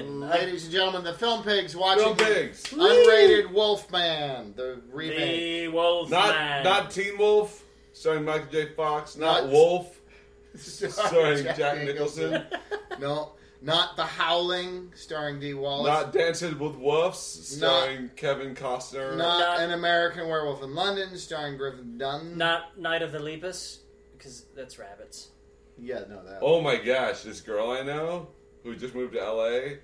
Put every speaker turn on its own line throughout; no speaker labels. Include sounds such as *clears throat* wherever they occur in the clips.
ladies and gentlemen, the film pigs watching
Film
the
Pigs.
unrated Wolfman, the remake.
The Wolf
Not
Man.
not Teen Wolf, starring Michael J. Fox. Not,
Not-
Wolf,
Sorry,
*laughs* starring Jack, Nicholson.
no, not The Howling, starring D. Wallace.
Not Dancing with Wolves,
Not-
starring Kevin Costner.
Not
Not-
An American Werewolf in London, starring Griffin Dunn.
Not Night of the Lepus, because that's rabbits.
yeah, no, that.
Oh my gosh, this girl I know who just moved to LA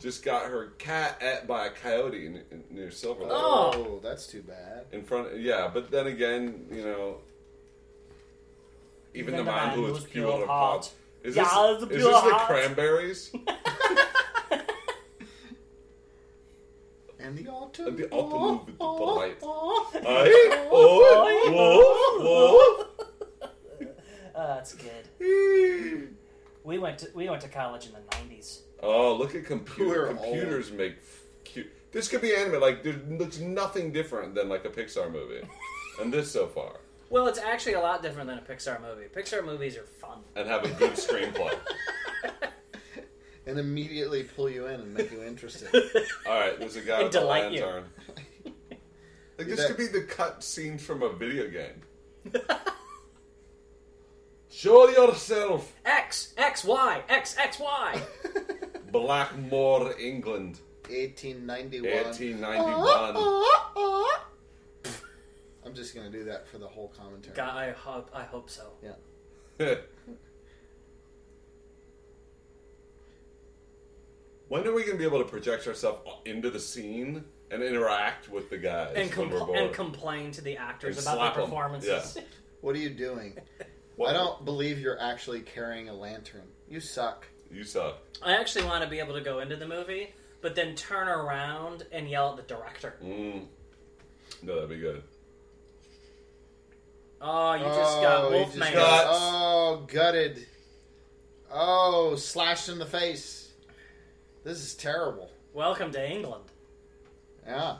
just got her cat at by a coyote in, in, near Silver Lake.
Oh.
Oh, that's too bad.
In front, yeah, but then again, you know, even, the, man, who is pure of heart. Is this,
Yeah, it's
is
pure
this the
heart. *laughs*
cranberries?
And the autumn.
And the autumn with the blight.
Oh,
Aye? Oh,
*laughs*
wolf,
Oh, that's good.
wolf.
We went to we went to college in the nineties.
Oh, look at computer.
We're
computers make f- cute. This could be anime. Like, there looks nothing different than like a Pixar movie, and this so far,
Well, it's actually a lot different than a Pixar movie. Pixar movies are fun. *laughs*
and have a good screenplay.
And immediately pull you in and make you interested.
*laughs* All right, there's a guy
They
with a
delight you.
lantern. Like this
That-
could be the cut scene from a video game. Show yourself,
X X Y X X Y.
Blackmore, England,
1891.
Oh,
1891.
I'm just going to do that for the whole commentary.
God, I hope I hope so.
Yeah.
*laughs* when are we going to be able to project ourselves into the scene and interact with the guys
And,
when we're
compl-
bored?
and complain to the actors
And slap
about
'em.
their *laughs* performances.
What are you doing?
What-
I don't believe you're actually carrying a lantern. You suck.
You suck.
I actually want to be able to go into the movie, but then turn around and yell at the director.
Mm. No, that'd be good.
Oh, you just got
Oh, you just
Wolfman.
got-
Oh, gutted. Oh, slashed in the face. This is terrible.
Welcome to England.
Yeah.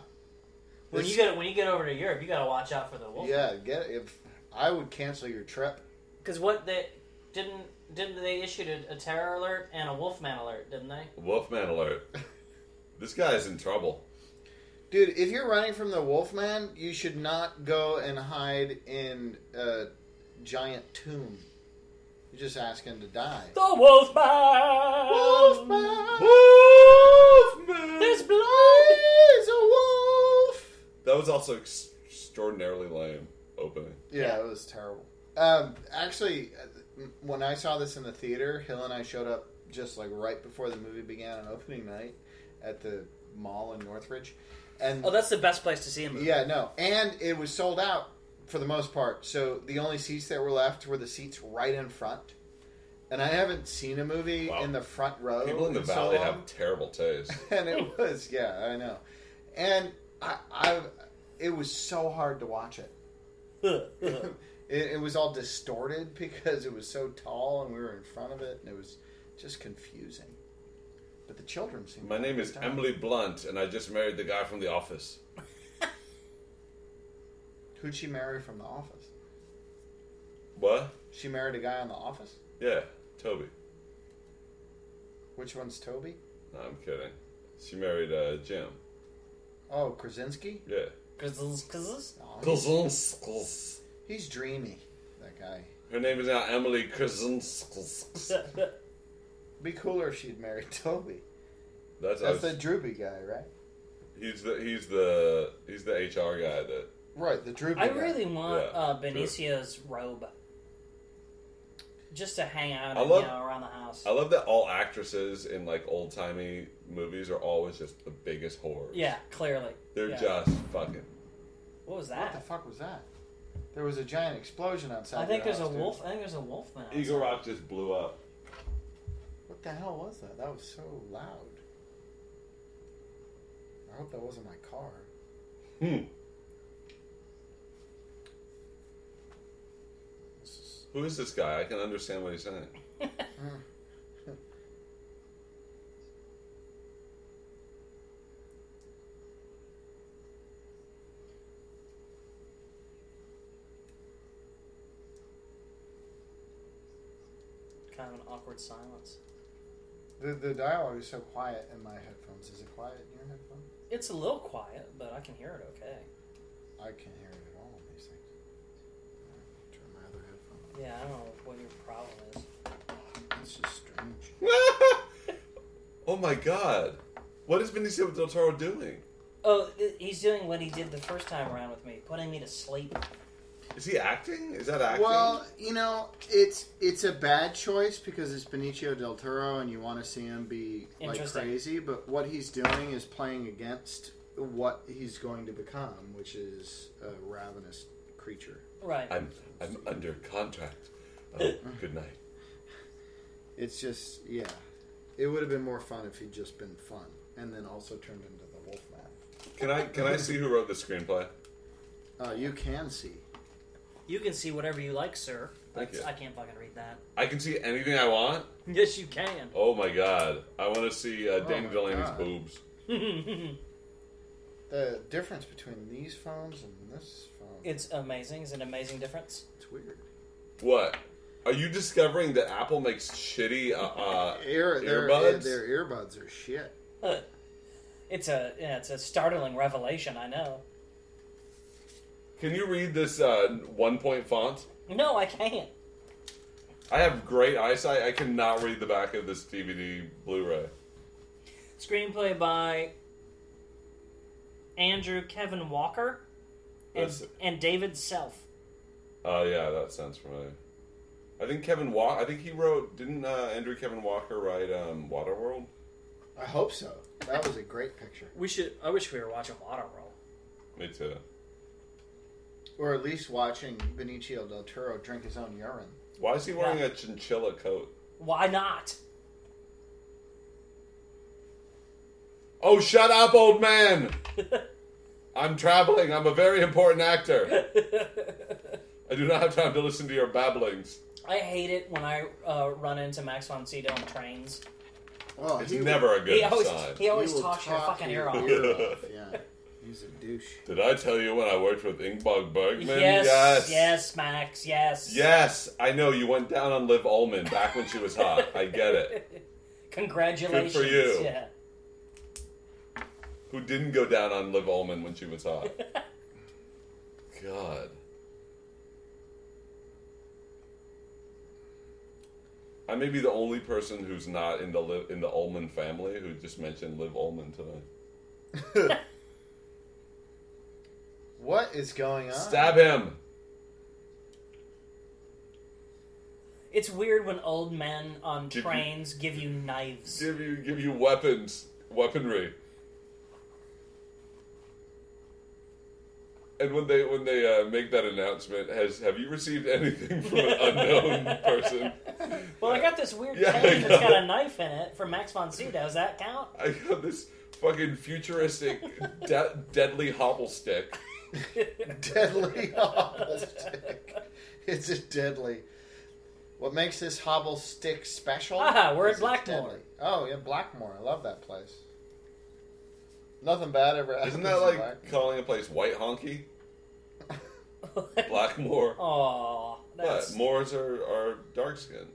When
This-
you get when you get over to Europe, you got to watch out for the wolf.
Yeah, get it. If I would cancel your trip.
Because what they didn't didn't they issued a, a terror alert and a wolfman alert, didn't they?
*laughs*
Wolfman alert. this guy's in trouble.
Dude, if you're running from the Wolfman, you should not go and hide in a giant tomb. You just ask him to die.
The wolfman.
Wolfman!
There's blood.
He's a wolf!
That was also ex- extraordinarily lame opening.
Yeah, it was terrible. Um, actually, uh, when I saw this in the theater, Hill and I showed up just like right before the movie began on opening night at the mall in Northridge, and
Oh, that's the best place to see *laughs* him.
yeah, no, and it was sold out for the most part. So the only seats that were left were the seats right in front. And I haven't seen a movie
Wow.
in the front row.
People in the
Oh, so
valley
long *laughs*
have terrible taste.
and it was yeah i know and i i it was so hard to watch it it, it was all distorted *laughs* because it was so tall and we were in front of it and it was just confusing but the children seemed
My
to
name
have a
is
good time.
Emily Blunt, and I just married the guy from The Office.
who'd she marry from the office
What?
she married a guy on the office
Yeah, Toby.
which one's toby
No, I'm kidding. She married uh, Jim.
oh krasinski
Yeah.
Grizzles,
*laughs*
grizzles.
No, he's,
Krasinskis.
he's dreamy that guy
Her name is now Emily Krasinskis.
*laughs*
be cooler if she'd married *laughs* toby
That's,
that's the
us.
droopy guy right
he's the he's the he's the HR guy that
right the droopy
I
guy.
really want
Yeah,
uh,
true.
Benicio's robe, just to hang out
I
and,
love-
you know, around the house.
I love that all actresses in like old timey movies are always just the biggest whores.
yeah, clearly.
They're
Yeah.
just fucking
What was
What the
that?
fuck was that? There was a giant explosion outside.
I think
your
there's a
house, dude.
wolf. I think there's a wolfman.
Eagle
outside.
Rock just blew up.
What the hell was that? That was so loud. I hope that wasn't my car.
Hmm.
This is-
Who is this guy? I can understand what he's saying. *laughs*
Kind of an awkward silence.
The, the dialogue is so quiet in my headphones. Is it quiet in your headphone?
It's a little quiet, but I can hear it okay.
I can't hear it at all on these things. Alright, Turn my other headphone.
Yeah, I don't know what your problem is.
on. It's just strange.
oh my god. What is Benicio del Toro doing?
Oh, i- he's doing what he did the first time around with me, putting me to sleep.
Is he acting? Is that acting?
Well, you know, it's it's a bad choice because it's Benicio del Toro, and you want to see him be like
Interesting.
crazy. But what he's doing is playing against what he's going to become, which is a ravenous creature.
Right.
I'm I'm under contract. *laughs* Oh, good night.
It's just, yeah, it would have been more fun if he'd just been fun, and then also turned into the Wolfman.
Can I can I see who wrote the screenplay?
Uh, you can see.
You can see whatever you like, sir.
Thank
That's-
you.
I can't fucking read that. *laughs*
I can see anything I want.
Yes, you can. *laughs*
Oh my god. I want to see uh,
Oh
Danny
my
Delaney's
God.
boobs.
The difference between these phones and this phone.
it's amazing. It's an amazing difference. *laughs*
it's weird.
What? Are you discovering that Apple makes shitty uh, uh,
Ear, their,
earbuds?
Their earbuds are shit.
Huh. It's a yeah, it's a startling revelation. I know.
Can you read this uh, one point font?
No, I can't.
I have great eyesight. I cannot read the back of this DVD Blu-ray.
Screenplay by Andrew Kevin Walker and,
That's-
and David Self.
Oh yeah, that sounds familiar. I think Kevin Walker. I think he wrote. Didn't uh, Andrew Kevin Walker write um, Waterworld?
I hope so. That was a great picture.
We should. I wish we were watching Waterworld.
Me too.
Or at least watching Benicio del Toro drink his own urine.
Why is he wearing
Yeah.
a chinchilla coat?
Why not?
Oh, shut up, old man!
*laughs*
I'm traveling. I'm a very important actor. I do not have time to listen to your babblings.
I hate it when I uh, run into Max von Sydow on trains.
Oh,
It's never a good
He always
sign.
he always talks your fucking ear off.
off. Yeah, he's a douche.
Did I tell you when I worked with Ingmar Bergman?
Yes, yes, Max, yes,
Yes, I know you went down on Liv Ullman back when she was hot. I get it.
Congratulations.
Good for you.
Yeah.
Who didn't go down on Liv Ullman when she was hot? God. I may be the only person who's not in the Liv, in the Ullman family who just mentioned Liv Ullman today.
What is going on?
Stab him.
It's weird when old men on
Give you-
trains give you knives.
Give you give you weapons, weaponry. And when they when they uh, make that announcement, has have you received anything from an
*laughs*
unknown person?
Well, I got this weird
Yeah, I
cane that's
know.
got a knife in it from Max von Sydow. Does that count? *laughs*
I got this fucking futuristic de- deadly hobble stick.
Deadly hobble stick. It's a deadly. What makes this hobble stick special?
Ah, we're at
is it's
Blackmore.
deadly. Oh yeah, Blackmore. I love that place. Nothing bad ever. happens
Isn't that
in
like
Blackmore.
calling a place White Honky? Blackmore?
Oh,
What?
that's
Moors are, are dark skinned.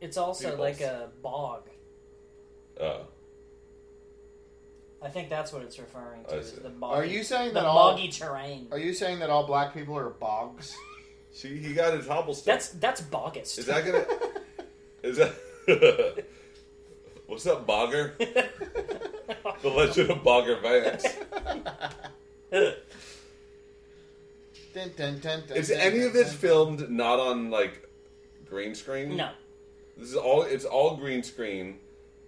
it's also
Peoples.
like a bog.
Oh.
I think that's what it's referring
I
to. Is
see.
the bog.
Are you saying
the
that all?
boggy terrain?
Are you saying that all black people are bogs?
She he got his hobble stick.
That's that's boggest.
Is that gonna?
*laughs*
is that? *laughs* What's up, Bogger?
*laughs*
The Legend of Bogger Vance.
Dun, dun, dun, dun,
Is
dun,
any
dun,
of this
dun.
filmed not on like green
*laughs*
screen?
no.
This is all. It's all green screen,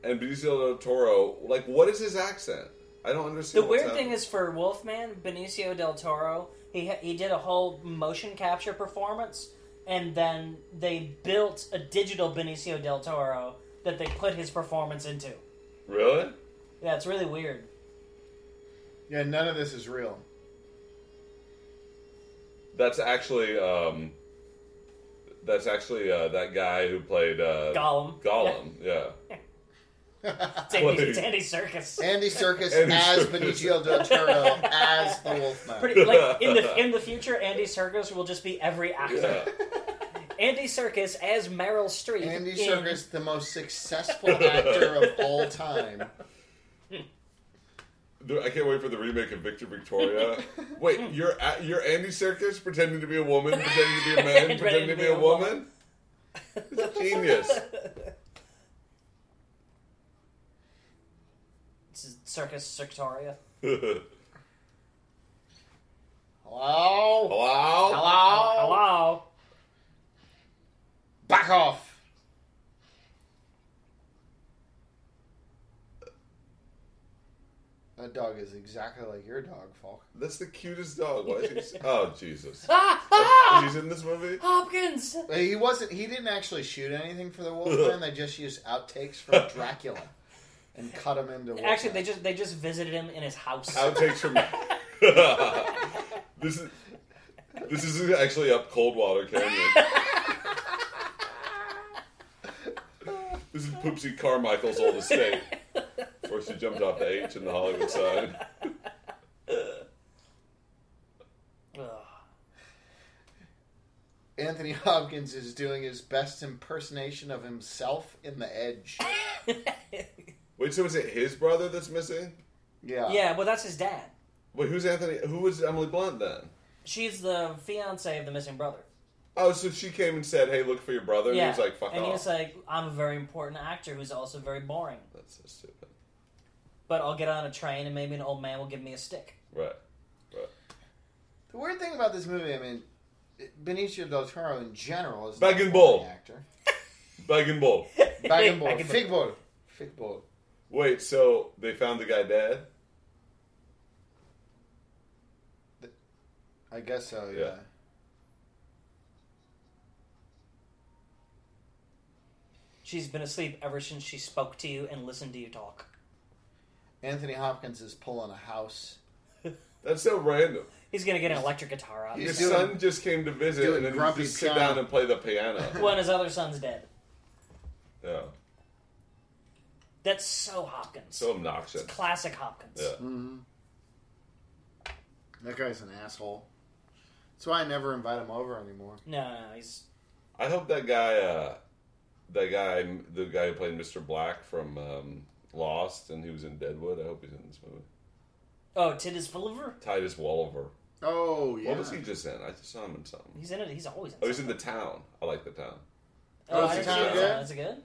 and Benicio del Toro. Like, what is his accent? I don't
The
understand. what's
weird thing
happening.
is for Wolfman Benicio del Toro, he ha- he did a whole motion capture performance, and then they built a digital Benicio del Toro that they put his performance into.
really.
Yeah, it's really weird.
Yeah, none of this is real.
That's actually. um That's actually uh, that guy who played uh,
Gollum.
Gollum. Yeah.
It's Andy,
Like-
it's Andy Circus. *laughs*
Andy Circus
Andy
as
Serkis.
Benicio del Toro as the Wolfman.
*laughs*
Pretty like in the in the future, Andy Circus will just be every actor.
Yeah.
Andy Circus as Meryl Streep.
Andy
in-
Serkis, the most successful actor of all time.
Dude, I can't wait for the remake of Victor Victoria. *laughs* wait, you're a- you're Andy Circus pretending to be a woman, pretending to be a man, *laughs*
And
pretending to be a woman. Genius. *laughs*
This is Circus Circtoria.
Hello?
Hello.
Oh.
Hello?
Hello.
Back off! That dog is exactly like your dog, Falk.
That's the cutest dog. Why is he? *laughs* s- Oh Jesus.
Ah, ah!
Oh, He's in this movie.
Hopkins.
He wasn't. He didn't actually shoot anything for the *laughs* Wolfman. they just used outtakes from Dracula and cut him into. Wolfman.
Actually, they just they just visited him in his house.
Outtakes from. this is. This isn't actually up cold water canyon. this is Poopsie Carmichael's old estate, where she jumped off the H in the Hollywood sign.
Ugh.
Anthony Hopkins is doing his best impersonation of himself in The Edge.
Wait, so is it his brother that's missing?
*laughs*
Yeah.
yeah, well, that's his dad.
Wait, who's Anthony? Who was Emily Blunt then?
She's the fiance of the missing brother.
Oh, so she came and said, "Hey, look for your brother." And
yeah,
he was like, "Fuck
and
off."
he's like, I'm a very important actor who's also very boring,
that's so stupid.
but I'll get on a train and maybe an old man will give me a stick.
Right.
The weird thing about this movie, I mean, Benicio del Toro in general is
Bag
not
and
a
bowl.
boring actor.
Bag and bowl.
Bag
*laughs*
and ball,
I can-
fig ball, fig ball.
Wait, so they found the guy dead?
I guess so. Yeah.
Yeah.
She's been asleep ever since she spoke to you and listened to you talk.
Anthony Hopkins is pulling a house,
That's so random.
He's gonna get an electric guitar out.
Your
He's
His
doing-
son just came to visit,
doing
and then you
grumpy
just sit
John.
down and play the piano.
When his other son's dead.
yeah,
That's so Hopkins.
so obnoxious.
Classic Hopkins.
Yeah.
Mm-hmm. That guy's an asshole. That's why I never invite him over anymore.
No, no, no, he's
I hope that guy, uh, that guy, the guy who played Mr. Black from um, Lost, and he was in Deadwood. I hope he's in this movie.
oh Titus Fulliver.
Titus Walliver.
Oh yeah.
What was he just in? I just saw him in something.
He's in it. He's always in.
Oh, he's in
something.
the town. I like the town.
Oh,
Oh, I
is
didn't
it
see that.
good?
Is it good?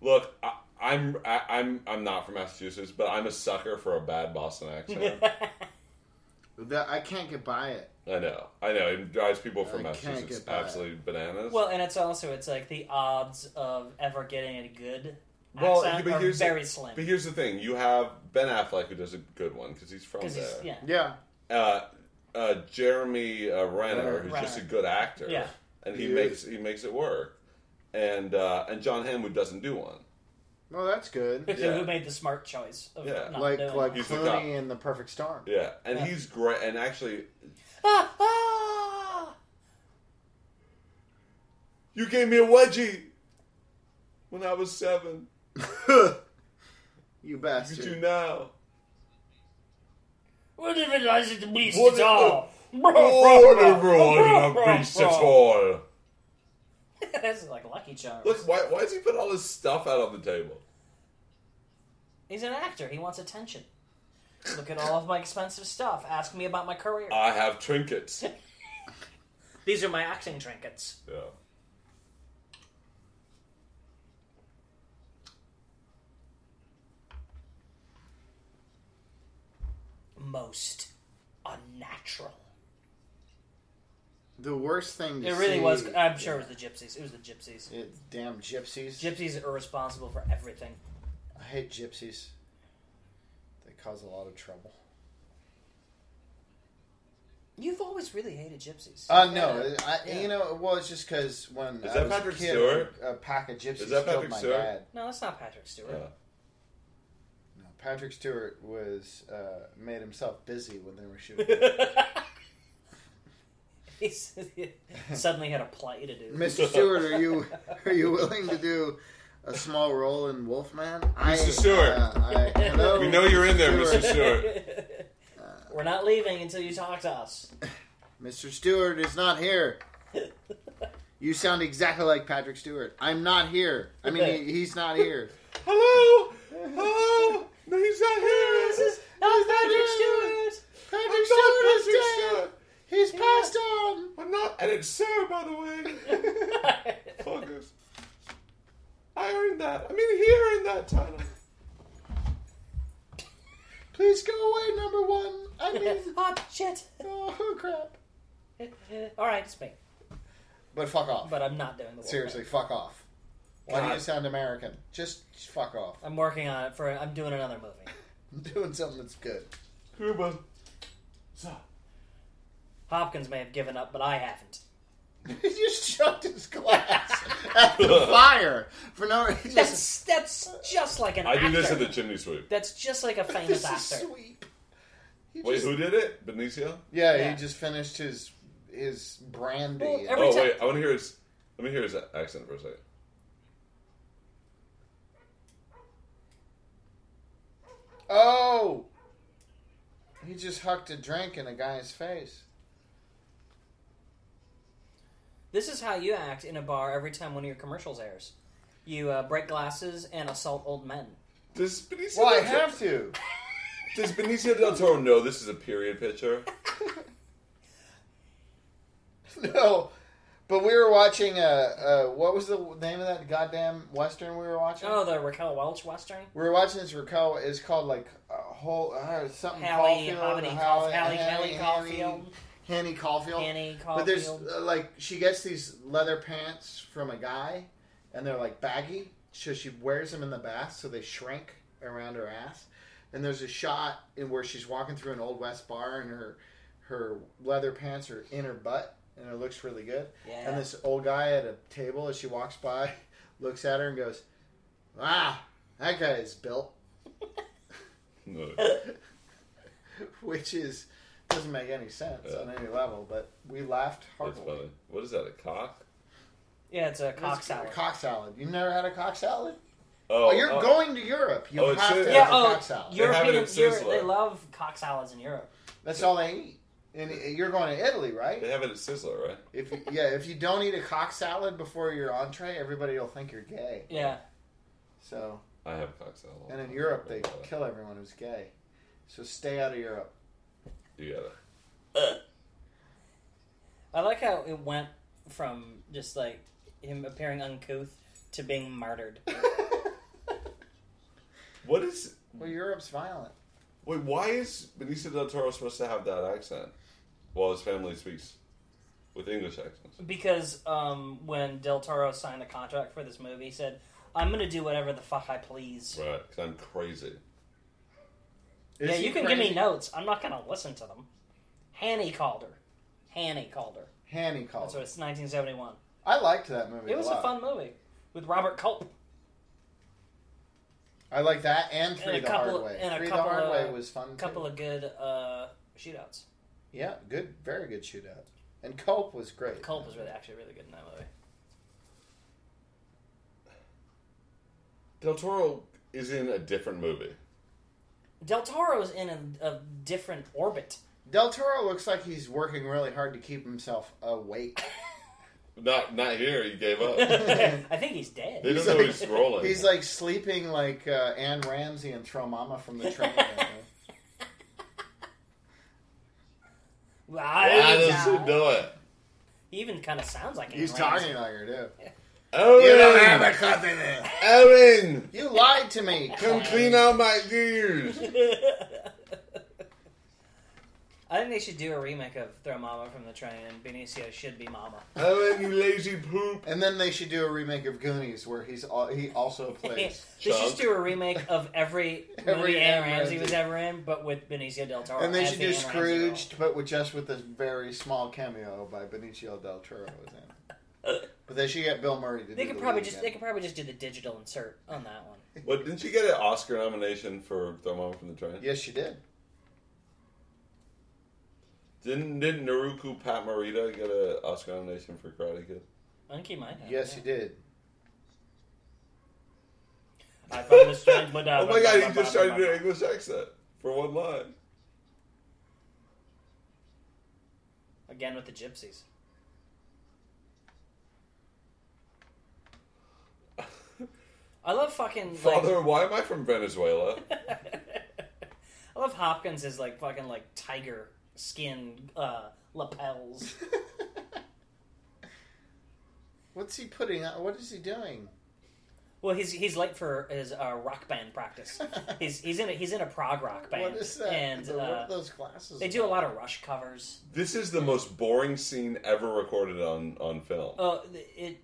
Look, I, I'm I, I'm I'm not from Massachusetts, but I'm a sucker for a bad Boston
*laughs*
accent.
That, I can't get by it.
I know, I know. It drives people
I
from
can't
Massachusetts
get by it.
absolutely
*laughs*
bananas.
Well, and it's also it's like the odds of ever getting a good
Well,
accent
but
are
here's the-
very slim.
But here's the thing: you have Ben Affleck, who does a good one because he's from there.
Because he's yeah, *laughs*
Yeah.
uh, uh, Jeremy uh, Renner,
Renner.
who's just a
Renner.
good actor,
Yeah.
and he,
He
makes he makes it work. And uh, and John Hamm, who doesn't do one.
Well, that's good.
Yeah.
who made the smart choice of
Yeah.
not
like
doing
like
it.
He's the cop.
Clooney in The Perfect Storm.
Yeah, and
Yeah.
he's great. And actually,
Ah, ah!
you gave me a wedgie when I was seven.
*laughs* you
Look at you
*laughs*
bastard.
now.
What if it lies at the beast
What
at
if-
all?
Oh,
*laughs*
Wonderful, beast at *laughs* all.
That's like Lucky Charms.
Look, why, why does he put all his stuff out on the table?
He's an actor. He wants attention. Look at all of my expensive stuff. Ask me about my career.
Uh,
I
*laughs*
have trinkets.
These are my acting trinkets.
Yeah.
Most unnatural.
The worst thing to
It really was.
see-
I'm sure it was the gypsies. It was the gypsies.
It, damn gypsies.
Gypsies are responsible for everything.
I hate gypsies. They cause a lot of trouble.
You've always really hated gypsies.
Uh, no, I,
Yeah.
you know, well, it's just because when
Is
I
that
was
Patrick
a kid,
Stewart?
a pack of gypsies
that
killed
Patrick
my
Stewart?
dad.
no, that's not Patrick Stewart.
Yeah.
No, Patrick Stewart was uh, made himself busy when they were shooting.
*laughs*
it.
He's, *laughs*
*laughs*
he suddenly had a play to do.
Mr. Stewart, are you are you willing to do a small role in Wolfman? I,
Mr. Stewart.
uh, I, hello,
We know you're in there, Mr.
Stewart.
Stewart.
*laughs* We're not leaving until you talk to us.
Mr. Stewart is not here. You sound exactly like Patrick Stewart. I'm not here. I mean, he, he's not
*laughs*
here.
Hello? Hello? No, he's not here.
This is *laughs* not Patrick Stewart.
Patrick
I'm
Stewart
not
is
Patrick
dead.
Stewart.
He's
Yeah.
passed on.
I'm not. And it's Sarah, by the way.
*laughs*
Fuckers. I earned that. I mean, he earned that title.
Please go away, number one.
*laughs*
I mean,
oh shit! *laughs*
oh crap.
All right, it's me,
But fuck off.
but I'm not doing the
Seriously, fuck off. Why do you
God.
sound American? Just fuck off.
I'm working on it for. I'm doing another movie.
I'm doing something that's good. *laughs*
Cuba. So,
Hopkins may have given up, but I haven't.
he just chucked his glass at
*laughs*
the fire for no reason.
That's that's just like an.
I do this
actor.
at the chimney sweep.
That's just like a famous
this is
actor.
sweep. He
Wait,
just-
who did it? Benicio?
yeah,
Yeah.
he just finished his his brandy.
Well, every-
Oh
time-
wait, I want to hear his. Let me hear his accent for a second.
oh, he just hucked a drink in a guy's face.
This is how you act in a bar every time one of your commercials airs. You uh, break glasses and assault old men.
Does Benicio?
Well, I
del Toro-
have to.
Does Benicio del Toro know this is a period picture?
*laughs* No, but we were watching uh uh what was the name of that goddamn western we were watching?
Oh, the Raquel Welch western.
We were watching this Raquel. It's called like a whole uh, something
Hallie,
Caulfield,
Hominy,
Hallie-
Caulfield, Hallie,
Hanny-
Kelly, Caulfield,
Hanny Caulfield.
Annie
But there's
Caulfield.
uh, like she gets these leather pants from a guy, and they're like baggy, so she wears them in the bath, so they shrink around her ass. And there's a shot in where she's walking through an old west bar, and her her leather pants are in her butt, and it looks really good.
Yeah.
And this old guy at a table, as she walks by, *laughs* looks at her and goes, "Wow, that guy is built," *laughs*
No.
which is doesn't make any sense
Yeah.
on any level. But we laughed
That's
hardly.
funny. What is that? A cock?
Yeah, it's a cock
It's
salad.
Cock salad. You've never had a cock salad?
Oh,
Oh, you're
oh,
going to Europe. You
Oh, it's
have to
serious?
have
yeah,
a
oh,
cock salad.
You're- have it in
European, Europe,
Sizzler.
they love cock salads in Europe.
That's all they eat. And you're going to Italy, right?
They have it at Sizzler, right?
If you, yeah, if you don't eat a cock salad before your entree, everybody will think you're gay.
Yeah,
So,
I have a cock salad.
and in Europe, they kill everyone who's gay. So stay out of Europe.
You got it.
I like how it went from just like him appearing uncouth to being martyred.
What is?
*laughs* Well, Europe's violent.
Wait, why is Benicio del Toro supposed to have that accent? While his family speaks with English accents.
Because um, when Del Toro signed the contract for this movie, he said, "I'm going to do whatever the fuck I please."
Right, because I'm crazy.
yeah,
Is
you
he
can give
crazy?
me notes. I'm not going to listen to them. Hanny called her. Hanny called her.
Hanny called.
So it's 1971.
I liked that movie.
It was
Oh. a
a
lot.
fun movie with Robert Culp.
I like that and Three
a
the
couple-
Hard Way.
and a
Three
couple
the Hard
of-
Way was fun.
A couple
too.
of good uh, shootouts.
yeah, good, very good shootout. And Culp was great.
Culp was really actually really good in that movie.
Del Toro is in a different movie.
Del Toro's in a, a different orbit. *laughs*
Del Toro looks like he's working really hard to keep himself awake.
Not not here. He
*laughs*
gave up.
I think he's
They
dead.
don't
He's
know
like-
he's rolling.
He's like sleeping like uh, Anne Ramsey and Throw Mama from the
*laughs*
train.
Why does he do it?
He even kind of sounds like
he's
Anne Ramsey.
talking like her too.
Owen,
cousin.
Owen,
You lied
*laughs*
to me.
come clean out my ears.
I think they should do a remake of Throw Mama from the Train, and Benicio should be Mama.
Owen, you lazy poop.
And then they should do a remake of Goonies where he's al- he
*laughs*
also
they
plays.
should just
Chunk.
do a remake of
*laughs*
every,
Every
movie
Anne
Anne Ramsey
Ramsey.
was ever in, but with Benicio del Toro.
and they
as
should
the
do
Anne Ramsey role.
Scrooged, but with just with this very small cameo by Benicio del Toro was in.
*laughs*
But they should get Bill Murray to do
They
the
could
lead
probably just
again.
they could probably just do the digital insert on that one.
What didn't you get an Oscar nomination for Throw Mama from the Train?
Yes, she did.
Didn't didn't Naruku Pat Morita get an Oscar nomination for Karate Kid?
I think he might. Have,
Yes,
yeah.
she did. *laughs*
I found this strange
Oh my god, he just started doing English accent for one line.
again with the gypsies. I love fucking like,
Father, why am I from Venezuela?
*laughs* I love Hopkins is like fucking like tiger skin uh, lapels.
What's he putting on? What is he doing? *laughs*
Well, he's he's late for his uh, rock band practice. He's he's in a, he's in a prog rock band.
what is that?
And
The- what
uh,
are those glasses?
they do a lot of Rush covers.
This is the most boring scene ever recorded on, on film.
Oh, th- it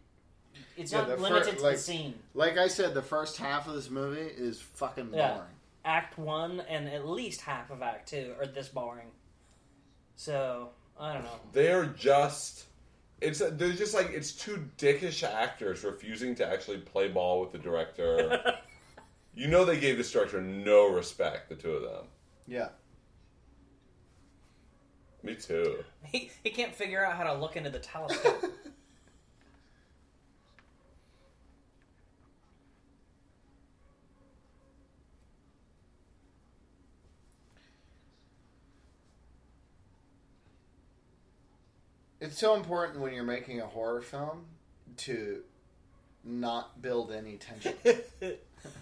it's
Yeah,
not
the fir-
limited to
like-
the scene.
Like I said, the first half of this movie is fucking boring.
Yeah. Act one and at least half of Act two are this boring. So I don't know.
They're just. It's they're just like it's two dickish actors refusing to actually play ball with the director. you know they gave this director no respect, the two of them.
Yeah.
Me too.
He he can't figure out how to look into the telescope.
It's so important when you're making a horror film to not build any tension.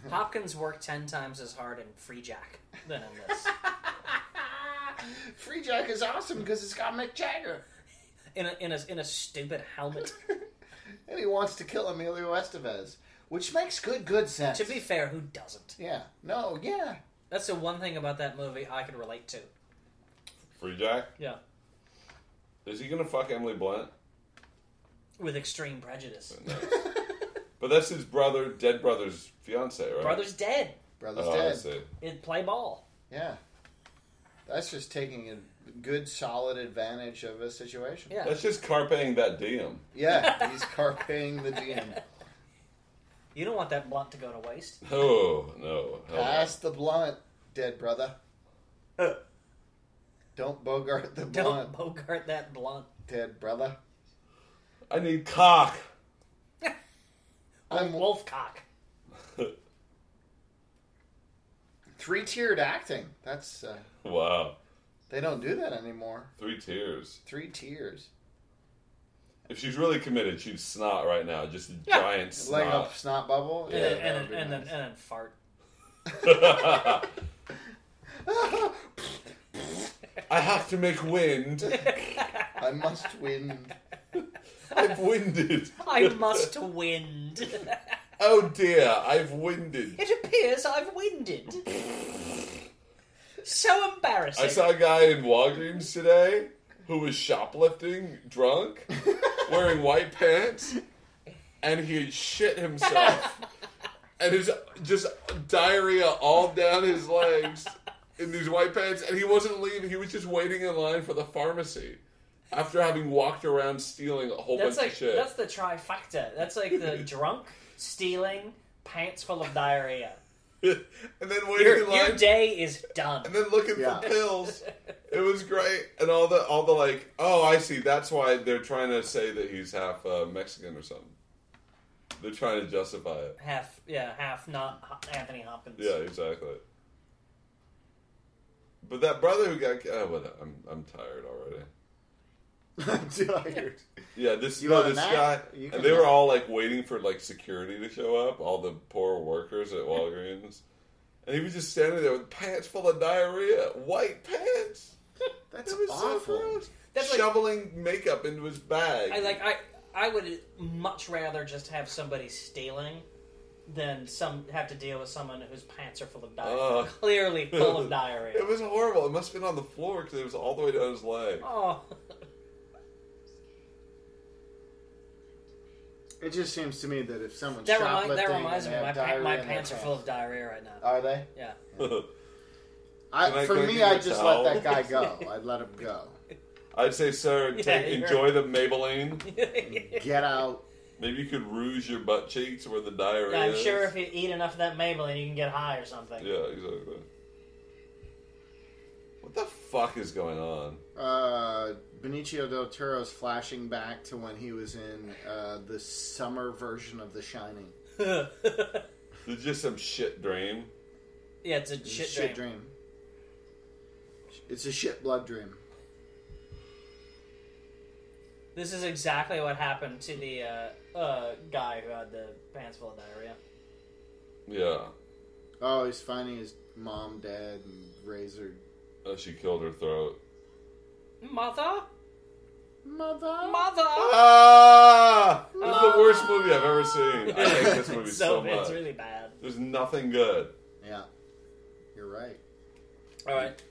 Hopkins worked ten times as hard in Free Jack than in this.
Free Jack is awesome because it's got Mick Jagger,
in a in a in a stupid helmet.
and he wants to kill Emilio Estevez, which makes good good sense.
to be fair, who doesn't?
yeah, no, yeah. *laughs*
That's the one thing about that movie I could relate to.
Free Jack?
Yeah,
Is he gonna fuck Emily Blunt?
with extreme prejudice.
No. but that's his brother, dead brother's fiance, right?
Brother's dead.
Brother's
oh, I
dead.
see.
It play ball.
Yeah, that's just taking a good solid advantage of a situation.
Yeah.
That's just carpeting that diem.
Yeah, he's carping
*laughs*
the DM.
You don't want that blunt to go to waste.
Oh no! Hell no.
Pass the blunt, dead brother.
Uh.
Don't bogart the
Don't
blunt,
bogart that blunt.
dead brother.
I need cock. *laughs*
Oh,
I'm
Wolfcock.
three tiered acting. That's uh,
wow,
they don't do that anymore.
three tears.
Three tiers,
If she's really committed, she'd snot right now. Just a
Yeah.
giant
like a
snot.
snot bubble.
And, then,
that
and,
would be
then, and, then,
nice.
and then fart.
*laughs* I have to make
*laughs*
wind.
I must win.
I've winded.
I must wind. *laughs*
Oh dear, I've winded.
it appears I've winded. so embarrassing.
I saw a guy in Walgreens today who was shoplifting
*laughs*
drunk, wearing white pants, and he had shit
*laughs*
himself. And his just diarrhea all down his legs in these white pants, and he wasn't leaving, he was just waiting in line for the pharmacy after having walked around stealing a whole
that's
bunch
like
of shit.
that's the trifecta. That's like
*laughs*
the drunk, stealing, pants full of diarrhea.
*laughs* and then waiting
Your,
in line.
your day is done.
and then looking
Yeah.
for pills.
*laughs*
It was great, and all the all the like. Oh, I see. That's why they're trying to say that he's half uh, Mexican or something. They're trying to justify it.
Half, yeah, half not Ho- Anthony Hopkins.
Yeah, exactly. But that brother who got oh, what, I'm I'm tired already.
I'm tired.
Yeah, this
You
no,
want a
this
nap?
guy,
You
and
can
they were
nap.
all like waiting for like security to show up. All the poor
*laughs*
workers at Walgreens, and he was just standing there with pants full of diarrhea, white pants.
That's
That was
awful.
so gross.
That's like-
Shoveling makeup into his bag.
I like I I would much rather just have somebody stealing than some have to deal with someone whose pants are full of diarrhea.
Ugh. *laughs*
Clearly full of
It
diarrhea.
was horrible. It must have been on the floor because it was all the way down his leg. *laughs*
Oh,
It just seems to me that if someone's
that, remi-
shoplifting,
that reminds
and
me.
they
My,
have
pa-
diarrhea
my
in their
pants are full of diarrhea right now.
Are they?
Yeah,
Can
I,
I
for
go
me,
get
I
your
just
towel?
let that guy
*laughs*
go. I'd let him go.
I'd say, sir,
*laughs* Yeah,
take,
you're
enjoy the Maybelline.
Get out.
Maybe you could rouge your butt cheeks where the diarrhea
I'm
is.
sure if you eat enough of that Maybelline, you can get high or something.
Yeah, exactly. What the fuck is going on?
Uh, Benicio del Toro's flashing back to when he was in uh, the summer version of The Shining.
There's just some shit dream.
*laughs* Yeah, it's a
It's
shit,
a
dream.
dream. It's a shit blood dream.
This is exactly what happened to the uh, uh, guy who had the pants full of diarrhea.
Yeah.
Oh, he's finding his mom, dad, and Razor.
Uh, she killed her throat.
Mother?
Mother.
Mother! *laughs*
Ah! This is the worst movie I've ever seen. I
*laughs*
hate this movie
It's
so,
bad.
much.
It's really bad.
There's nothing good.
Yeah, you're right.
Alright.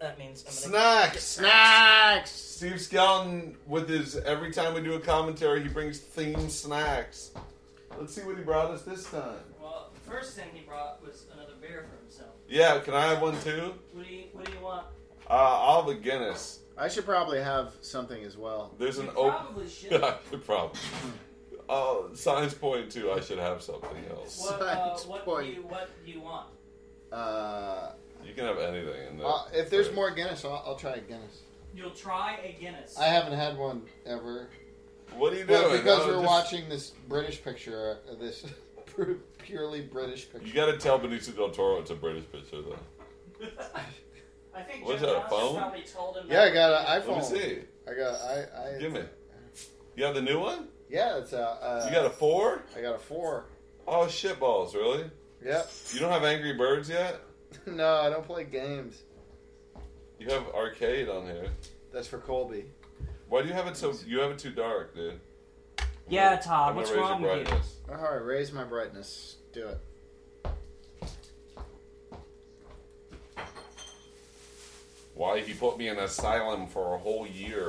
That means I'm gonna.
Snacks.
Snacks.
Steve Skelton with his every time we do a commentary, he brings themed snacks. Let's see what he brought us this time.
Well, the first thing he brought was another beer for himself.
Yeah, can I have one too?
What do you, what do you want?
Uh, I'll have a Guinness.
I should probably have something as well.
There's
You
an *laughs* open.
probably should.
Good *laughs* problem. Uh, signs point too. I should have something else.
What, uh,
Science
what, do
point.
you, what do you want?
Uh,
You can have anything in there.
well, if there's more Guinness, I'll, I'll try a Guinness.
You'll try a Guinness.
I haven't had one ever.
What are you doing?
Well, because
Oh,
we're
just-
watching this British picture, uh, this *laughs* pu- purely British
You
picture.
got to tell Benicio del Toro it's a British picture, though.
I think
What's
Jim
that, a
Johnson
phone?
probably told him.
Yeah, I
that.
got an
Let me
iPhone.
see.
I got I, I
Give me. You have the new one?
Yeah, it's a. Uh,
You got a four?
I got a four.
Oh shit balls! Really?
Yep. *laughs*
You don't have Angry Birds yet?
no, I don't play games.
You have arcade on here.
That's for Colby.
Why do you have it so? You have it too dark, dude.
Yeah,
I'm gonna-
Todd,
I'm gonna
what's
raise your
wrong with you?
brightness.
All right, raise my brightness. Do it.
Why he put me in asylum for a whole year?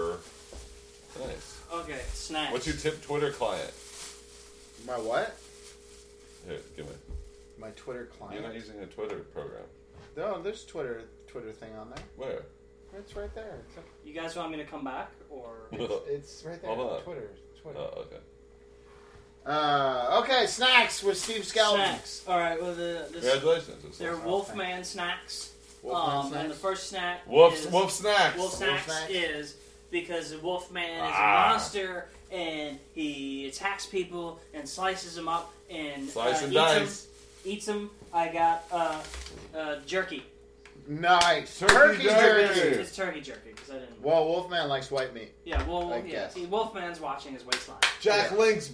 Nice.
Okay, snacks.
What's your tip Twitter client?
My what?
Here, give me.
My Twitter
You're not
client.
using a Twitter program.
No, there's Twitter Twitter thing on there.
*laughs*
Where? *laughs*
It's right there. It's, up-
You guys want me to come back or?
it's, it's right there.
Hold on.
Twitter. Twitter.
Oh, okay.
Uh, okay, snacks with Steve Skelton.
Snacks. All right. Well, the this,
Congratulations. It's
they're
awesome.
Wolfman snacks.
Wolfman
um,
snacks?
And the first snack.
Wolf,
is,
wolf snacks.
Wolf snacks
snacks?
is because Wolfman is
Ah.
a monster and he attacks people and slices them up and
Slice
uh,
and
eats 'em-
dice.
eats them. I got uh, uh, jerky.
Nice. Turkey
Turkey jerky.
jerky.
It's turkey jerky because I didn't.
Well, Wolfman likes white meat.
Yeah. Well,
I
yeah.
guess.
See, Wolfman's watching his waistline.
Jack
Yeah.
Link's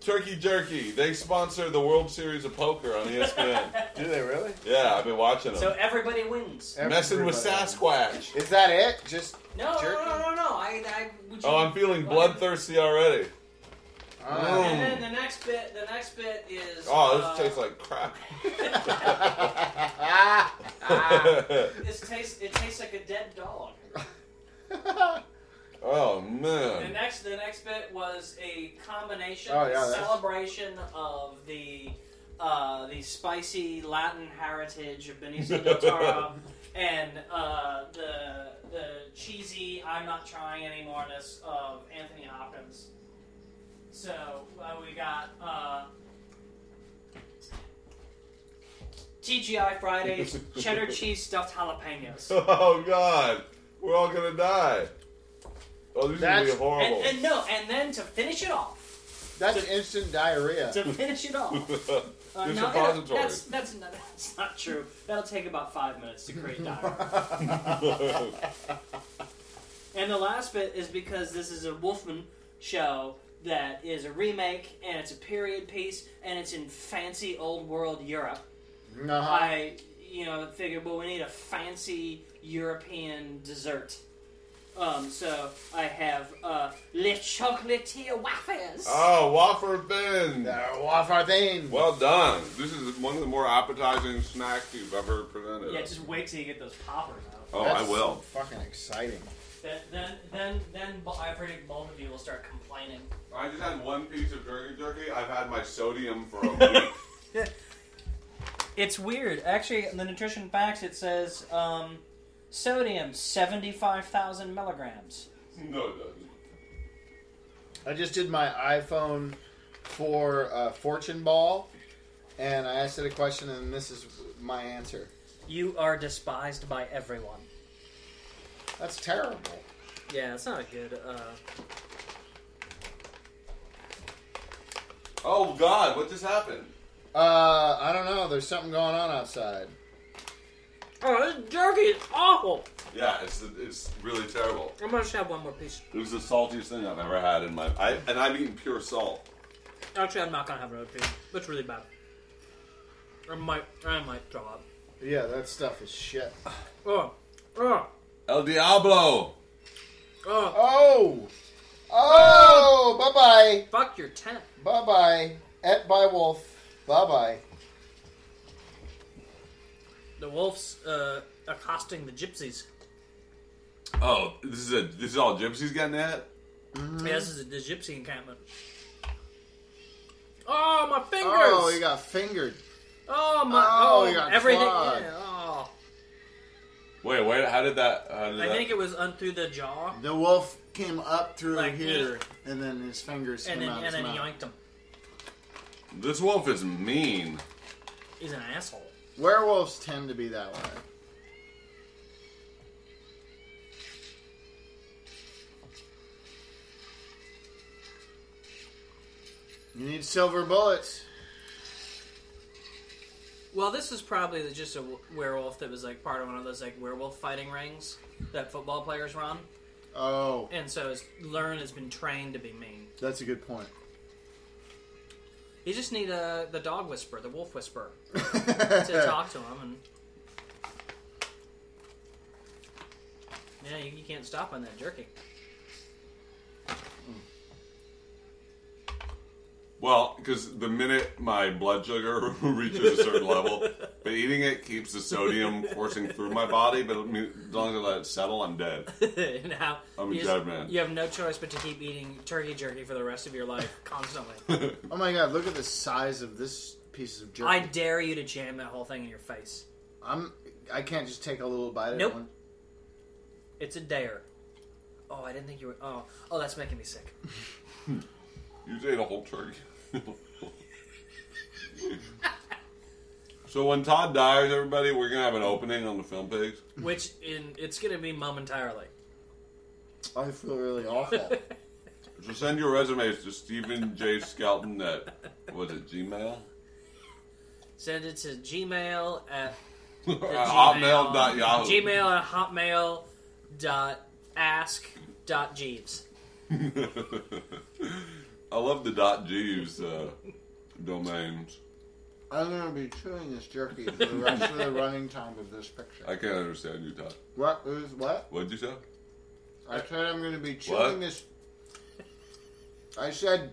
Turkey Jerky. They sponsor the World Series of Poker on
*laughs*
E ESPN.
Do they really?
yeah, I've been watching them.
So everybody wins.
Messing with Sasquatch.
Is that it?
*laughs*
Just
No,
Jerky.
no, no, no, no. I, I would you,
Oh, I'm feeling
Well,
bloodthirsty already.
Ah.
Mm.
And then the next bit, the next bit is.
Oh, this
uh,
tastes
*laughs*
like crap.
This tastes. It tastes like a dead dog.
oh
The
man.
next, the next bit was a combination
Oh, yeah, that's-
celebration of the uh, the spicy Latin heritage of Benicio del
*laughs*
Toro and uh, the the cheesy "I'm not trying anymore"ness of Anthony Hopkins. So uh, we got uh, TGI Fridays
*laughs*
cheddar cheese stuffed jalapenos.
Oh god. We're all gonna die. Oh, these are gonna
That's-
be horrible.
And, and
*laughs*
no, and then to finish it off,
That's instant diarrhea.
to finish it off, uh,
Your
no, it'll-
suppository.
that's that's not, *laughs* that's not true. That'll take about five minutes to create diarrhea.
*laughs*
and the last bit is because this is a Wolfman show that is a remake and it's a period piece and it's in fancy old world Europe.
Uh-huh.
I you know figured well we need a fancy European dessert. Um, so I have uh, le chocolatier waffles.
oh, wafer bin.
Uh, waffle thing.
Well done. This is one of the more appetizing snacks you've ever presented.
Yeah, just wait till you get those poppers out.
oh,
That's
I will.
Fucking exciting.
Then, then, then, then bo- I predict both of you will start complaining.
I just had one piece of turkey jerky. I've had my sodium *laughs* for a week.
It's weird, actually. In the nutrition facts, it says um, sodium seventy-five thousand milligrams.
no, it doesn't.
I just did my iPhone for uh, fortune ball, and I asked it a question, and this is my answer.
You are despised by everyone.
That's terrible.
Yeah, that's not a good. Uh...
Oh God, what just happened?
Uh, I don't know. There's something going on outside.
Oh, this jerky is awful.
Yeah, it's it's really terrible.
I'm gonna just have one more piece.
It was the saltiest thing I've ever had in my. I and I've eaten pure salt.
Actually, I'm not gonna have another piece. That's really bad. I might, I might throw up.
Yeah, that stuff is shit.
Oh, oh,
El Diablo.
oh!
Oh! Oh! Bye bye!
Fuck your tent.
Bye bye! Et by Wolf. Bye bye.
The wolf's uh, accosting the gypsies.
Oh, this is a this is all gypsies getting at.
Yeah, this is a, the gypsy encampment. Oh, my fingers!
Oh, he got fingered.
Oh, my!
Oh,
Oh,
he got
everything.
clawed.
yeah, oh.
Wait, wait. How did that? How did
I
that-
think it was un- through the jaw,
The wolf came up through
Like
here, and then his fingers
and
came
then
out
and
his
then
mouth.
yanked him.
this wolf is mean.
He's an asshole.
Werewolves tend to be that way. You need silver bullets.
Well, this is probably the- just a w- werewolf that was like part of one of those like werewolf fighting rings that football players run,
Oh,
and so his learn has been trained to be mean.
that's a good point.
You just need uh the dog whisperer, the wolf whisperer,
*laughs*
to
yeah,
talk to him, and yeah, you, you can't stop on that jerky.
Well, because the minute my blood sugar *laughs* reaches a certain
*laughs*
level, but eating it keeps the sodium coursing through my body. But it me- as long as I let it settle, I'm dead.
*laughs* now
I'm a
you,
dead man.
you have no choice but to keep eating turkey jerky for the rest of your life *laughs* constantly.
oh my god, look at the size of this piece of jerky.
I dare you to jam that whole thing in your face.
I'm. I can't just take a little bite of
Nope.
one.
It's a dare. Oh, I didn't think you were. Oh, oh, that's making me sick.
*laughs* You just ate a whole turkey. *laughs* so when Todd dies, everybody, we're gonna have an opening on the film pigs.
Which in it's gonna be momentarily.
I feel really awful.
*laughs*
So send your resumes to Stephen J. Skelton at was it Gmail?
Send it to Gmail at
Or
Gmail-
*laughs* Hotmail dot Yahoo.
Gmail at hotmail dot ask dot Jeeves. *laughs*
*laughs* I love the dot G's uh, domains.
I'm gonna be chewing this jerky for the rest of the running time of this picture.
I can't understand you, Todd.
What is what?
What'd you say?
I said I'm gonna be chewing
What?
this. I said.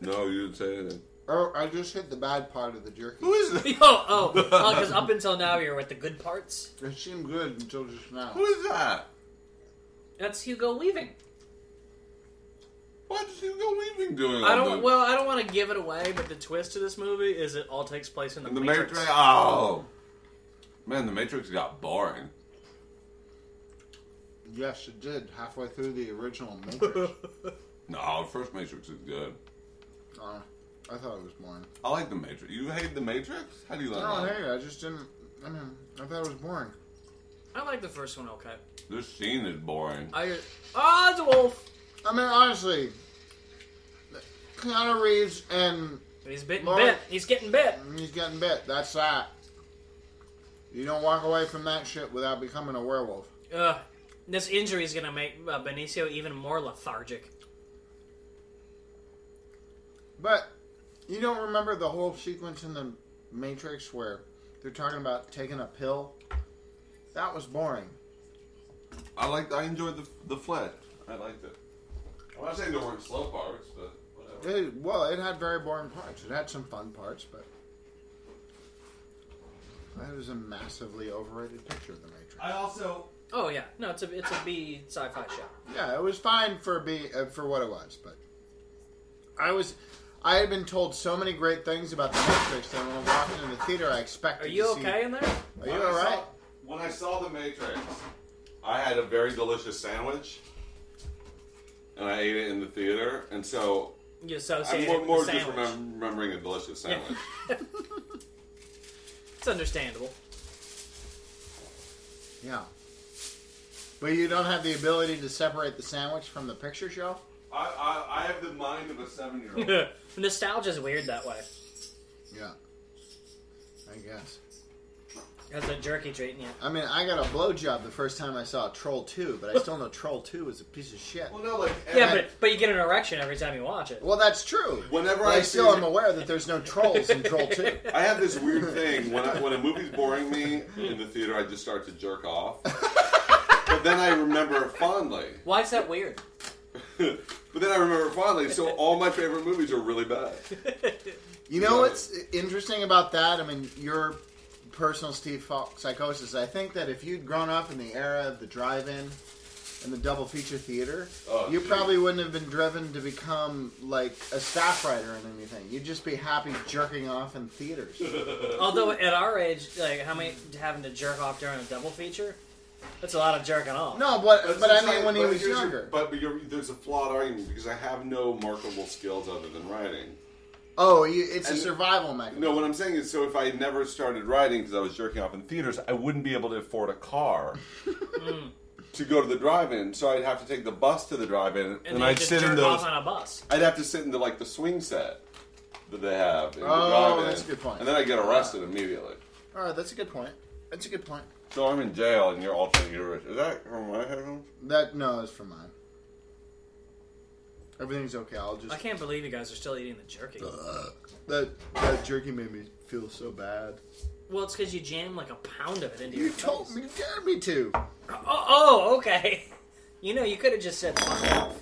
No, you didn't say anything.
Oh, I just hit the bad part of the jerky.
Who is
oh,
that?
oh, because up until now you're with the good parts.
It seemed good until just now.
Who is that?
That's Hugo leaving.
What's Hugo Weaving doing?
I
on
don't.
the-
Well, I don't want to give it away, but the twist to this movie is it all takes place in the,
And the
Matrix.
Matrix. Oh, man, the Matrix got boring.
Yes, it did. Halfway through the original
*laughs*
*laughs*
Matrix.
No, the first Matrix is good.
uh, I thought it was boring.
I like the Matrix. You hate the Matrix? How do you like
No,
that?
hey, I just didn't. I mean, I thought it was boring.
I like the first one. Okay.
This scene is boring.
I. Ah, it's a wolf.
I mean, honestly, Keanu Reeves and
He's bitten
Lauren-
bit. He's getting bit.
he's getting bit. That's that. You don't walk away from that shit without becoming a werewolf.
Ugh. This injury is going to make uh, Benicio even more lethargic.
But you don't remember the whole sequence in the Matrix where they're talking about taking a pill? That was boring.
I liked. I enjoyed the the flick. I liked it. I'm not saying there weren't slow parts, but whatever.
It, well, it had very boring parts. It had some fun parts, but that was a massively overrated picture of the Matrix.
I also
Oh yeah, no, it's a it's a B sci-fi show.
Yeah, it was fine for be uh, for what it was, but I was I had been told so many great things about the Matrix that when I walked into the theater, I expected.
Are you
to
okay in there?
See, are
When
you
I
all right?
saw- when I saw The Matrix, I had a very delicious sandwich, and I ate it in the theater, and so
You
I'm
associated
more,
with
more
the
just
sandwich.
remem- remembering a delicious sandwich.
It's understandable. *laughs*
Yeah. But you don't have the ability to separate the sandwich from the picture show.
I, I, I have the mind of a seven year old.
Nostalgia's weird that way.
Yeah. I guess.
That's a jerky treat, yeah.
I mean, I got a blowjob the first time I saw Troll 2, but I still know Troll 2 is a piece of shit.
Well, no, like and
Yeah,
I-
but but you get an erection every time you watch it.
Well, that's true.
Whenever
But
I
I still
see-
am aware that there's no trolls in Troll 2.
I have this
*laughs*
weird thing when I, when a movie's boring me in the theater, I just start to jerk off. but then I remember it fondly.
Why is that weird?
But then I remember it fondly. So all my favorite movies are really bad.
You know
Yeah.
what's interesting about that? I mean, your personal Steve Falk psychosis. I think that if you'd grown up in the era of the drive-in and the double feature theater,
Oh,
you
dude.
probably wouldn't have been driven to become like a staff writer and anything. You'd just be happy jerking off in
*laughs*
theaters.
Although at our age, like how many having to jerk off during a double feature? That's a lot of jerking off.
No, but but, I
it's
mean
like-
when he
but
was
here's your-
younger.
but you're, there's a flawed argument because I have no markable skills other than writing.
oh, you, it's a
And-
survival mechanism.
No, what I'm saying is, so if I had never started writing because I was jerking off in theaters, I wouldn't be able to afford
*laughs*
a car
Hmm.
to go to the drive-in. So I'd have to take the bus to the drive-in, and,
and then
I'd
just
sit
jerk
in those.
off on a bus.
I'd have to sit in the like the swing set that they have. In
Oh,
the drive-in.
that's a good point.
And then I get arrested immediately.
All right, that's a good point. That's a good point.
So I'm in jail, and you're alternate universe. Is that from my headphones?
That no, it's for mine. Everything's okay. I'll just
I can't believe you guys are still eating the jerky.
that that jerky made me feel so bad.
Well, it's because you jammed like a pound of it into
You
your face.
told me you dared me to.
Oh, oh, okay. *laughs* You know, you could have just said fuck off.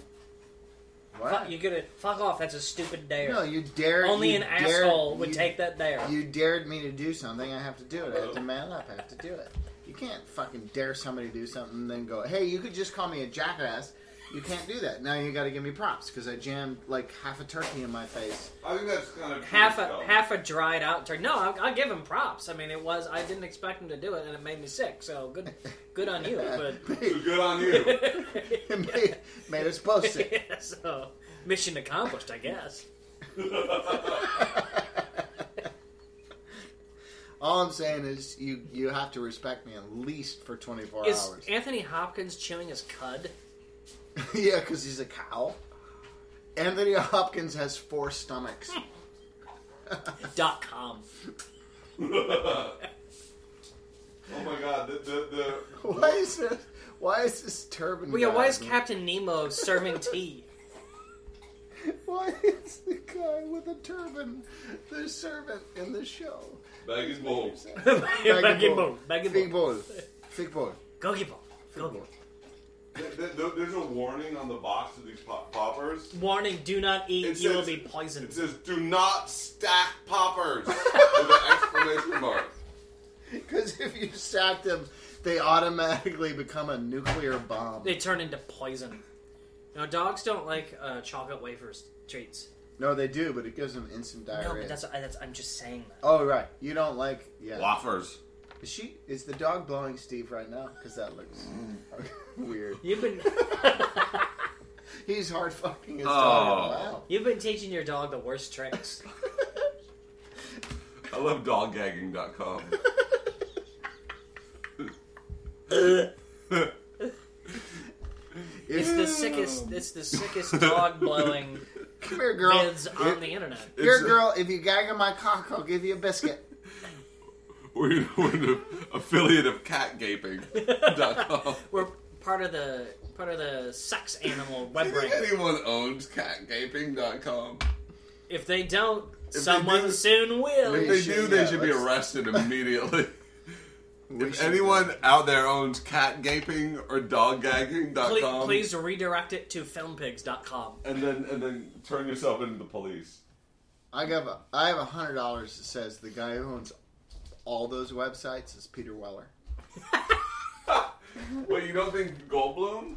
What?
Fuck, you could have fuck off. That's a stupid dare.
no, you dared.
Only
you
an
dared-
asshole would
you-
take that dare.
You dared me to do something. I have to do it. I have to man up. I have to do it. You can't fucking dare somebody to do something and then go, "Hey, you could just call me a jackass." You can't do that. Now you got to give me props because I jammed like half a turkey in my face.
I think that's kind of
half a half a dried out turkey. No, I, I give him props. I mean, it was I didn't expect him to do it, and it made me sick. So good, good on
*laughs*
you.
made,
Good
*laughs*
on you. *laughs*
made, made us both sick.
But *laughs* so mission accomplished, I guess.
All I'm saying is you you have to respect me at least for 24
Is
hours. *laughs*
Anthony Hopkins chewing his cud?
yeah, because he's a cow. Anthony Hopkins has four stomachs.
Dot com.
Oh my god, the, the, the
Why is this? Why is this turban?
Well, yeah, why is
guy-
Captain Nemo serving
*laughs*
tea?
Why is the guy with a turban the servant in
*laughs*
the show?
bag is bold.
Baggy bowl, baggy
Big
bowl,
bowl. Big bowl.
gogi bowl, gogi bowl.
Th- th- th- There's a warning on the box of these pop- poppers.
Warning: Do not eat.
It
you will
says-
be
It
poisoned.
says, "Do not stack poppers." with an exclamation mark. *laughs*
Because if you stack them, they automatically become a nuclear bomb.
They turn into poison. Now, dogs don't like uh, chocolate wafers treats.
No, they do, but it gives them instant diarrhea.
No, but that's, I- that's I'm just saying that.
Oh right, you don't like yeah.
Waffers.
Is she is the dog blowing Steve right now? Because that looks
Mm.
*laughs* weird.
You've been
He's hard fucking his
Oh.
dog. Wow.
*laughs* you've been teaching your dog the worst tricks.
I love doggagging.com.
It's the sickest. It's the
*laughs*
sickest dog blowing
Come here, girl.
vids on the internet.
Here,
It's a- *laughs*
girl, if you gag on my cock, I'll give you a biscuit.
We're, we're an affiliate of *laughs* catgaping.com.
We're part of the part of the sex
*laughs*
animal
Do
web
you think
ring.
anyone owns catgaping.com?
If they don't,
they
someone
do-
soon
If
will.
They
they
should,
do, they
yeah,
should be
let's-
*laughs* arrested immediately.
We
if
should-
anyone out there owns catgaping or doggagging.com,
Please, please redirect it to filmpigs.com.
and then and then turn yourself into the police.
I have a, I have a hundred dollars that says the guy who owns all those websites is Peter Weller.
Wait, you don't think Goldblum?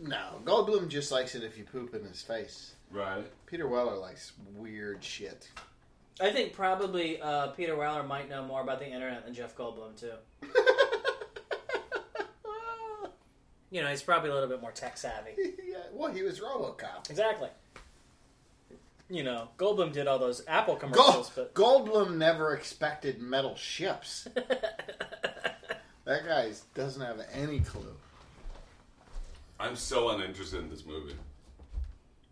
No, Goldblum just likes it if you poop in his face.
Right.
Peter Weller likes weird shit. *laughs*
I think probably uh, Peter Weller might know more about the internet than Jeff Goldblum
*laughs*
too. You know, he's probably a little bit more tech savvy.
yeah, well, he was RoboCop.
Exactly. You know, Goldblum did all those Apple commercials,
Gold,
but
Goldblum never expected metal ships. that guy is- doesn't have any clue.
I'm so uninterested in this movie.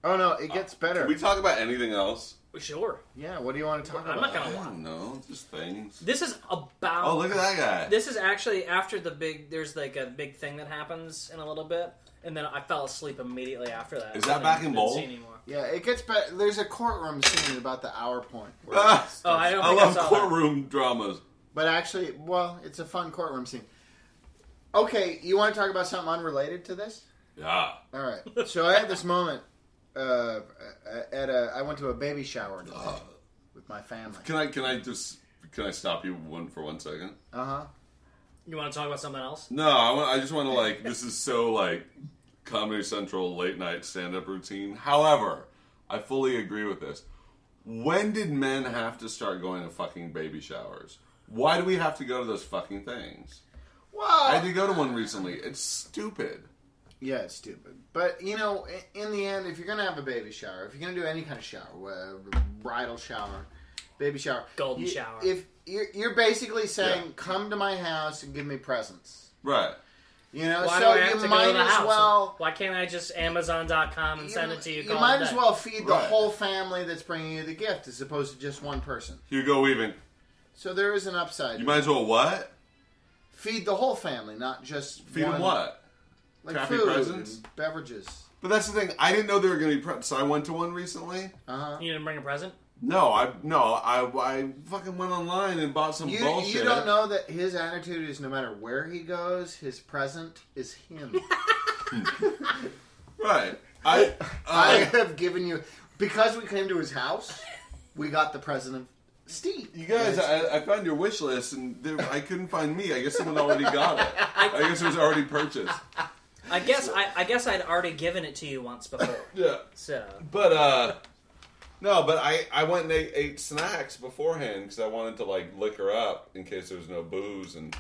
Oh no, it gets better.
Can we talk about anything else?
*laughs* Sure.
yeah, what do you want to talk
I'm
about?
not gonna
I
lie.
don't know. Just things.
This is about.
Oh, look at that guy.
This is actually after the big. There's like a big thing that happens in a little bit, and then I fell asleep immediately after that.
Is that
I
back in
didn't
bowl?
see anymore.
Yeah, it gets better. There's a courtroom scene at about the hour point. where *laughs*
Ah.
it starts-
Oh, I don't
I
think I
love
saw that.
courtroom dramas.
But actually, well, it's a fun courtroom scene. Okay, you want to talk about something unrelated to this?
Yeah.
All
*laughs*
right. So I had this moment uh, at a. I went to a baby shower today
Ugh.
with my family.
Can I? Can I just? Can I stop you one for one second?
Uh huh.
You want to talk about something else?
No, I, want, I just want to like. This is so like Comedy Central late night stand up routine. However, I fully agree with this. When did men have to start going to fucking baby showers? Why do we have to go to those fucking things? I
Well,
had to go to one recently. It's stupid.
yeah, it's stupid. But you know, i- in the end, if you're gonna have a baby shower, if you're gonna do any kind of shower, uh, bridal shower, baby shower,
Golden
you-
shower.
if you're, you're basically saying,
Yeah.
"Come to my house and give me presents,"
Right.
you know,
Why
Uh, so
do I have
you
to
might
go to the
as
house?
well.
Why can't I just Amazon.com and send it to you?
You
call it
might
a
as
day?
well feed the
Right.
whole family that's bringing you the gift as opposed to just one person.
Hugo Weaving.
So there is an upside.
You might as well what?
feed the whole family, not just
Feed
one,
him what?
Like
Crappy
food
presents?
and beverages.
But that's the thing. I didn't know they were going to be prepped, so I went to one recently.
Uh huh.
You didn't bring a present?
No, I no, I, I fucking went online and bought some
You,
bullshit.
you don't know that his attitude is no matter where he goes, his present is
*laughs*
him.
right? I
I
I
have given you because we came to his house, we got the present of Steve.
you guys, I, I found your wish list and there, I couldn't find me. I guess someone already got *laughs* it. I guess it was already purchased.
I guess I, I guess I'd already given it to you once before.
Yeah,
*laughs*
So
but uh, no, but I I went and ate, ate snacks beforehand because I wanted to like liquor up in case there was no booze and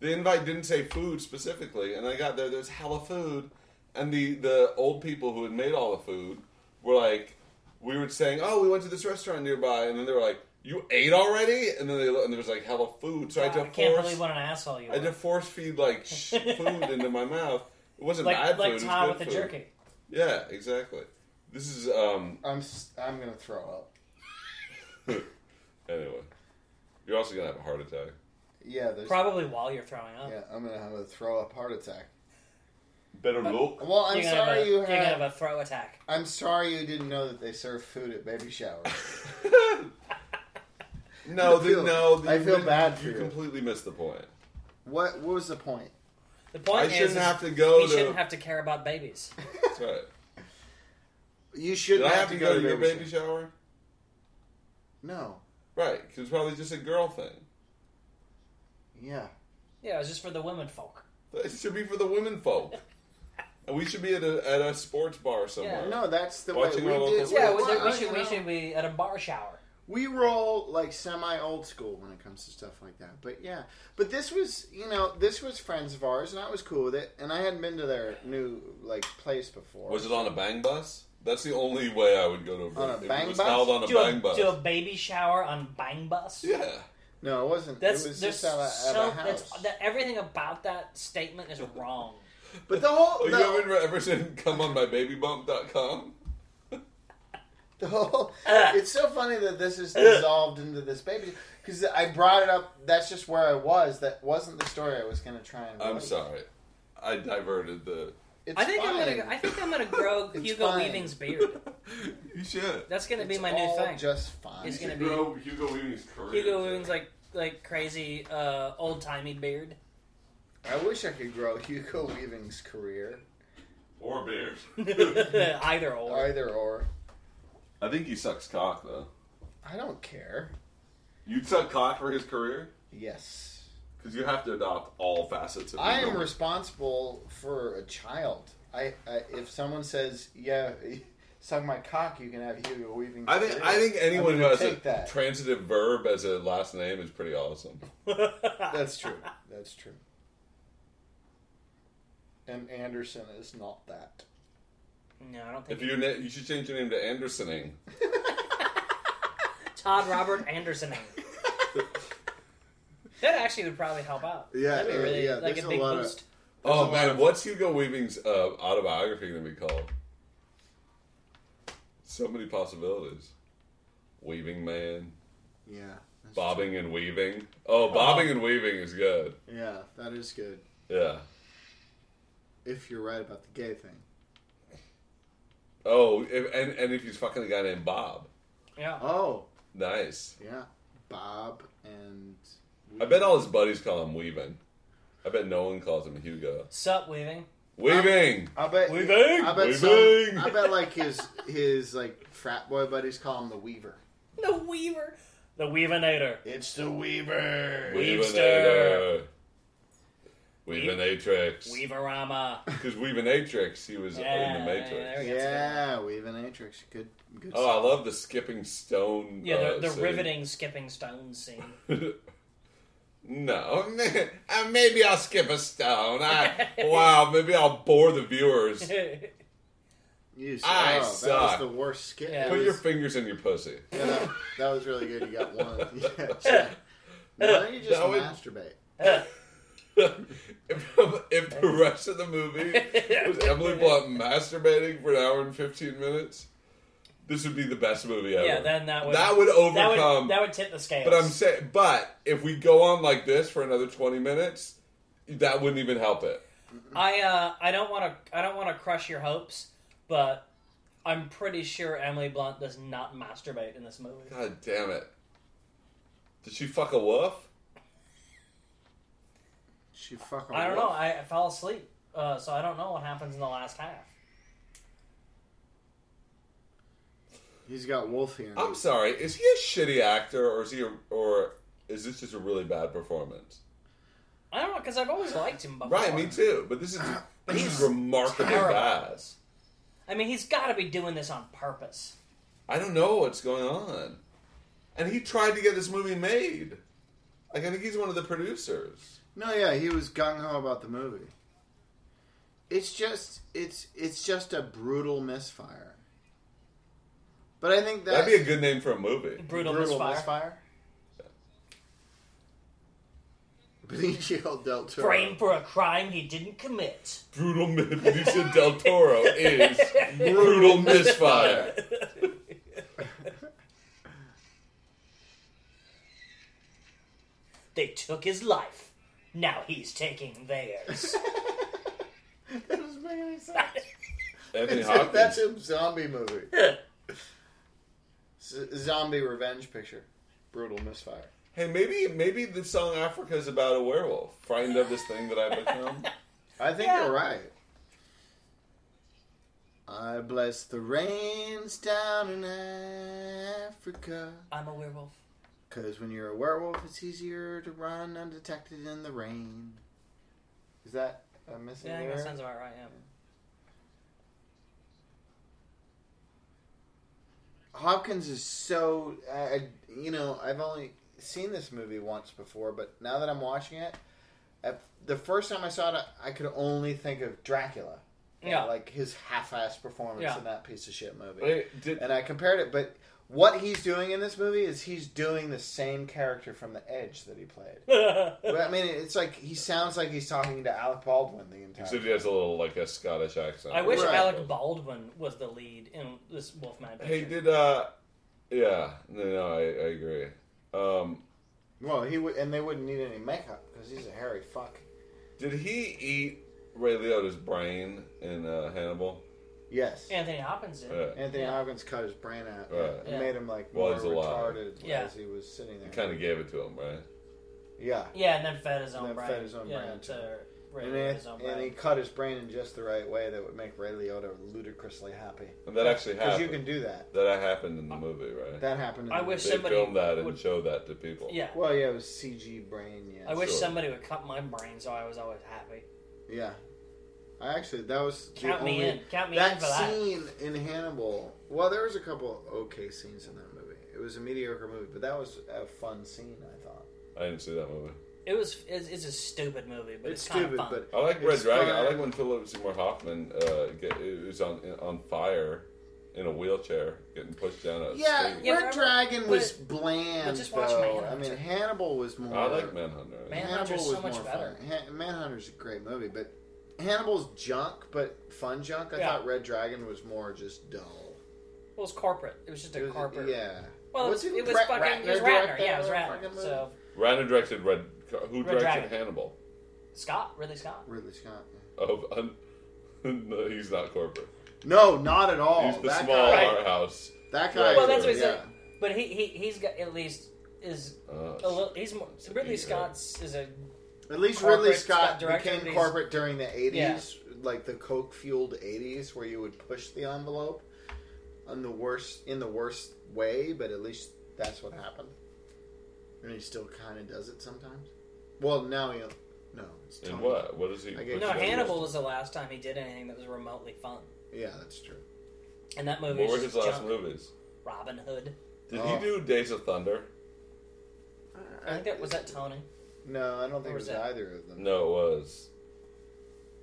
the invite didn't say food specifically. And I got there, there's hella food, and the the old people who had made all the food were like, we were saying, oh, we went to this restaurant nearby, and then they were like, you ate already, and then they look- and there was like hella food, so I
I,
had to
can't
force
believe what an asshole you
I
are.
had to force feed like sh-
*laughs*
food into my mouth. It wasn't
like
bad
like
food.
Todd
it
with
was
the
good food.
jerky.
Yeah, exactly. This is um
I'm s- I'm gonna throw up.
*laughs* anyway. You're also gonna have a heart attack.
Yeah, there's.
Probably while you're throwing up.
yeah, I'm gonna have a throw up heart attack.
Better look.
Well, I'm
You're gonna have
sorry
a-
you
you're gonna have
had.
a throw attack.
I'm sorry you didn't know that they serve food at baby showers.
*laughs* No,
I
the,
feel-
no.
I
you
feel
didn't-
bad for
You
you.
completely missed the point.
What What was the point?
The point
I
is,
shouldn't
is
have to go
we
to-
shouldn't have to care about babies.
That's right.
You
Did
shouldn't
I
have,
have to go to your
baby
baby
shower.
shower?
No.
Right, because it's probably just a girl thing.
Yeah.
Yeah, it was just for the women folk.
It should be for the women folk. And we should be at a, at a sports bar somewhere.
Yeah.
No, that's the
Watching
way
our
we
local
did.
Yeah,
Yeah,
we,
well,
should- we
I-
should
you
we
know,
should be at a bar shower.
we roll like semi old school when it comes to stuff like that. But yeah, but this was you know this was friends of ours and I was cool with it. And I hadn't been to their new like place before.
Was it on a bang bus? That's the only way I would go to a
On a
if it
bang
was
bus?
held on a
do,
bang
a,
bus.
do a baby shower on Bang Bus.
yeah.
No, it wasn't.
That's
it was
there's
just at a, at
so
a house.
that's, that everything about that statement is wrong.
but the whole
Oh,
the,
you haven't ever seen come on my babybump.com?
the whole. *laughs* It's so funny that this
*laughs*
is dissolved into this baby because I brought it up. That's just where I was. That wasn't the story I was going to try and.
I'm
write.
sorry. I diverted the.
It's
I think I'm
fine.
gonna I think I'm gonna grow
*laughs* It's
Hugo
fine.
Weaving's beard.
You should.
That's gonna be
It's
my
all
new thing.
Just fine.
It's
You
gonna
should
be-
grow Hugo Weaving's career.
Hugo Weaving's like like crazy uh, old timey
*laughs*
beard. *laughs*
I wish I could grow Hugo Weaving's career.
Or a beard.
*laughs*
Either or.
Either or.
I think he sucks cock, though.
I don't care.
You'd suck cock for his career?
Yes.
Because you have to adopt all facets of
I
Hugo
am
Weaving.
responsible for a child. I, I if someone says, "Yeah, *laughs* suck my cock," you can have Hugo Weaving.
I think, I think
I'm
anyone who
gonna
has a
take that.
transitive verb as a last name is pretty awesome.
*laughs*
That's true. That's true. And Anderson is not that.
No, I don't think
If you na- you should change your name to Andersoning.
Todd Robert Andersoning. that actually would probably help out.
Yeah,
That'd be
uh,
really
yeah,
like
there's
a
a
big
lot of-
boost.
There's a
Oh
lot
man,
of-
what's Hugo Weaving's uh, autobiography going to be called? So many possibilities. Weaving man,
*laughs* Yeah. that's
bobbing and weaving. Oh, bobbing and weaving is good.
true. Yeah, that is good.
Yeah.
If you're right about the gay thing.
Oh, if, and and if he's fucking a guy named Bob,
Yeah.
Oh,
nice.
yeah. Bob and.
I bet all his buddies call him Weaving. I bet no one calls him Hugo.
Sup, weaving.
Weaving.
I bet.
Weaving.
I bet,
Weaving.
some, I bet like his his like frat boy buddies call him the Weaver.
The Weaver. The Weavinator.
It's the Weaver.
Weavinator. Weavinatrix.
Weaverama.
Because Weavinatrix, he was in
Yeah,
the Matrix.
there we go.
Yeah, Weaving Atrix. Good. Good.
Oh, I love the skipping stone.
Yeah,
uh,
the, the
scene.
riveting skipping stone
*laughs*
scene. *laughs*
No, *laughs* Uh, maybe I'll skip a stone.
*laughs*
I, wow, maybe I'll bore the viewers.
You suck.
I
that
suck.
was the worst skit.
Yeah.
That
Put
was-
your fingers in your pussy. *laughs*
yeah, that, that was really good. You
*laughs*
got one. Yeah, sure. Why don't you just
That would-
masturbate?
if, if the rest of the movie was Emily Blunt masturbating for an hour and fifteen minutes, this would be the best movie ever.
yeah, then that would
that would
that would,
overcome.
that would tip the scales.
but I'm saying, but if we go on like this for another twenty minutes, that wouldn't even help it.
I uh, I don't want to I don't want to crush your hopes, but I'm pretty sure Emily Blunt does not masturbate in this movie.
God damn it! Did she fuck a wolf?
She fuck. a
I don't
wolf.
know. I, I fell asleep, uh, so I don't know what happens in the last half.
He's got wolf here.
I'm sorry. Is he a shitty actor, or is he, a, or is this just a really bad performance?
I don't know because I've always liked him. Before.
Right, me too. But this is this
*clears throat*
is remarkably
terrible.
bad.
I mean, he's got to be doing this on purpose.
I don't know what's going on. And he tried to get this movie made. Like I think he's one of the producers.
No, yeah, he was gung ho about the movie. It's just it's it's just a brutal misfire. But I think that
That'd be a good name for a movie.
Brutal, misfire.
*laughs* Benicio del Toro. *laughs*
Framed for a crime he didn't commit.
Brutal Mi- *laughs* Benicio del Toro is brutal misfire.
They took his life. Now he's taking
*laughs*
theirs.
That doesn't make any sense.
Anthony
That's, that's
Hopkins.
a zombie movie. Z- zombie revenge picture. Brutal misfire.
Hey, maybe maybe the song Africa is about a werewolf. Frightened of this thing that I've become.
I think
Yeah.
you're right. I bless the rains down in Africa.
I'm a werewolf.
Because when you're a werewolf, it's easier to run undetected in the rain. Is that a missing
Yeah, I think
lyric?
that sounds about right. Yeah.
Hopkins is so. I, I- you know, I've only seen this movie once before, but now that I'm watching it, at, the first time I saw it, I, I could only think of Dracula.
Yeah.
Like his half assed performance
Yeah.
in that piece of shit movie.
Wait, did-
And I compared it, but what he's doing in this movie is he's doing the same character from The Edge that he played. *laughs* Well, I mean, it's like he sounds like he's talking to Alec Baldwin the entire
Except
time.
he has a little like a Scottish accent.
I wish
Right.
Alec Baldwin was the lead in this Wolfman picture.
Hey, did uh, yeah, no, no, I, I agree. Um,
Well, he would, and they wouldn't need any makeup because he's a hairy fuck.
did he eat Ray Liotta's brain in uh, Hannibal? Uh,
Yes.
Anthony Hopkins did.
Yeah.
Anthony
Yeah.
Hopkins cut his brain out
Right.
and
Yeah.
made him like
While
more
he's alive.
retarded
Yeah.
as he was sitting there.
Kind of gave it to him, right?
Yeah.
Yeah, and then fed his own
then
brain.
fed his own
yeah,
brain,
to Ray
And,
Liotta's
Anth-
own
and he
brain.
cut his brain in just the right way that would make Ray Liotta ludicrously happy.
And that actually
Because
happened.
you can do that.
That happened in the movie, right?
That happened. In
I
the
wish
they
somebody
filmed that and
would-
showed that to people.
Yeah.
Well, yeah, it was CG brain. Yeah.
I wish
Sure.
somebody would cut my brain so I was always happy.
Yeah. I actually that was the
Count me
only-
in. Count me in
that
for that.
scene in Hannibal. Well, there was a couple okay scenes in that movie. It was a mediocre movie, but that was a fun scene. I thought
I didn't see that movie.
It was it's, it's a stupid movie, but
it's
it's, kind
stupid,
of fun.
but
I like Red
it's
Dragon. I
fun.
like when Philip Seymour Hoffman uh, get, is on on fire in a wheelchair, getting pushed down a
yeah,
stage.
Yeah,
Red
but-
Dragon was
but-
bland.
but just watch
though. I
Manhunter.
mean, Hannibal was more.
I like Manhunter.
Man-
Hannibal
Manhunter's
was
so much
more
better.
Fun. Han- Manhunter's a great movie, but Hannibal's junk, but fun junk. I
Yeah.
thought Red Dragon was more just dull.
It was corporate. It was just a
It was-
corporate.
Yeah.
Well, it was,
Wasn't
it was
Brett
fucking it was
direct
Ratner.
that
Yeah, it was
other
Ratner.
fucking movie?
So
Ratner directed Red. Who
Red
directed
Dragon.
Hannibal?
Scott, Ridley Scott.
Ridley Scott. yeah.
Of un, *laughs* no, he's not corporate.
No, not at
Oh,
all.
he's the
that
small
guy.
art house.
That
Right.
guy.
Well, that's what he
yeah.
said. But he he he's got at least is
Uh,
a little. He's more,
It's a
Ridley
beat,
Scott's is a
At least
Corporate
Ridley Scott,
Scott directed
became
these-
corporate during the 80s, like the coke fueled 80s where you would push the envelope on the worst in the worst way, but at least that's what happened. And he still kind of does it sometimes. Well, now he no, it's
in
Tony.
what? What is he?
I guess-
no.
what's he-
Hannibal was the last time he did anything that was remotely fun,
Yeah, that's true.
and that movie
What were
was
his
just
last
junk.
movies?
Robin Hood.
Did
Oh.
he do Days of Thunder?
Uh,
I think that was that Tony.
No, I don't think
Or
it
was
was
that-
either of them.
No, it was.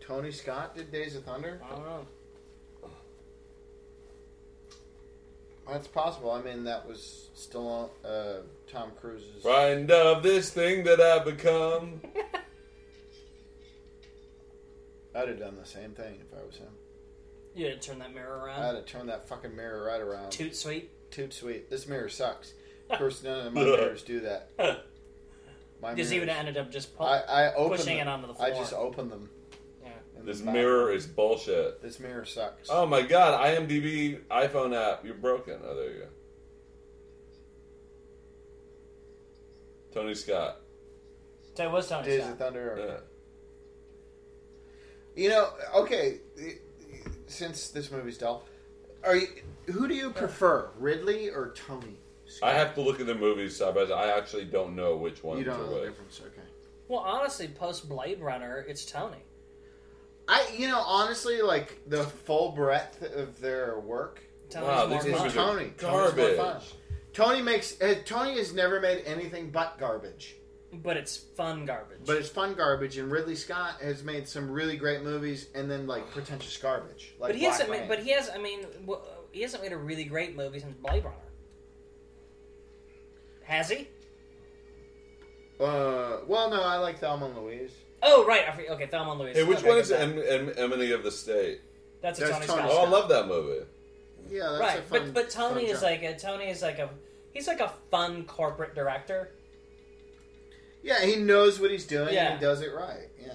Tony Scott did Days of Thunder?
I don't know.
That's possible. I mean, that was still uh, Tom Cruise's.
Friend of this thing that I become.
I'd have done the same thing if I was him.
*laughs* You had to turn that mirror
I'd
around.
have turned that fucking mirror right around.
Toot
*laughs*
sweet.
Toot sweet. This
*laughs*
mirror sucks. Of course, none of my mirrors do that. My
Because he would
mirrors-
have ended up just pu-
I, I opened
pushing
them.
it onto the floor.
I just opened them.
Yeah.
in the
This
back.
mirror is bullshit.
This mirror sucks.
Oh my god, IMDb iPhone app, you're broken. Oh, there you go. Tony Scott.
So it was Tony
Days
Scott.
of Thunder.
Yeah.
You know, okay. Since this movie's dull, are you? Who do you prefer, Ridley or Tony? Scott?
I have to look at the movies side by side. I actually don't know which ones
You don't
are
know the
which.
difference, okay?
Well, honestly, post Blade Runner, it's Tony.
I, you know, honestly, like the full breadth of their work.
Tony's
Wow,
more
these
fun.
movies are
Tony. Tony's more
garbage.
fun. Tony makes. Uh, Tony has never made anything but garbage.
but it's fun garbage.
But it's fun garbage, and Ridley Scott has made some really great movies, and then like pretentious garbage. Like
But he
Black
hasn't.
Rain.
Made, but he has. I mean, wh- he hasn't made a really great movie since Blade Runner. Has he?
uh, well, no, I like Thelma and Louise.
Oh right. I forget- okay, Thelma and Louise.
Hey, which
Okay,
one
good
is
that.
em- em- Emily of the State?
That's a
That's
Tony,
Tony
Scott.
Oh, I love that movie.
Yeah, that's
right,
a fun,
but but Tony
fun
is
job.
like a Tony is like a he's like a fun corporate director.
yeah, he knows what he's doing,
Yeah.
and he does it right. Yeah.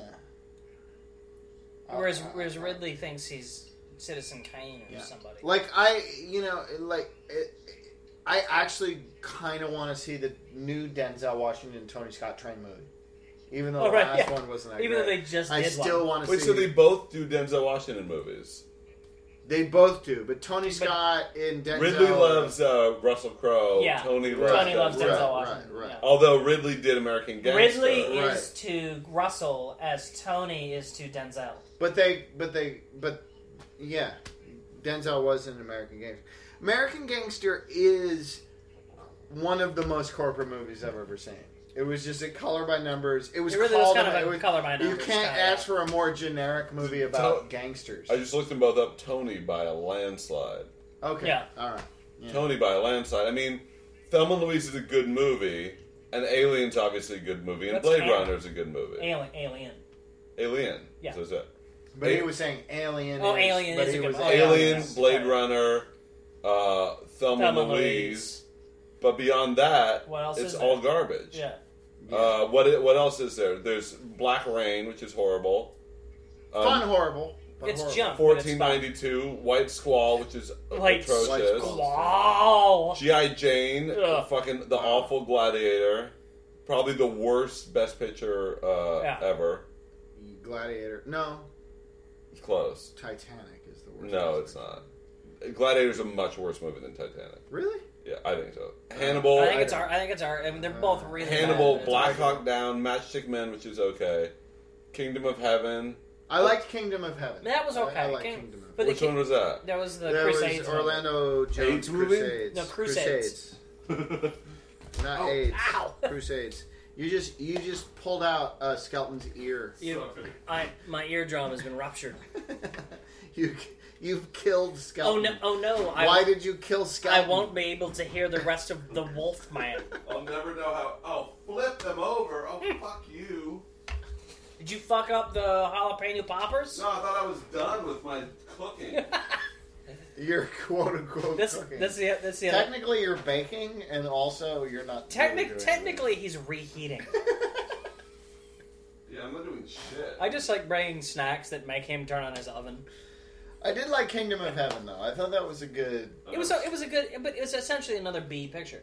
Whereas
Uh,
whereas
uh,
Ridley thinks he's Citizen Kane or
Yeah.
somebody.
Like I, you know, like it, I actually kind of want to see the new Denzel Washington Tony Scott train movie, even though
Oh,
the
right,
last
yeah.
one wasn't that
Even though
great.
they just
I
did
still
one.
want to
Wait,
see.
so they both do Denzel Washington movies.
They both do, but Tony
But-
Scott and Denzel.
Ridley loves uh, Russell Crowe.
Yeah.
Tony loves,
Tony loves
Right,
Denzel
right,
Washington.
right.
yeah.
Although Ridley did American Gangster.
Ridley
Right.
is to Russell as Tony is to Denzel.
But they, but they, but yeah, Denzel was an American Gangster. American Gangster is one of the most corporate movies I've ever seen. It was just a color by numbers. It was
It really was
called.
kind of
it
a
was-
color by
you
numbers
can't
kinda.
ask for a more generic movie about gangsters.
I just looked them both up. Tony by a landslide.
Okay.
Yeah.
All right.
Hmm.
Yeah.
Tony by a landslide. I mean, Thelma and Louise is a good movie, and Alien's obviously a good movie, and
That's
Blade
Alien.
Runner is a good movie.
Alien, Alien.
Alien.
Yeah.
So is that.
But he was saying Alien.
Oh,
is-
Alien
but
is
he
a good
was
movie.
Alien.
Alien,
yeah.
Blade
Right.
Runner, uh, Thelma,
Thelma
and Louise.
Louise.
But beyond that,
What else
it's
is there?
all garbage.
Yeah.
Uh, what i- what else is there? There's Black Rain, which is horrible. Um,
fun, horrible. but
It's
horrible.
junk. but it's fun.
1492, White Squall, which is
White
atrocious.
Squall.
Wow.
G.I. Jane,
Ugh.
fucking the
Wow.
awful Gladiator, probably the worst Best Picture uh,
Yeah.
ever.
Gladiator. No,
It's close.
Titanic is the worst.
No, it's not. Gladiator's a much worse movie than Titanic.
Really?
Yeah, I think so. Hannibal,
I think it's our. I think it's our. I mean, they're both
Uh,
really
Hannibal,
bad, but
Black
it's our-
Hawk Down, Matchstick Men, which is okay. Kingdom of Heaven.
I liked Kingdom of Heaven.
That was
I-
okay.
I, liked
King-
Kingdom of Heaven.
But the
Which
ki-
one
*laughs*
was that?
That was the
there
Crusades.
was
one.
Orlando Jones
AIDS movie?
Crusades.
No, Crusades.
Not
Oh,
AIDS.
ow.
Crusades. You just you just pulled out a skeleton's ear.
You, I, my eardrum has been ruptured.
*laughs* you you've killed
Oh
skeleton.
no! Oh no! I,
Why did you kill skeleton?
I won't be able to hear the rest of the Wolf Man.
I'll never know how. Oh, flip them over. Oh,
Hmm.
fuck you.
Did you *laughs* fuck up the jalapeno poppers?
I thought I was done with my cooking.
You're quote unquote
That's
cooking.
that's the that's the other.
technically, you're baking, and also you're not. really
Technic,
doing
technically, he's reheating.
Yeah, I'm not doing shit.
I just like bringing snacks that make him turn on his oven.
anything. *laughs* I did like Kingdom of Heaven though. I thought that was a good.
It was a, it was a good, but it was essentially another B picture.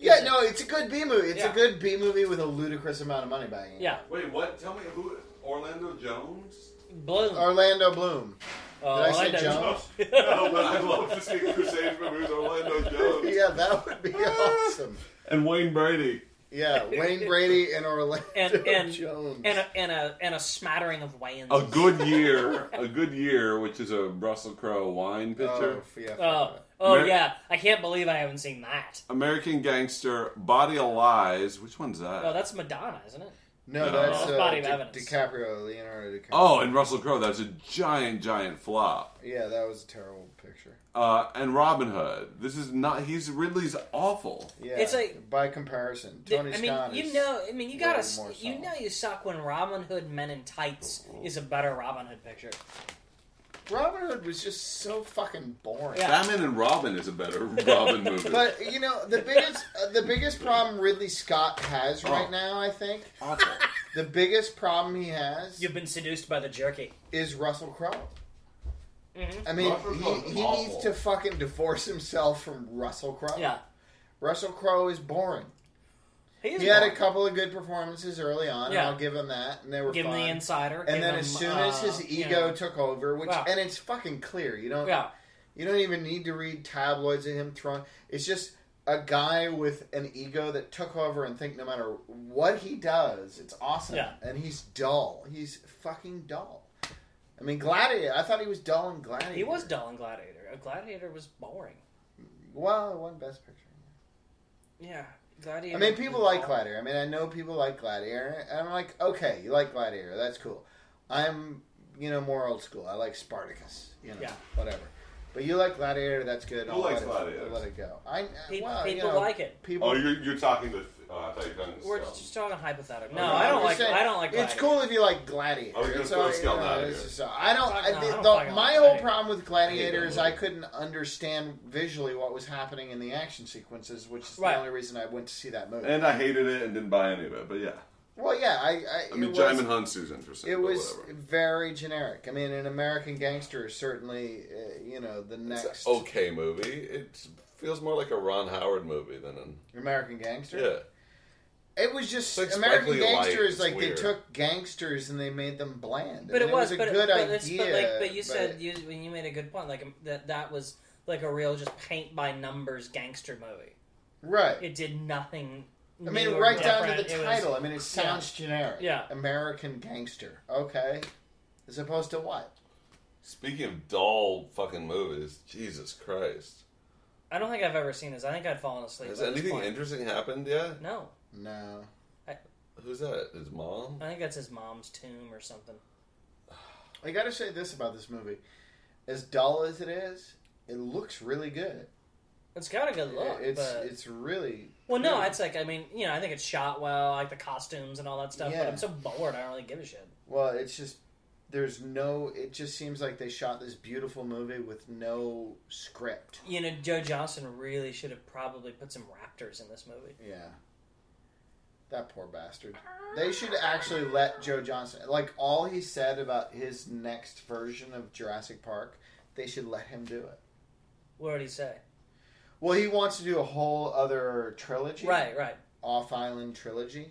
Yeah, no, it's a good B movie. It's
Yeah.
a good B movie with a ludicrous amount of money banging.
Yeah,
Wait, what? Tell me who? Orlando Jones?
Bloom.
Orlando Bloom.
*laughs* Oh,
did I say
like that.
Jones?
No, but I love to see Crusades movie with Orlando
*laughs*
Jones.
yeah, that would be awesome.
And Wayne Brady.
Yeah, Wayne Brady and Orlando
And- and-
Jones.
and a, and a and a smattering of Wayans.
A good year, a good year, which is a Russell Crowe wine picture.
Oh, yeah,
Oh, oh
Mer-
yeah. I can't believe I haven't seen that.
American Gangster, Body of Lies. Which one's that?
Oh, that's Madonna, isn't it?
no,
No.
that's
That's
uh,
body of
Di-
evidence.
DiCaprio, Leonardo DiCaprio.
oh, and Russell Crowe. That's a giant, giant flop.
yeah, that was a terrible picture.
Uh, and Robin Hood. This is not. He's Ridley's awful.
Yeah,
It's like-
by comparison, Tony
I mean,
Scott.
you
is-
know, I mean, you
way
gotta,
more
s- you
solid.
know, you suck when Robin Hood Men in Tights is a better Robin Hood picture.
Robin Hood was just so fucking boring.
Yeah.
Batman and Robin is a better *laughs* Robin movie.
But you know the biggest uh, the biggest problem Ridley Scott has right
Oh.
now, I think,
awful.
the biggest problem he has
You've been seduced by the jerky.
is Russell Crowe.
Mhm.
I mean,
Russell Crowe's
he, he
awful.
needs to fucking divorce himself from Russell Crowe.
Yeah,
Russell Crowe is boring.
he's
He had a couple of good performances early on,
Yeah.
and I'll give him that, and they were
give him
fun.
the insider,
and
give
then
him,
as soon as
uh,
his
you
ego
know-
took over, which
Yeah.
and it's fucking clear, you don't
yeah,
you don't even need to read tabloids of him throwing. It's just a guy with an ego that took over and think no matter what he does, it's awesome.
Yeah.
And he's dull. He's fucking dull. I mean, Gladiator. I thought he was dull in Gladiator.
he was dull in Gladiator. A Gladiator was boring.
Well, it won Best Picture.
Yeah, Gladiator.
I mean, people
was
like
boring.
Gladiator. I mean, I know people like Gladiator, and I'm like, okay, you like Gladiator, that's cool. I'm, you know, more old school. I like Spartacus, you know,
Yeah.
whatever. But you like Gladiator, that's good.
Who
I'll
likes
let
Gladiator?
It, let it go. I,
Pe-
well, you
people
know,
like it.
People.
Oh, you're you're talking to. Oh, I thought you were talking to
We're
Scott.
just talking hypothetical.
Oh,
No,
yeah,
I
I'm
don't
just
like.
saying,
I don't like.
It's
Gladiator.
cool if you like Gladiator.
I was gonna
It's
throw
all-
Scott
you know,
Gladiator.
it's just- uh, I don't.
Fuck
I,
no,
the,
I don't
the-
fucking like
my
Gladiator.
whole problem with Gladiator
that
is I
movie.
couldn't understand visually what was happening in the action sequences, which is
Right.
the only reason I went to see that movie.
And I hated it and didn't buy any of it. But yeah,
well, yeah, I. I,
I
it
mean,
was-
Jaimin Hunsu's interesting.
It
but
was
whatever.
very generic. I mean, an American Gangster is certainly, uh, you know, the
It's oh,
next
an okay movie. It feels more like a Ron Howard movie than an
American Gangster.
yeah.
It was just
It's like
American
sparkly light.
Gangster is
It's
like
weird.
they took gangsters and they made them bland.
But
And
it was,
a
but,
good
but, it's-
idea.
but like, but you said
but-
you when you made a good point, like um, that that was like a real just paint by numbers gangster movie.
right.
It did nothing.
I mean,
new or
right down to
different.
the
It was-
title. I mean, it sounds generic.
Yeah.
American Gangster. Okay. As opposed to what?
Speaking of dull fucking movies, Jesus Christ.
I don't think I've ever seen this. I think I'd fallen asleep.
Has
at this
anything
point.
interesting happened yet?
No,
No.
Who's that? His mom?
I think that's his mom's tomb or something.
I got to say this about this movie: as dull as it is, it looks really good.
It's got a good look.
it's
but,
it's really
well, no,
yeah.
it's like I mean, you know, I think it's shot well, I like the costumes and all that stuff. But
Yeah.
I'm so bored. I don't really give a shit.
Well, it's just there's no. It just seems like they shot this beautiful movie with no script.
You know, Joe Johnson really should have probably put some raptors in this movie.
Yeah, that poor bastard. They should actually let Joe Johnson. Like all he said about his next version of Jurassic Park, they should let him do it.
What did he say?
Well, he wants to do a whole other trilogy,
Right, right.
Off Island trilogy.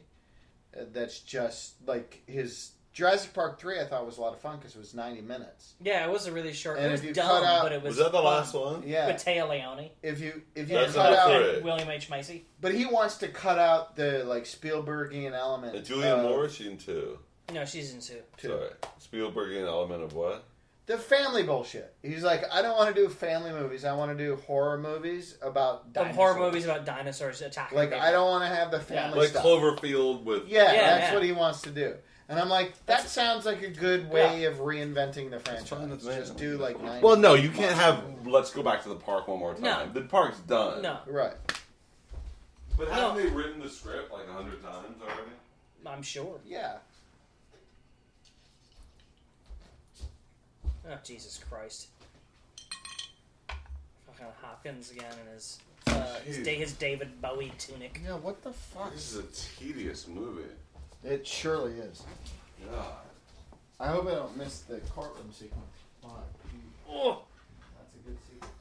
uh, That's just like his Jurassic Park three. I thought was a lot of fun because it was ninety minutes.
Yeah, it was a really short.
And
it
if
was
you
dumb,
cut out-
but it was.
Was that the
fun.
last one?
Yeah,
Matteo Leone.
if you if you
That's
cut
enough
out
for it.
And William H Macy.
But he wants to cut out the like Spielbergian element.
Uh, Julian
of-
Moore, she in two.
No, she's in two.
Two.
Sorry. Spielbergian element of what?
The family bullshit. He's like, I don't want to do family movies. I want to do horror movies about
Of
dinosaurs.
horror movies about dinosaurs attacking.
Like
people.
I don't want to have the family
Like
stuff.
Cloverfield with.
yeah,
Yeah,
that's
yeah.
what he wants to do. And I'm like, that sounds like a good way of reinventing the
fine
franchise.
with me.
Just do like nine.
Well, no, you can't have. Let's go back to the park one more
No.
time. The park's done.
No,
right.
But
haven't No.
they written the script like a hundred times already?
I'm sure.
Yeah.
Oh Jesus Christ! uh, Hopkins again in his uh, his,
Jeez.
da- his David Bowie tunic.
Yeah, what the fuck?
This is a tedious movie.
It surely is.
God.
I hope I don't miss the courtroom sequence. Fuck.
Oh,
That's a good sequence.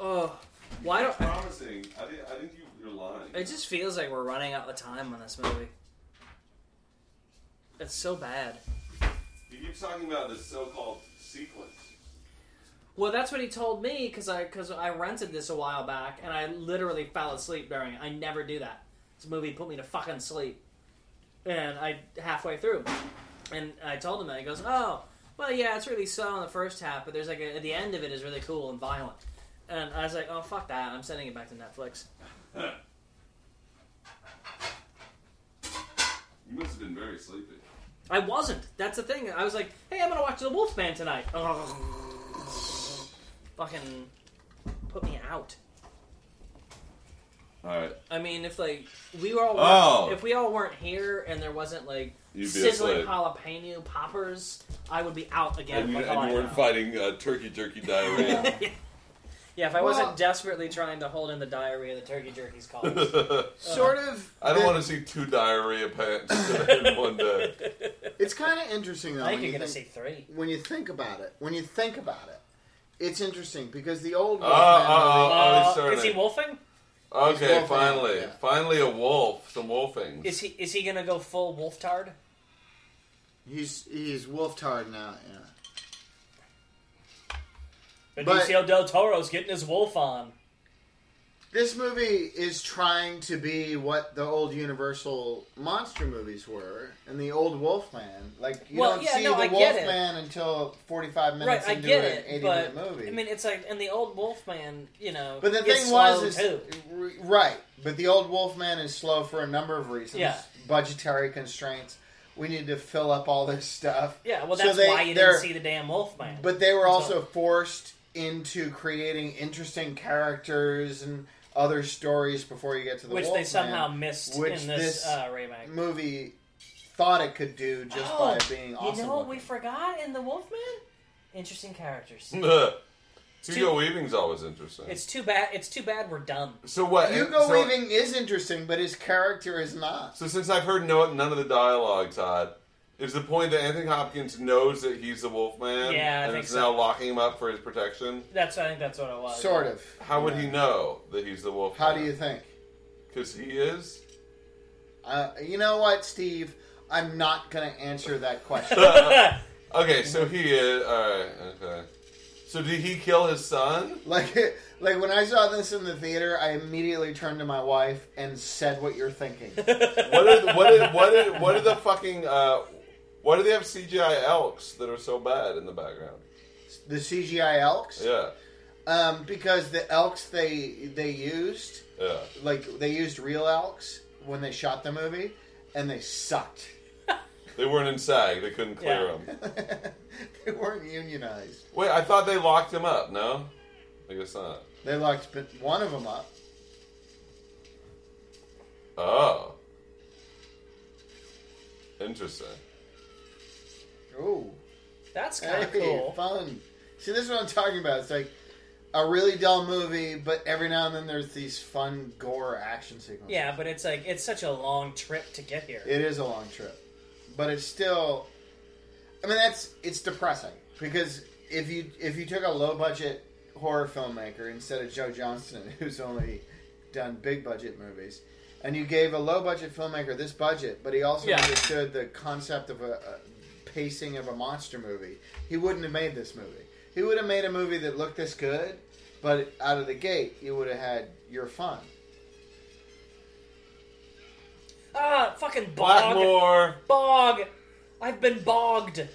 oh, why don't?
Promising. I didn't. I didn't. You, you're lying.
It just feels like we're running out of time on this movie. It's so bad.
You keep talking about this so-called sequence.
Well, that's what he told me because I because I rented this a while back and I literally fell asleep during it. I never do that. This movie put me to fucking sleep, and I halfway through, and I told him that he goes, "Oh, well, yeah, it's really slow in the first half, but there's like a, the end of it is really cool and violent." And I was like, "Oh, fuck that! I'm sending it back to Netflix."
You must have been very sleepy.
I wasn't. That's the thing. I was like, "Hey, I'm gonna watch The Wolfman tonight." *laughs* Fucking put me out.
All right,
I mean, if like we were all
Oh.
if we all weren't here and there wasn't like
You'd be
sizzling
asleep.
jalapeno poppers, I would be out again.
and you,
with all oh,
and
I
you weren't
know.
fighting uh,
*laughs*
turkey jerky diarrhea. *laughs*
yeah, if I wasn't
Well-
desperately trying to hold in the diarrhea the turkey jerky's
*laughs*
caused.
Sort of.
I don't want to see two diarrhea pants *laughs* in one day.
It's kind of interesting though.
I think you're
when you
gonna
think-
see three.
when you think about it, when you think about it, it's interesting because the old
Oh,
Wolfman
oh,
movie-
oh,
Uh, is
he's
he
turning.
wolfing?
He's
Okay,
wolfing,
finally,
yeah.
finally a wolf. Some wolfings.
Is he is he gonna go full wolf tard?
he's he's wolf tired now. Yeah. But-
Benicio del Toro's getting his wolf on.
This movie is trying to be what the old Universal monster movies were, and the old Wolfman. Like you
Well,
don't
yeah,
see
no,
the
I get it.
Wolfman until forty-five minutes
Right, I
into
get
an
it,
eighty-minute
but
movie.
I mean, it's like and the old Wolfman, you know.
But the
is
thing was,
slow,
is,
too.
r- right? But the old Wolfman is slow for a number of reasons.
Yeah.
Budgetary constraints. We need to fill up all this stuff.
yeah, well,
so
that's
they-
why you
they're-
didn't see the damn Wolfman.
But they were also
So-
forced into creating interesting characters and other stories before you get to the
which
Wolfman,
they somehow missed
which
in this,
this- Mm,
uh, remake.
movie thought it could do just
Oh,
by being awesome.
you know what we
looking.
forgot in the Wolfman? Interesting characters.
*laughs*
Mm.
Hugo
too-
Weaving's always interesting.
it's too bad. It's too bad we're done.
so what?
Hugo
so,
Weaving is interesting, but his character is not.
So since I've heard no, none of the dialogue, Todd, is the point that Anthony Hopkins knows that he's the Wolfman,
Yeah, I
and
think
is
so.
now locking him up for his protection?
That's. I think that's what it was.
Sort of.
How would he know that he's the Wolfman?
How do
*laughs*
you think?
Because
*laughs*
he is.
Uh, you know what, Steve? I'm not going to answer that question.
*laughs* Okay, so he is. All right. Okay. So did he kill his son?
like, *laughs* like when I saw this in the theater, I immediately turned to my wife and said what you're thinking.
What are the- what are, what are, what are the fucking uh, what do they have CGI elks that are so bad in the background?
the CGI elks,
Yeah,
um, because the elks they they used,
yeah.
like they used real elks when they shot the movie, and they sucked. *laughs*
They weren't in SAG. They couldn't clear
Yeah.
them.
they weren't unionized.
Wait, I thought they locked him up. No, I guess not.
They locked one of them up.
Oh, interesting.
Ooh.
That's kind
Hey,
of
*laughs*
cool.
fun. See, this is what I'm talking about. It's like a really dull movie, but every now and then there's these fun gore action sequences.
Yeah, but it's like it's such a long trip to get here.
It is a long trip, but it's still. I mean, that's it's depressing because if you if you took a low budget horror filmmaker instead of Joe Johnston, *laughs* who's only done big budget movies, and you gave a low budget filmmaker this budget, but he also
Yeah.
understood the concept of a, a pacing of a monster movie, he wouldn't have made this movie. He would have made a movie that looked this good, but out of the gate, you would have had your fun.
Ah, fucking bog,
Blackmore.
bog. I've been bogged.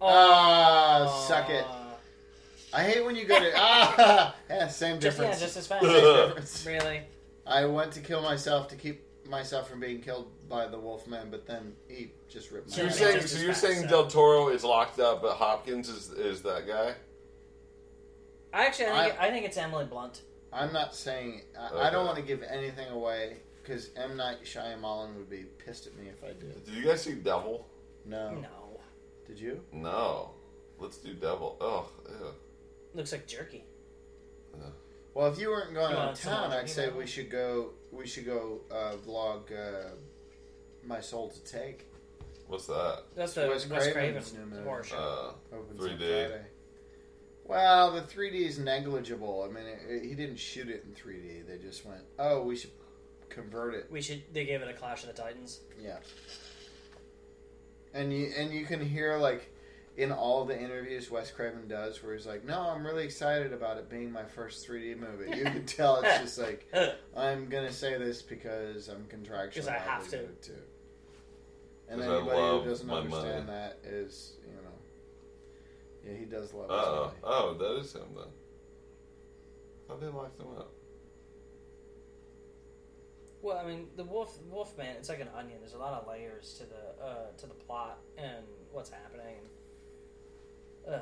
Ah, suck it. I hate when you go to *laughs* ah yeah, same
Just, yeah,
difference.
just as fast.
Same *laughs* difference.
really.
I went to kill myself to keep myself from being killed by the Wolfman, but then he just ripped my
So you're
head
Yeah,
saying
just
so
as
you're
fast,
saying
so.
Del Toro is locked up, but Hopkins is is that guy?
I actually, I think,
I-
I think it's Emily Blunt.
off. I'm not saying I, I
Okay.
don't want to give anything away because M Night Shyamalan would be pissed at me if I did.
Oh.
Did you guys see Devil?
No,
No.
did you?
No. Let's do devil. Oh, ew.
Looks like jerky.
Well, if you weren't going
Go
out
on,
of town,
someone,
I'd
you
say
know.
we should go. We should go uh, vlog uh, my soul to take.
what's that?
That's the
Wes
Wes
Craven's
Craven's
new movie.
horror show.
Uh,
Opens
3D.
on Friday. Well, the 3D is negligible. I mean, it, it- he didn't shoot it in 3D. They just went, oh, we should convert it.
we should. They gave it a Clash of the Titans.
Yeah. And you and you can hear like in all the interviews Wes Craven does, where he's like, "No, I'm really excited about it being my first 3D movie."
*laughs*
You can tell it's just like I'm gonna say this because I'm contractually
Because I have to.
obligated to. And
'Cause I
anybody
love
who doesn't
my
understand that is, you know, yeah, he does love.
uh
his money.
oh. *laughs*
*laughs*
Oh, that is him then. How they locked him up?
Well, I mean, the Wolf Wolfman. It's like an onion. There's a lot of layers to the uh, to the plot and what's happening. Ugh.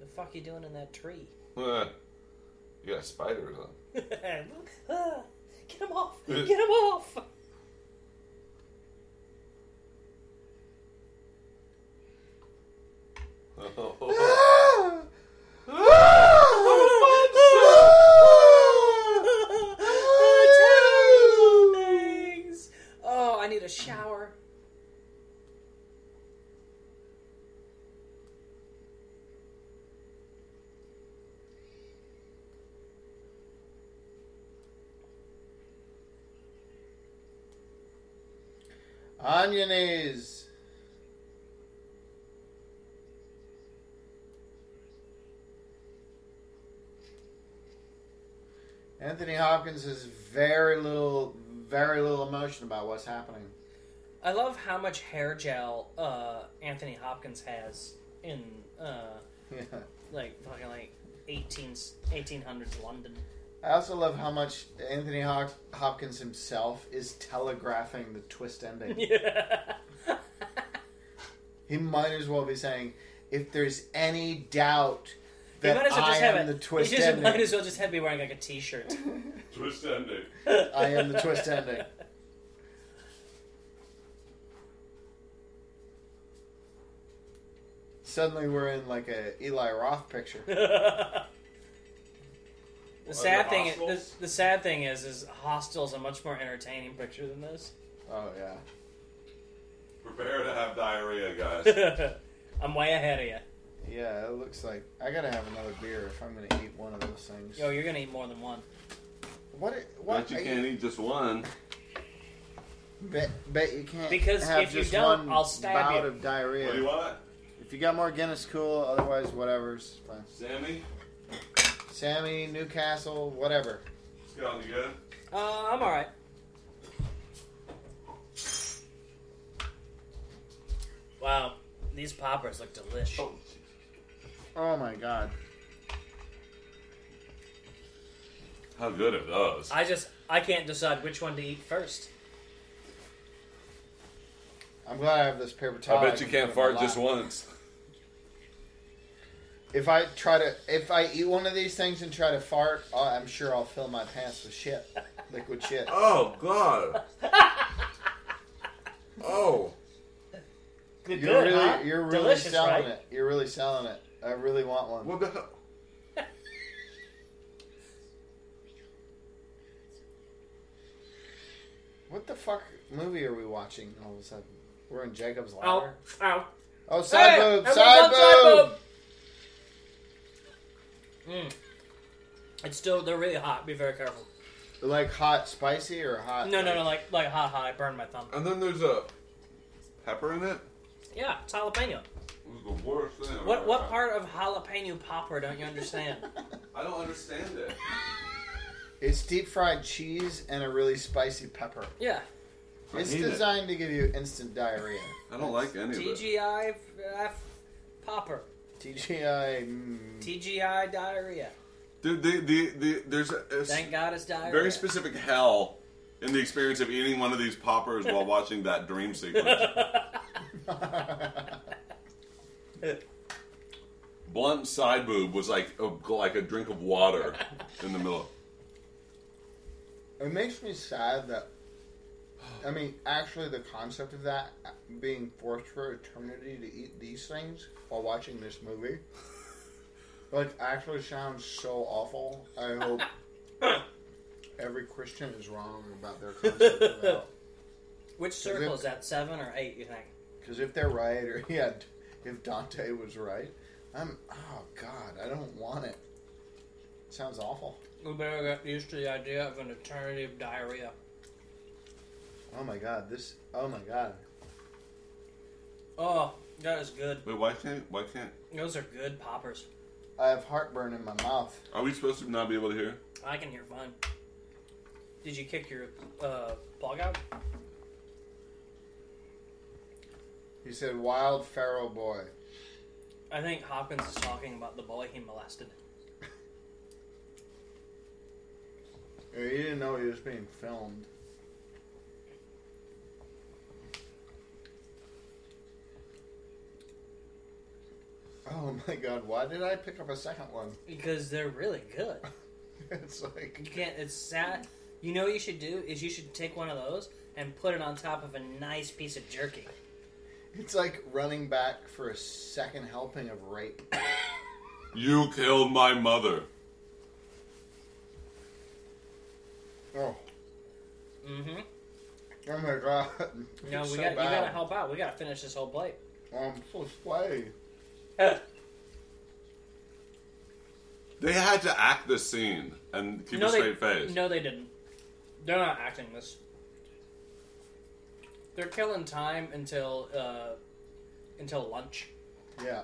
The fuck you doing in that tree? *laughs*
Eh. you got spiders on.
Ah, Get him off! Get him off!
*laughs* Oh,
*laughs*
Things. Oh, I need a shower.
On your knees. Anthony Hopkins has very little, very little emotion about what's happening. *laughs*
I love how much hair gel uh, Anthony Hopkins has in uh,
Yeah.
like fucking like 18, 1800s
*laughs*
London. *laughs*
I also love how much Anthony Hop- Hopkins himself is telegraphing the
*laughs*
twist ending.
Yeah.
he might as well be saying, "If there's any doubt
You
that
might as well
I
just have
am
it.
the twist
you just
ending,
might as well just have me wearing like a t-shirt.
*laughs* Twist ending.
*laughs* I am the twist ending." Suddenly, we're in like a Eli Roth picture.
*laughs* the sad
the
thing, is, the,
hostels?
the sad thing is, is Hostel's a much more entertaining picture than this.
Oh yeah.
Prepare to have diarrhea,
*laughs*
guys.
I'm way ahead of you.
Yeah, it looks like I gotta have another beer if I'm gonna eat one of those things.
Yo, you're gonna eat more than one.
what? What?
Bet you
I-
can't eat just one.
Bet, bet you can't.
Because
have
if you
just
don't,
one
I'll stab
bout
you.
of diarrhea.
What do you want,
If you got more Guinness, cool. Otherwise, whatever's fine.
Sammy?
Sammy, Newcastle, whatever.
Scott, you good?
Uh, I'm all right. Wow, these poppers look delish.
Oh,
Oh my god.
how good are those?
I just I can't decide which one to eat first.
I'm glad I have this paper towel.
I bet you
can
can't
put in
fart
my
just
lap.
once.
If I try to, if I eat one of these things and try to fart, uh, I'm sure I'll fill my pants with shit, liquid shit.
*laughs* Oh God. oh.
*laughs* Good,
You're
good,
really,
huh?
you're really
Delicious,
selling
right?
it. You're really selling it. I really want one.
What the hell?
What the fuck movie are we watching all of a sudden? We're in Jacob's
Ow,
Ladder.
ow.
Oh, side
Hey,
boob,
everyone's
side
on side
boob.
Mm. It's still they're really hot. Be very careful.
Like hot, spicy, or hot?
No, no, no, like like ha ha. I burned my thumb.
And then there's a pepper in it.
Yeah, it's jalapeno.
It was the worst thing. I've
What
ever
what
had.
part of jalapeno popper don't you
*laughs*
understand?
I don't understand it.
*laughs* It's deep fried cheese and a really spicy pepper.
yeah,
I
It's
hate it.
designed to give you instant diarrhea.
I don't like any of it.
TGI f- popper,
TGI. Mm,
TGI diarrhea.
Dude, the, the, the, there's a, a s-
Thank God it's diarrhea. *laughs*
very
Specific hell in the experience of eating one of these poppers
*laughs*
while watching that dream sequence.
mm. *laughs*
blunt side boob was like a, like a drink of water in the middle.
it makes me sad that I mean, actually, the concept of that being forced for eternity to eat these things while watching this movie, like, actually sounds so awful. I hope every Christian is wrong about their concept of hell.
Which circle is that? Seven or eight? You think?
Because if they're right, or yeah, if Dante was right, I'm. Oh God, I don't want it. Sounds awful.
We better get used to the idea of an eternity of diarrhea.
Oh my God, this. Oh my God.
Oh, that is good.
Wait, why can't? Why can't?
Those are good poppers.
I have heartburn in my mouth.
Are we supposed to not be able to hear?
I can hear fine. Did you kick your uh, plug out?
He said, "Wild feral boy."
I think Hopkins is talking about the boy he molested.
Uh, He didn't know he was being filmed. Oh my god, why did I pick up a second one? *laughs*
Because they're really good.
It's like
You can't. It's sad. You know what you should do is you should take one of those and put it on top of a nice piece of jerky.
it's like running back for a second helping of rape.
You killed my mother.
Oh,
Mm-hmm.
oh my god. *laughs*
No, we
It's so
got. You
bad. Um,
gotta help out. We gotta finish this whole
*laughs*
plate.
I'm so sweaty.
They had to act the scene and keep a
no, they,
straight face.
no, they didn't. They're not acting this. They're killing time until uh, until lunch.
Yeah.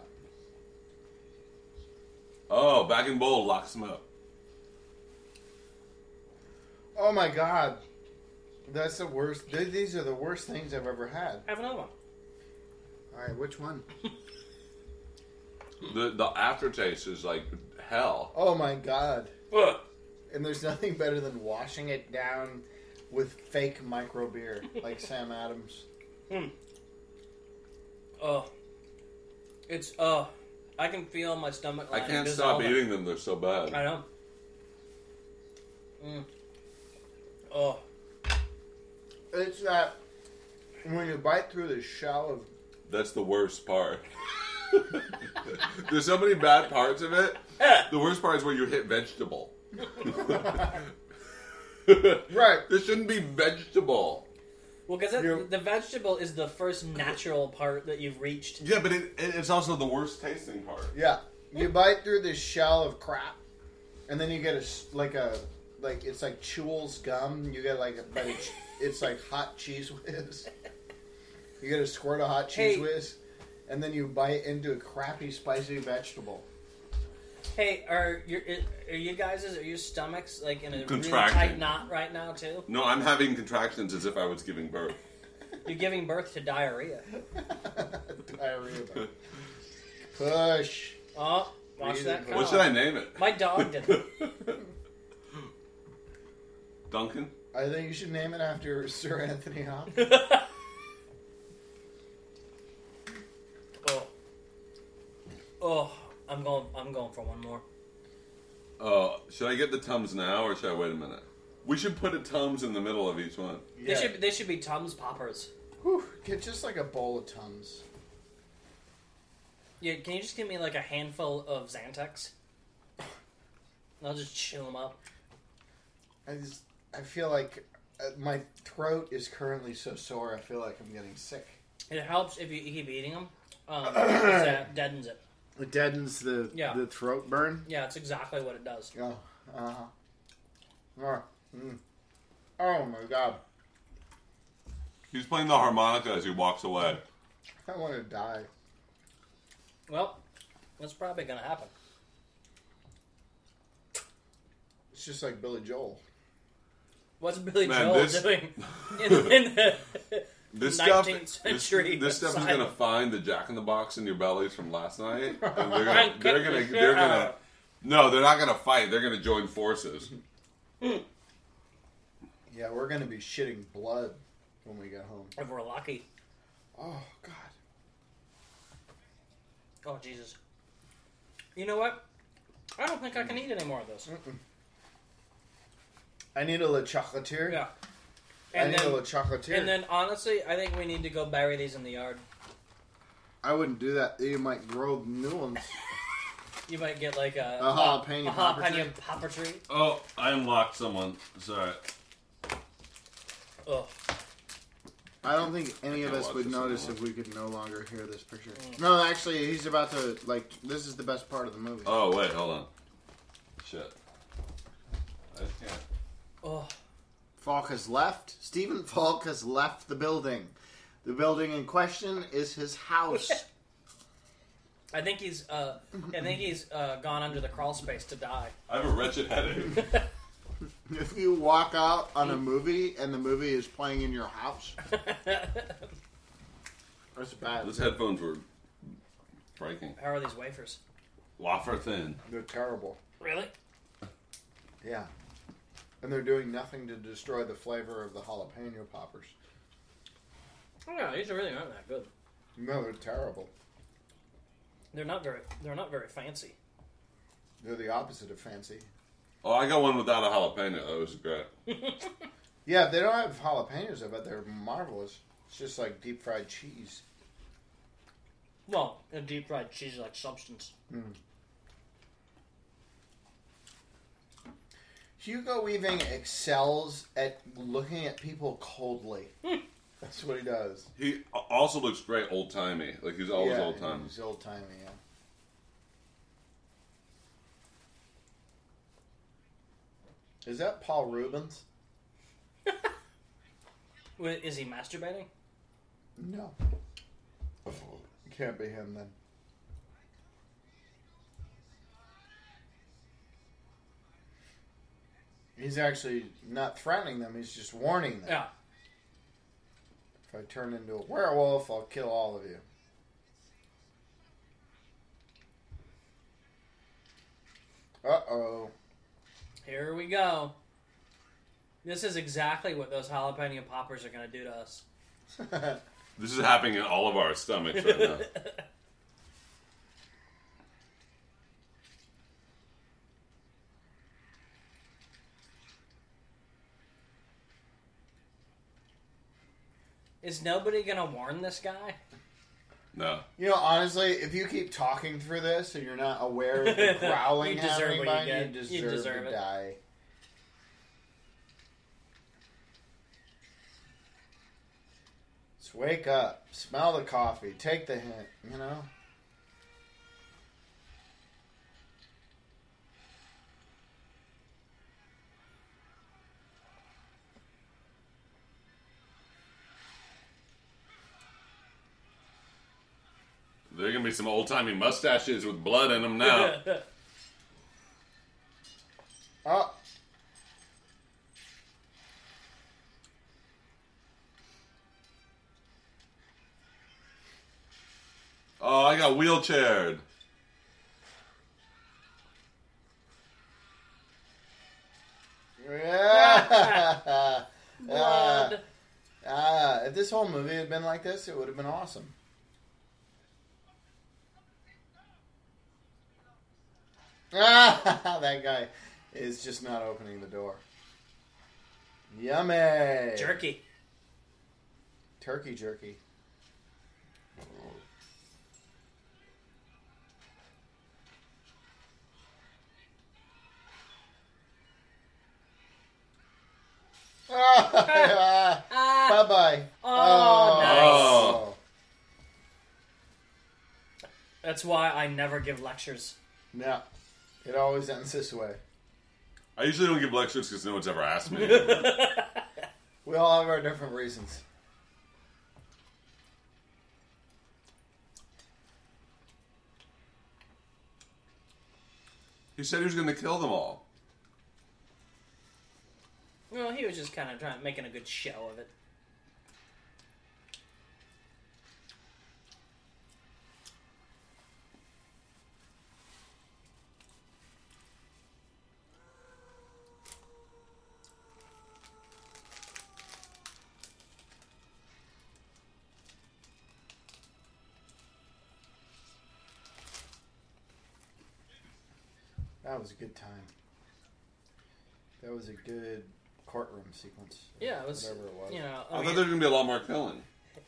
Oh, back in bowl locks him up.
Oh my god. That's the worst. th- These are the worst things I've ever had.
Have another one.
Alright, which one?
The the aftertaste is like hell.
Oh my god.
Ugh.
And there's nothing better than washing it down with fake micro beer like Sam Adams.
Oh, it's oh, I can feel my stomach.
I
lining
can't stop
dissolving.
eating them. They're so
I
bad.
know. Mm. Oh,
It's that when you bite through the shell of
That's the worst part. *laughs* There's so many bad parts of it. The worst part is where you hit vegetable.
right,
This shouldn't be vegetable.
well, because
You're-
the vegetable is the first natural part that you've reached.
Yeah, but it, it, it's also the worst tasting part.
yeah, you bite through the shell of crap, and then you get a s- like a like it's like Chewels gum. You get like a but it's, it's like hot cheese whiz. You get a squirt of hot cheese
Hey.
whiz, and then you bite into a crappy spicy vegetable.
Hey, are your are you guys are your stomachs like in a really
Contracting.
tight knot right now too?
No, I'm having contractions as if I was giving birth.
You're giving birth to diarrhea.
Diarrhea. Push.
Oh, watch
Breathing.
that.
What
cough.
should I name it? *laughs*
My dog did that.
Duncan?
I think you should name it after *laughs* Sir Anthony Hopkins.
oh, oh, I'm going. I'm going for one more.
Uh, should I get the Tums now or should I wait a minute? We should put a Tums in the middle of each one.
Yeah.
They should. They should be Tums poppers.
Whew, get just like a bowl of tums.
Yeah, can you just give me like a handful of Xanax? I'll just chew them up.
I just I feel like uh, my throat is currently so sore. I feel like I'm getting sick.
It helps if you keep eating them.
*coughs*
Um, 'cause that deadens it.
It deadens the
Yeah.
the throat burn.
Yeah, it's exactly what it does.
Oh, uh huh. Oh, mm. oh my god,
He's playing the harmonica as he walks away.
I want to die.
Well, that's probably gonna happen.
It's just like Billy Joel.
What's Billy
Man,
Joel
this- *laughs*
doing in, in the
This
19th
stuff,
century
this, this stuff is
asylum.
gonna find the Jack in the Box in your bellies from last night, and they're gonna,
And kick
they're
the
gonna,
shit
they're gonna,
out.
no, they're not gonna fight. They're gonna join forces.
Yeah, we're gonna be shitting blood when we get home.
if we're lucky?
Oh god.
Oh Jesus! You know what? I don't think I can eat any more of this.
I need a Le Chocolatier.
Yeah.
I
And
need a
then-
little chocolatier.
And then honestly, I think we need to go bury these in the yard.
I wouldn't do that. You might grow new ones.
You might get like a,
A jalapeno
a
popper
jalapeno
tree.
popper tree.
Oh, I unlocked someone. Sorry.
Ugh.
I don't think any of
can't
us
watch
would
this
notice
anymore.
if we could no longer hear this picture. No, actually, he's about to like. This is the best part of the movie.
Oh wait, hold on. Shit. I just can't.
Ugh.
Falk has left. Stephen *laughs* Falk has left the building. The building in question is his house.
I think he's uh, I think he's uh, gone under the crawl space to die. *laughs*
I have a wretched headache.
if you walk out on a movie and the movie is playing in your house, that's bad.
Those headphones were breaking.
How are these wafers?
Wafer thin.
They're terrible.
Really?
Yeah. And they're doing nothing to destroy the flavor of the jalapeno poppers.
No, these really aren't that good.
No, they're terrible.
They're not very they're not very fancy.
They're the opposite of fancy.
Oh, I got one without a jalapeno. That was great.
Yeah, they don't have jalapenos, I bet they're marvelous. It's just like deep fried cheese.
Well, a deep fried cheese like substance.
Hugo Weaving excels at looking at people coldly. That's what he does.
He a- also looks great old timey. Like he's always
yeah,
old timey.
He's old timey, yeah. Is that Paul Rubens?
Wait, Is he masturbating?
No. Can't be him then. He's actually not threatening them, he's just warning them.
Yeah.
If I turn into a werewolf, I'll kill all of you. Uh *laughs* oh.
Here we go. This is exactly what those jalapeno poppers are gonna do to us.
This is happening in all of our stomachs
*laughs*
right now.
Is nobody gonna warn this guy?
No.
you know, honestly, if you keep talking through this and you're not aware
*laughs*
of the growling
You deserve what
happening
you
behind
get.
you,
You
deserve,
deserve
to
it.
die. Just wake up, smell the coffee, take the hint, you know?
There are gonna be some old timey mustaches with blood in them now.
Oh,
oh, I got wheelchaired.
*laughs*
yeah!
*laughs*
*laughs*
Blood.
Uh, Ah, if this whole movie had been like this, it would have been awesome. *laughs* Ah, that guy is just not opening the door. Yummy!
Jerky.
Turkey jerky. *laughs* Ah,
Ah,
bye bye.
oh, nice.
Oh.
That's why I never give lectures.
*laughs*
No, it always ends this way.
I usually don't give lectures because no one's ever
*laughs*
asked me.
We all have our different reasons.
he said he was gonna kill them all.
Well, he was just kind of trying making a good show of it.
That was a good time. That was a good courtroom sequence.
Yeah, it was.
Whatever it was.
You know, I
I
mean,
thought there was gonna be a lot more killing.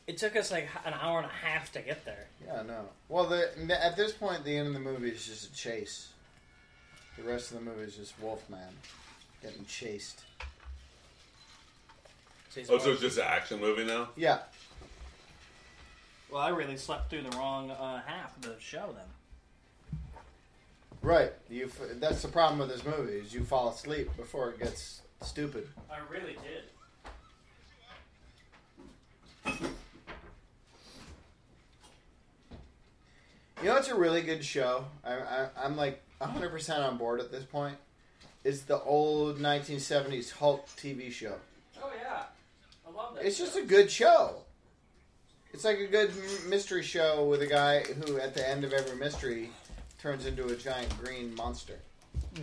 it took us like an hour and a half to get there.
Yeah, no. Well, the, at this point, the end of the movie is just a chase. The rest of the movie is just Wolfman getting chased.
So he's
Oh,
like,
so it's just an action movie now.
Yeah,
well, I really slept through the wrong uh, half of the show then.
right. You. f- That's the problem with this movie is you fall asleep before it gets stupid.
I really did.
You know, it's a really good show. I, I, I'm like 100 percent on board at this point. It's the old 1970s Hulk TV show.
Oh yeah, I love that.
It's just a good show. It's like a good m- mystery show with a guy who, at the end of every mystery, turns into a giant green monster.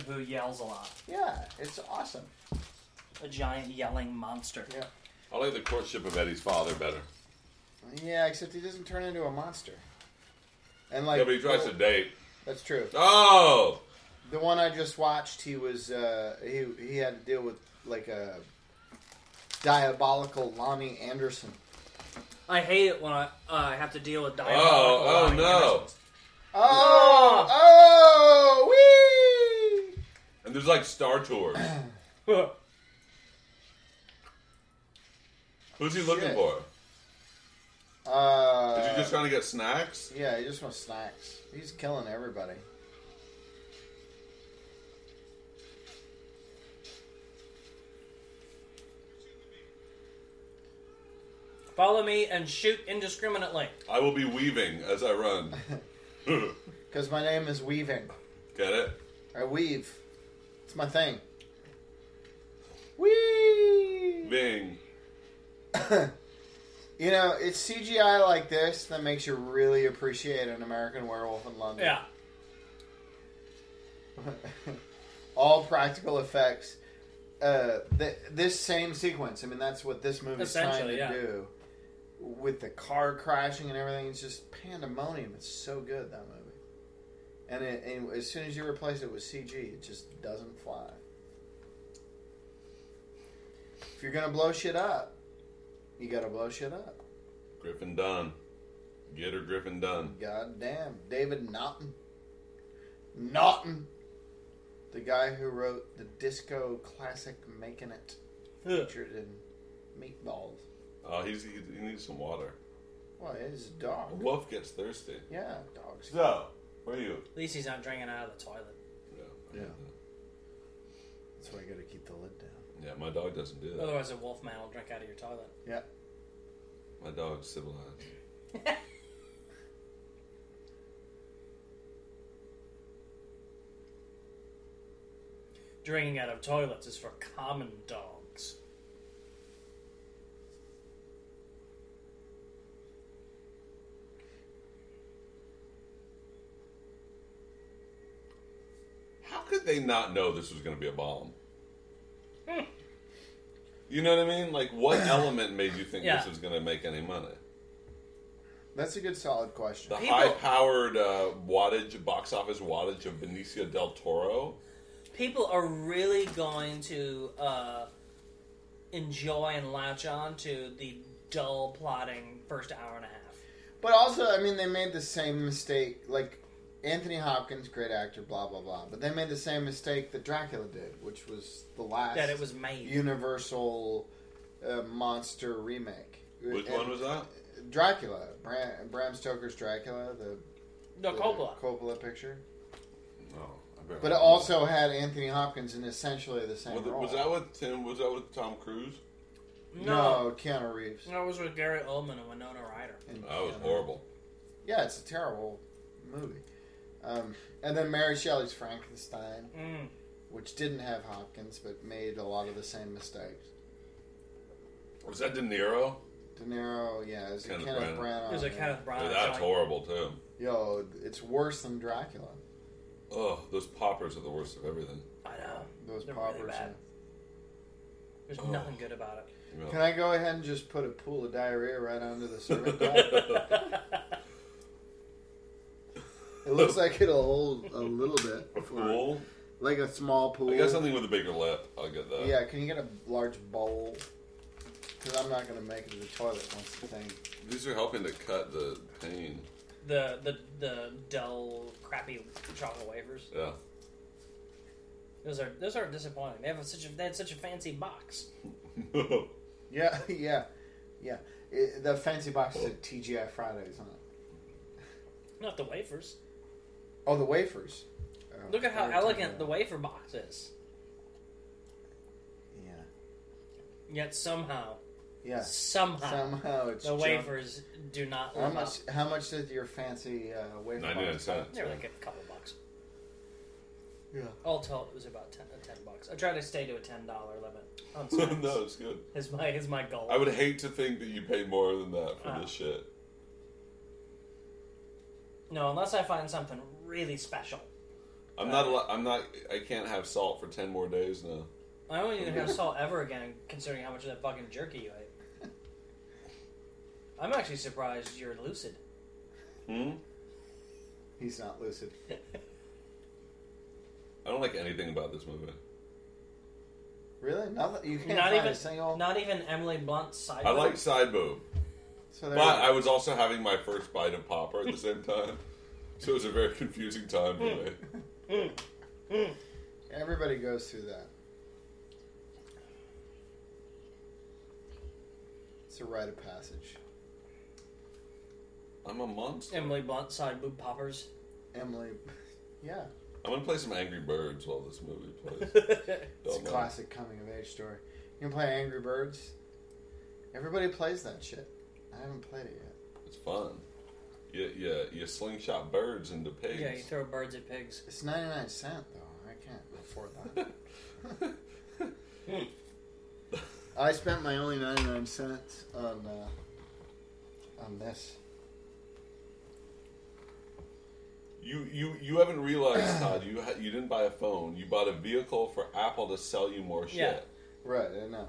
who yells a lot.
Yeah, it's awesome.
A giant yelling monster.
Yeah.
I like the courtship of Eddie's father better.
Yeah, except he doesn't turn into a monster. And like,
Yeah, but he tries to date.
That's true.
Oh,
The one I just watched, he was uh, he he had to deal with like a diabolical Lonnie Anderson.
I hate it when I uh, have to deal with diabolical.
oh, oh
lying
no!
Andersons.
Oh, oh, wee!
And there's like Star Tours. Who's he looking
Shit.
for?
Uh,
Is he just trying to get snacks?
Yeah, he just wants snacks. He's killing everybody.
*laughs* Follow me and shoot indiscriminately.
I will be weaving as I run.
Because my name is Weaving.
Get it?
I weave. It's my thing. Wee!
Bing.
You know, it's CGI like this that makes you really appreciate an American werewolf in London.
Yeah.
*laughs* All practical effects. Uh, th- this same sequence. I mean, that's what this movie's trying to
Essentially, yeah.
do. With the car crashing and everything, it's just pandemonium. It's so good that movie. And, it, and as soon as you replace it with CG, it just doesn't fly. If you're gonna blow shit up, you gotta blow shit up.
Griffin Dunn. Get her Griffin Dunn.
God damn, David Naughton. Naughton, the guy who wrote the disco classic "Making It,"
Ugh.
featured in Meatballs.
Oh, he's, he, he needs some water.
Well, it is a
A
dog.
wolf gets thirsty.
Yeah, dogs.
So, where are you?
At least he's not drinking out of the toilet.
Yeah.
That's why I gotta keep the lid down.
Yeah, my dog doesn't do that.
Otherwise, a wolf man will drink out of your toilet.
Yeah.
My dog's civilized.
Drinking out of toilets is for common dogs.
How could they not know this was going to be a bomb?
Hmm.
You know what I mean?
*coughs*
Like, what element made you think
Yeah.
this was going to make any money?
That's a good solid question.
The
People-
high-powered uh, wattage, box office wattage of Benicio del Toro.
People are really going to uh, enjoy and latch on to the dull plotting first hour and a half.
But also, I mean, they made the same mistake. Like, Anthony Hopkins, great actor, blah, blah, blah. But they made the same mistake that Dracula did, which was the last.
That it was made.
Universal uh, monster remake.
Which
And
one was that?
Dracula. Bram, Bram Stoker's Dracula, the,
no,
the
Coppola.
Coppola picture.
No, I bet-
But it also had Anthony Hopkins in essentially the same
was,
role.
was that with Tim? Was that with Tom Cruise?
no. Keanu Reeves.
No, it was with Gary Oldman and Winona Ryder.
And
That was
Keanu-
horrible.
Yeah, it's a terrible movie. Um, and then Mary Shelley's Frankenstein,
Mm.
which didn't have Hopkins but made a lot of the same mistakes.
Was that De Niro?
De Niro, yeah, is a
Kenneth
Kenneth,
Branagh.
Branagh.
It was a Kenneth Branagh.
Dude, that's
joint.
horrible too.
Yo, it's worse than Dracula.
Ugh, those poppers are the worst of everything.
I know.
Those
They're really
poppers.
bad.
yeah.
There's
Oh.
nothing good about *laughs* it.
You know.
Can I go ahead and just put a pool of diarrhea right onto
*laughs*
the serving towel?
*laughs*
It looks like it'll hold a little bit.
A
before-
pool?
Like a small pool.
I got something with a bigger lip. I'll get that.
Yeah, can you get a large bowl? Because I'm not going to make it to the toilet once the thing.
These are helping to cut the pain.
The the the dull crappy chocolate wafers.
*laughs* Yeah.
Those are those are disappointing. They have such a they had such a fancy box.
Yeah, *laughs* yeah, yeah. It, the fancy box said TGI Fridays on it.
Not the wafers.
Oh, the wafers. Oh,
Look at how
they're
elegant
TGI.
the wafer box is.
Yeah,
Yet somehow, *laughs*
yeah.
somehow,
Somehow it's
the
junk.
wafers do not.
How
live up.
much? How much did your fancy uh, wafer?
99
box
cents.
They were like a couple bucks.
Yeah.
All told, it was about ten, uh, 10 bucks. I try to stay to a ten dollar limit. On snacks.
*laughs* no, it's good.
is my is my goal.
I would hate to think that you paid more than that for
Ah.
this shit.
No, unless I find something really special.
I'm not. al- I'm not. I can't have salt for ten more days now.
I don't even
*laughs*
have salt ever again, considering how much of that fucking jerky you ate. I'm actually surprised you're lucid.
Hmm.
He's not lucid.
I don't like anything about this movie.
Really? Nothing. You can't
Not
find
even
a single.
not even Emily Blunt's side.
I like side boob,
so
but
there.
I was also having my first bite of popper at the same time, *laughs* so it was a very confusing time for me.
Everybody goes through that. It's a rite of passage.
I'm a
*laughs*
monster.
Emily Blunt side boob poppers. *laughs*
Emily. *laughs* Yeah.
I'm gonna play some Angry Birds while this movie plays.
*laughs* It's
Don't
a
mind.
classic coming of age story. You can play Angry Birds. Everybody plays that shit. I haven't played it yet.
It's fun. You, you, you slingshot birds into pigs.
yeah, you throw birds at pigs.
*laughs*
It's 99 cent though. I can't afford that. I spent my only 99 cents on uh, on this.
*laughs* You you you
*clears throat*
haven't realized, Todd. You ha- you didn't buy a phone. You bought a vehicle for Apple to sell you more shit.
Yeah.
Right, I know.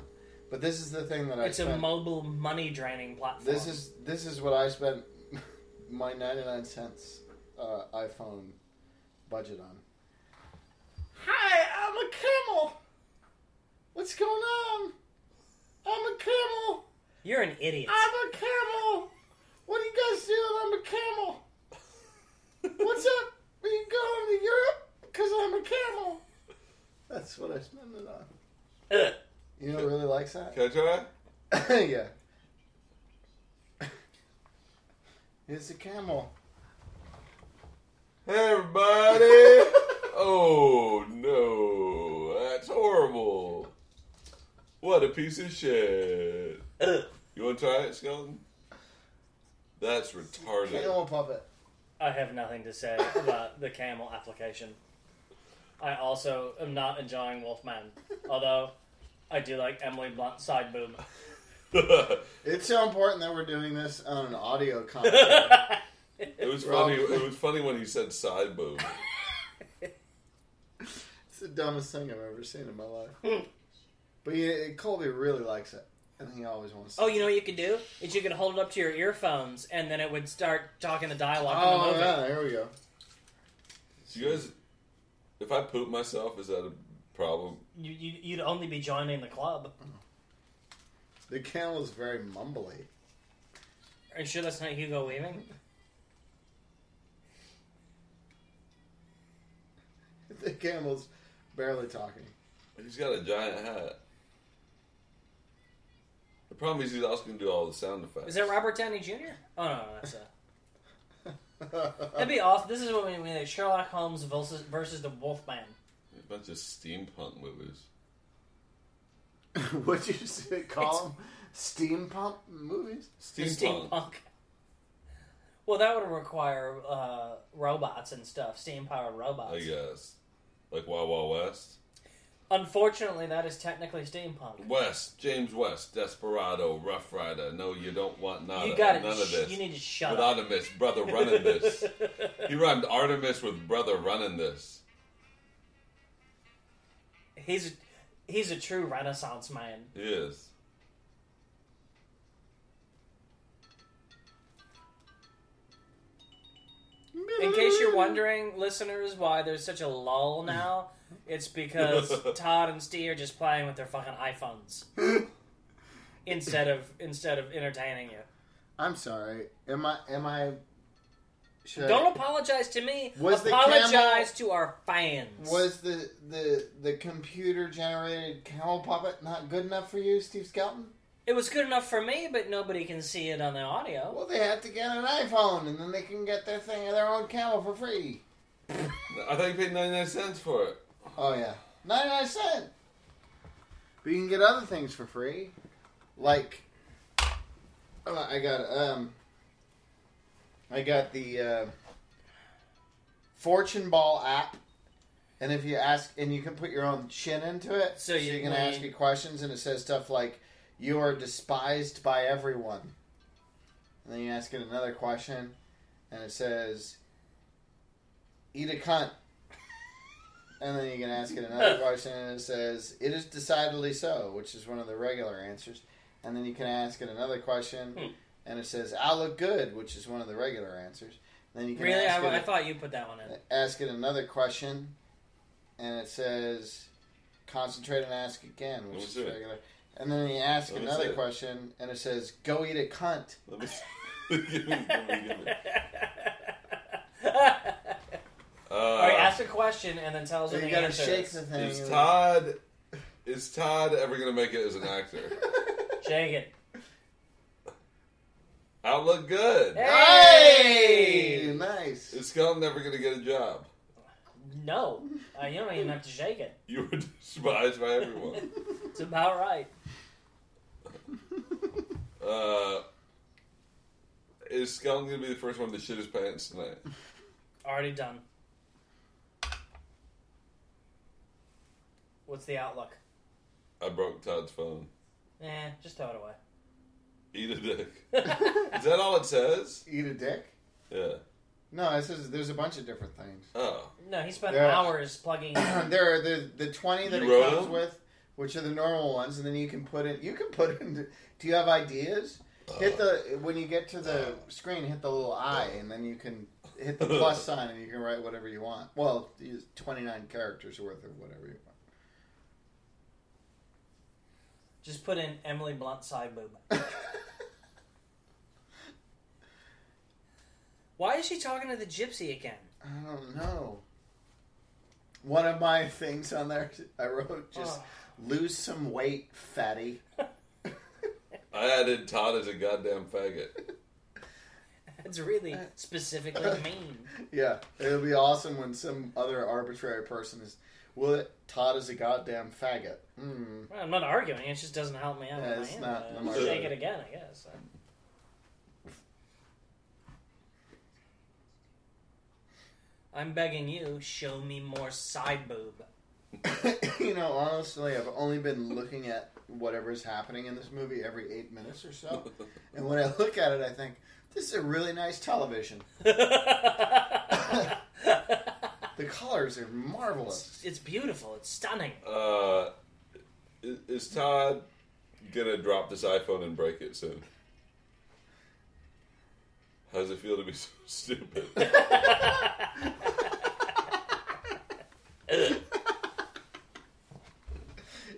But this is the thing that I
It's a
spent.
mobile money draining platform.
this is this is what I spent *laughs* my 99 cents uh, iPhone budget on. Hi, I'm a camel. What's going on? I'm a camel.
you're an idiot.
I'm a camel. What are you guys doing? I'm a camel. What's up? Are you going to Europe? Because I'm a camel. That's what I spend it on.
Ugh.
You know, who really likes that.
Can I try?
*coughs* yeah. It's a camel.
Hey
*laughs*
everybody! oh no, that's horrible. What a piece of shit. you want to try it, skeleton? That's retarded.
Camel puppet.
I have nothing to
*laughs*
say about the camel application. I also am not enjoying Wolfman, although I do like Emily Blunt side boob.
*laughs*
it
It's so important that we're doing this on an audio commentary.
was funny. *laughs* It was funny when he said side boob.
it's the dumbest thing I've ever seen in my life. but yeah, Colby really likes it, and he always wants.
*laughs*
To
Oh, you know what you could do? Is you could hold it up to your earphones, and then it would start talking the dialogue in the
Oh
movie.
yeah, there we go.
Do you guys, if I poop myself, is that a problem?
You, you, you'd only be joining the club.
The camel is very mumbly. *laughs*
Are you sure that's not Hugo Weaving?
The camel's barely talking. *laughs*
He's got a giant hat. The problem is he's also gonna do all the sound effects.
Is that Robert Downey Jr.? Oh no, no that's a. That'd be awesome. This is what we mean. like Sherlock Holmes versus versus the Wolfman.
A bunch of steampunk movies.
What'd you say, call them? Steampunk movies?
The
Steampunk.
steampunk. Well, that would require uh, robots and stuff, steam powered robots.
I guess. Like Wild Wild West.
Unfortunately, that is technically steampunk.
West, James West, Desperado, Rough Rider. No, you don't want nada.
you got
none
to.
of this.
Sh- you need to shut
With
up.
Artemis, brother running this. he rhymed Artemis with brother running this.
He's he's a true Renaissance man.
He is. *laughs*
In case you're wondering, listeners, why there's such a lull now, It's because Todd and Steve are just playing with their fucking
*laughs*
iPhones instead of instead of entertaining you.
I'm sorry. Am I? Am I? Should I-
Don't apologize to me.
Was the
apologize to our fans.
Was the the the computer generated camel puppet not good enough for you, Steve Skelton?
it was good enough for me, but nobody can see it on the audio.
Well, they have to get an iPhone, and then they can get their thing, their own camel for free.
I thought you paid 99 cents for it.
Oh yeah, ninety nine cent. But you can get other things for free, like oh, I got um, I got the uh, Fortune Ball app, and if you ask, and you can put your own chin into it,
So you-
can
when
ask
you-
it questions, and it says stuff like "You are despised by everyone," and then you ask it another question, and it says "Eat a cunt." And then you can ask
*laughs*
it another question, and it says, "It is decidedly so," which is one of the regular answers. And then you can ask it another question,
Hmm.
and it says, "I look good," which is one of the regular answers. And then you can
Really,
ask,
I, I
it,
thought you put that one in.
ask it another question, and it says, "Concentrate and ask again," which
Let me
is
see it.
regular. And then you ask
Let me see
another
it.
question, and it says, "Go eat a cunt."
Let me *laughs* see. give me, give me, give me. Uh,
*laughs* All right, ask a question and then tell us
So
what
you
the
gotta
answer
shake
is.
the thing. *laughs*
is Todd is Todd ever gonna make it as an actor?
Shake it.
I look good.
hey,
Hey!
nice.
Is Skelton never gonna get a job?
No, uh, you don't even have to shake it.
You were *laughs* despised by everyone.
It's about right.
Uh, is Skelton gonna be the first one to shit his pants tonight?
Already done. What's the outlook?
I broke Todd's phone.
Eh, just throw it away.
Eat a dick. Is that all it says?
*laughs* Eat a dick?
Yeah.
No, it says there's a bunch of different things. *clears throat*
Oh.
*laughs* No, he spent
Yeah.
hours
*clears throat*
plugging. in.
there are the the twenty that
You
it
wrote
comes
them?
with, which are the normal ones, and then you can put in. You can put in. Do you have ideas? hit the when you get to the screen, hit the little eye, and then you can hit the
*laughs*
plus sign, and you can write whatever you want. Well, twenty nine characters worth of whatever you
Just put in Emily Blunt side boob.
want.
*laughs* Why is she talking to the gypsy again?
I don't know. One of my things on there, *laughs* I wrote just
Oh.
lose some weight, fatty.
I added Todd as a goddamn faggot. *laughs*
That's *laughs* really specifically mean.
Yeah, it'll be awesome when some other arbitrary person is. Will it? Todd is a goddamn faggot. Mm.
Well, I'm not arguing. It just doesn't help me out.
Yeah,
with my
it's
hand.
not-
Uh,
I'm not
shake
arguing.
it again, I guess. I'm begging you, show me more side
*laughs*
boob. *laughs*
you know, honestly, I've only been looking at whatever's happening in this movie every eight minutes or so, and when I look at it, I think this is a really nice television. The colors
*laughs*
are marvelous.
it's beautiful. It's stunning. *laughs*
Uh, is, is Todd gonna drop this iPhone and break it soon? How does it feel to be *laughs* so stupid?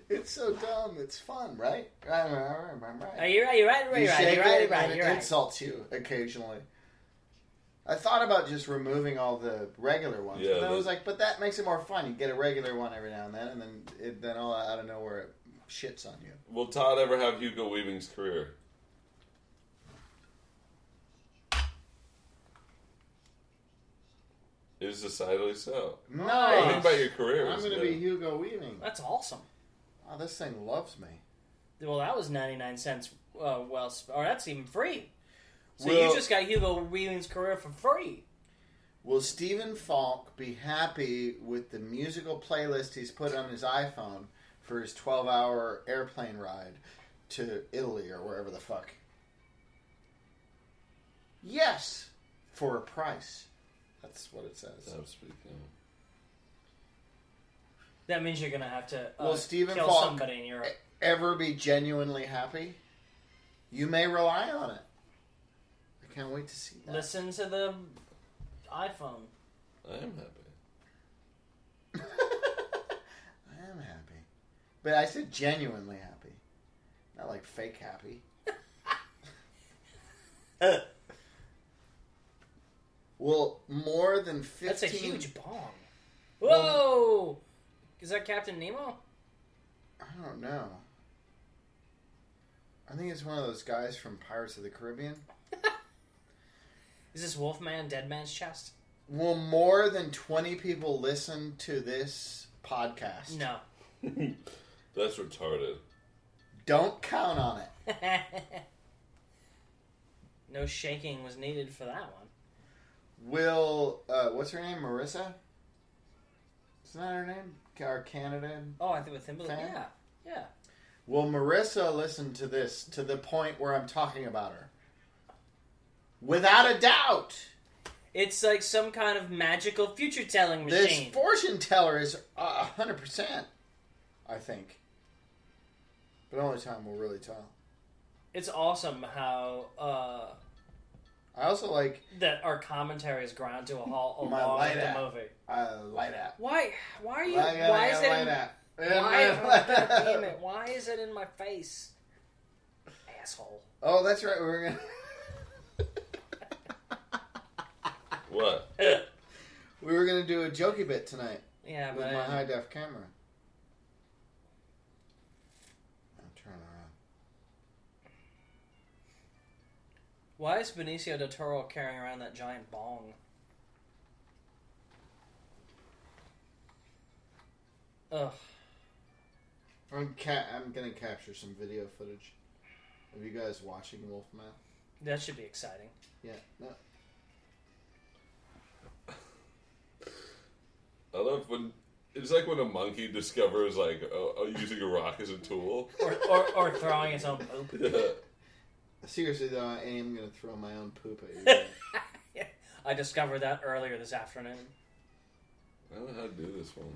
It's so dumb. It's fun, right? Right, right, right, right.
Are you right? Uh, You're right. Right.
You
You're right.
shake
You're right.
it
You're right.
and
You're
it
right.
insults you occasionally. I thought about just removing all the regular ones, but
Yeah,
then I
that-
was like, but that makes it more fun. You get a regular one every now and then, and then it, then all out of nowhere it shits on you.
Will Todd ever have Hugo Weaving's career? Is decidedly so.
Nice.
I think about your career.
I'm
is
going to
good.
be Hugo Weaving.
That's awesome.
Oh, this thing loves me.
Well, that was 99 cents. Uh, well, sp- or that's even free. So
Well-
you just got Hugo Weaving's career for free.
Will Stephen Falk be happy with the musical playlist he's put on his iPhone for his 12 hour airplane ride to Italy or wherever the fuck? Yes, for a price. That's what it says.
Stop speaking.
That means you're gonna have to uh,
Well, Stephen
kill
Falk- Eh,
somebody in Europe.
Ever be genuinely happy? You may rely on it. I can't wait to see that.
Listen to the iPhone.
I am happy.
*laughs* But I said genuinely happy, not like fake happy. *laughs* Well, more than fifteen.
That's a huge bomb. Whoa! Is that Captain Nemo?
I don't know. I think it's one of those guys from Pirates of the Caribbean.
Is this Wolfman Dead Man's Chest?
Will more than 20 people listen to this podcast?
No. *laughs*
*laughs* That's retarded.
Don't count on it.
no shaking was needed for that one.
Will, uh, what's her name? Marissa? Isn't that her name? Our Canada?
Oh, I think with Thimble.
Fan?
Yeah. Yeah.
Will Marissa listen to this to the point where I'm talking about her? Without a doubt!
It's like some kind of magical future telling
This
machine.
fortune teller is uh, 100%, I think. But only time will really tell.
it's awesome how uh,
I also like
that our commentary is ground to a halt
My
along
light
with the
app.
movie.
uh, light app.
Why? Why are you?
Light app,
why is it?
light
in-
app. *laughs*
Why, oh, God damn it, why is it in my face? *laughs* Asshole.
Oh, that's right. we We're gonna *laughs*
What?
we were gonna do a jokey bit tonight
Yeah,
with
but
my high def camera. I'll turn around.
why is Benicio del Toro carrying around that giant bong? Ugh.
I'm ca- I'm gonna capture some video footage of you guys watching Wolfman.
That should be exciting.
Yeah. No.
I love when it's like when a monkey discovers like uh, uh, using a rock as a tool. *laughs*
Or, or, or throwing its own poop.
Seriously though, I am gonna throw my own poop at you. *clears throat* guys.
I discovered that earlier this
*laughs*
afternoon.
I don't know how to do this one.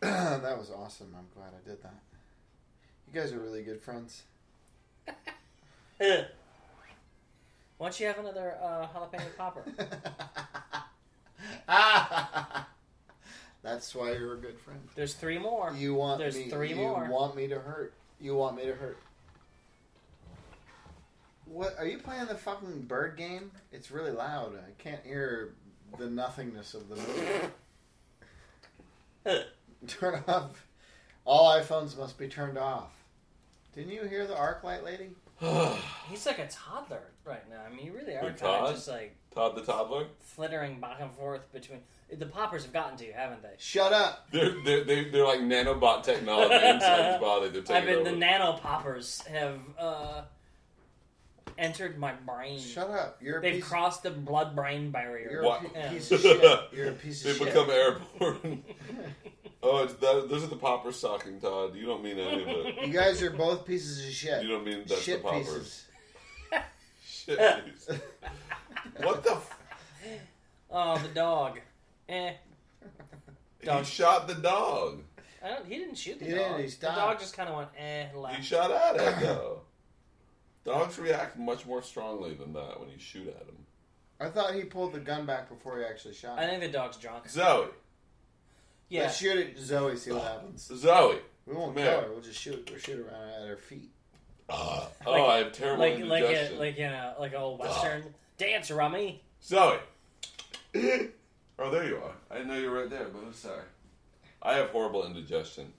that was awesome. I'm glad I did that. You guys are really good friends. *laughs*
Ugh. Why don't you have another uh, jalapeno popper?
That's why you're a good friend.
There's three more.
You want
There's
me,
three
you
more.
want me to hurt. You want me to hurt. What are you playing the fucking bird game? It's really loud. I can't hear the nothingness of the movie. *laughs* Turn off. All iPhones must be turned off. Didn't you hear the arc light lady?
He's like a toddler right now. I mean, you really are
Who,
kind of
Todd?
just like
*sighs* Todd the toddler.
flittering back and forth between. The poppers have gotten to you, haven't they?
Shut up.
They're they're they, they're like nanobot technology inside his body. They're taking
I mean,
over.
the nano poppers have uh, entered my brain.
Shut up. You're a
Hmm. They've
piece.
crossed the blood-brain
You're
barrier.
a
What?
pi-
Yeah.
piece of shit. You're a piece
they
of shit.
become airborne. oh, it's that, those are the poppers sucking, Todd. You don't mean any of it.
you guys are both pieces of shit.
You don't mean that's
shit
the poppers.
pieces.
Shit. jeez. what the? F-
*laughs* Oh, the dog. eh.
*laughs* he
Dog.
shot the dog.
I don't, he didn't shoot the
He
dog.
didn't, he
the
stopped.
dog just kind of went eh.
He
Left.
shot at it though. Dogs react much more strongly than that when you shoot at them.
I thought he pulled the gun back before he actually shot.
I think the dog's drunk.
Zoe,
Yeah.
Let's shoot at Zoe, see what happens.
Zoe.
We won't
Man.
kill her. We'll just shoot. We'll shoot around at
*laughs*
her feet.
Uh, oh,
Like-
I have terrible
Like like a,
indigestion.
like in a like an old western dance rummy.
Zoe. *laughs* oh, there you are. I didn't know you were right there, but I'm sorry. I have horrible indigestion.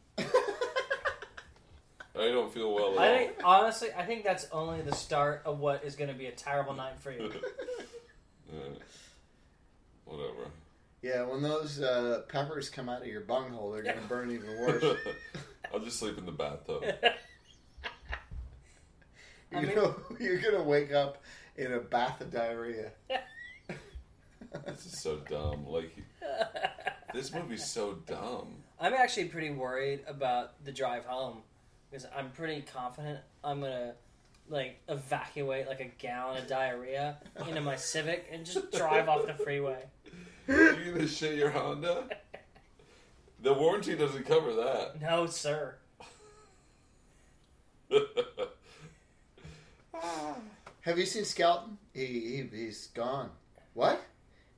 I don't feel well
I
at all.
think honestly, I think that's only the start of what is going to be a terrible night for
*laughs*
you.
Uh, whatever.
Yeah, when those uh, peppers come out of your bunghole, they're gonna burn even worse.
*laughs*
*laughs* I'll just sleep in the bathtub.
You're,
I mean-
gonna, *laughs* you're gonna wake up in a bath of diarrhea.
This is so dumb. Like, this movie's so dumb.
I'm actually pretty worried about the drive home because I'm pretty confident I'm gonna like evacuate like a gallon of diarrhea into my Civic and just drive off the freeway.
You gonna shit your Honda? The warranty doesn't
*laughs*
cover that.
No, sir.
Have you seen Skelton? He, he he's
*laughs*
gone. What?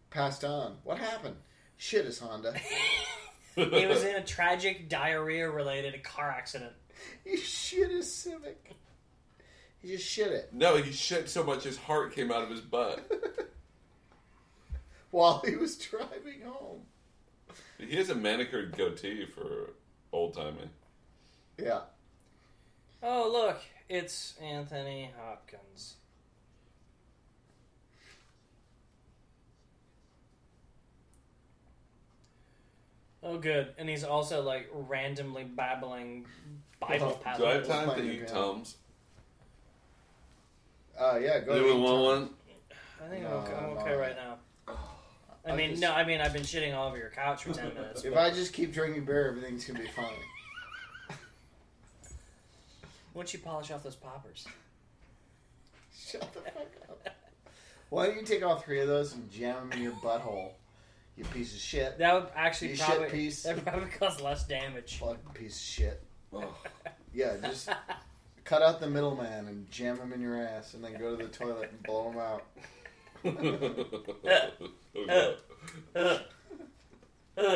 Passed on. What happened? Shit is Honda.
He was in a tragic diarrhea-related car accident.
You shit his Civic. He just shit it
No, he shit so much his heart came out of his butt.
while he was driving home.
He has a manicured goatee for old timing.
Yeah.
Oh look, it's Anthony Hopkins. Oh good, and he's also like randomly babbling Bible
Oh,
Do I have
passages.
time
What's
to
my
eat
account?
Tums?
Uh, yeah. Go ahead.
Anyone want one?
I think I'm
No,
okay, I'm
no.
okay right now. I
I
mean,
just-
no, I mean I've been shitting all over your couch for ten
*laughs*
minutes.
If
but-
I just keep drinking beer, everything's gonna be fine.
Once you polish off those poppers,
Shut the fuck up. Why don't you take all three of those and jam them in your butthole? You piece of shit.
that would actually
You shit
probably
piece.
that probably cause less
*laughs*
damage. *laughs*
Fucking piece of shit.
Oh,
Yeah, just cut out the middleman and jam them in your ass, and then go to the toilet and blow them out.
no.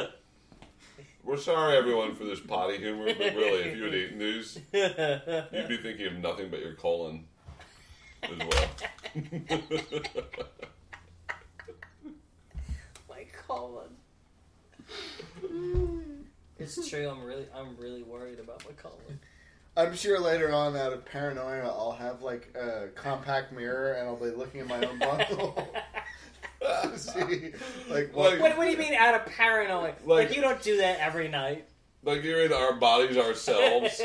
We're sorry, everyone, for this potty humor, but really, if you had eaten these, you'd be thinking of nothing but your colon as well.
My colon. It's true. I'm really, I'm really worried about my colon.
I'm sure later on, out of paranoia, I'll have like a compact mirror and I'll be looking at my own butthole *laughs* to *laughs* see, like, what.
Like-
What, what do you mean out of paranoia? Like,
Like-
you don't do that every night.
like you're in our
*laughs*
bodies ourselves.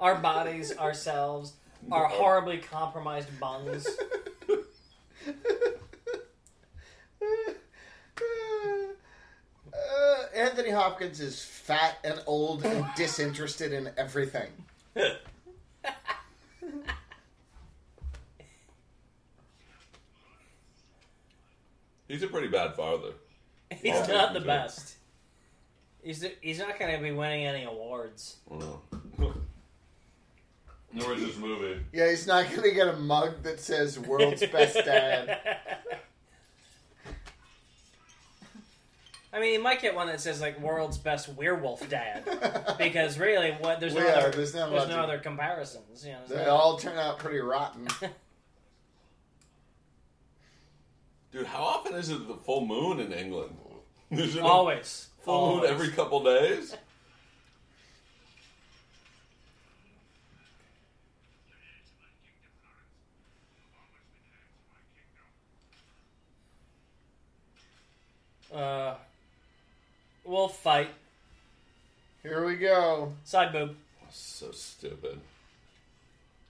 our bodies, ourselves, our horribly compromised bungs.
*laughs* Uh, Anthony Hopkins is fat and old and disinterested in everything.
He's a pretty bad father.
He's
Oh,
not the
he's right.
best. He's he's not going to be winning any awards.
Wow. Nor is this movie.
Yeah, he's not going to get a mug that says "World's Best Dad."
I mean, he might get one that says like "World's Best Werewolf Dad" because really, what there's no
Yeah,
other,
there's
there's
not
no,
much-
other comparisons. You know, there's
they
no-
all turn out pretty rotten.
Dude, how often is it the full moon in England? Is it a
always
full
always.
moon every couple days?
Uh, we'll fight
Here we go.
side boob. *laughs*
So stupid.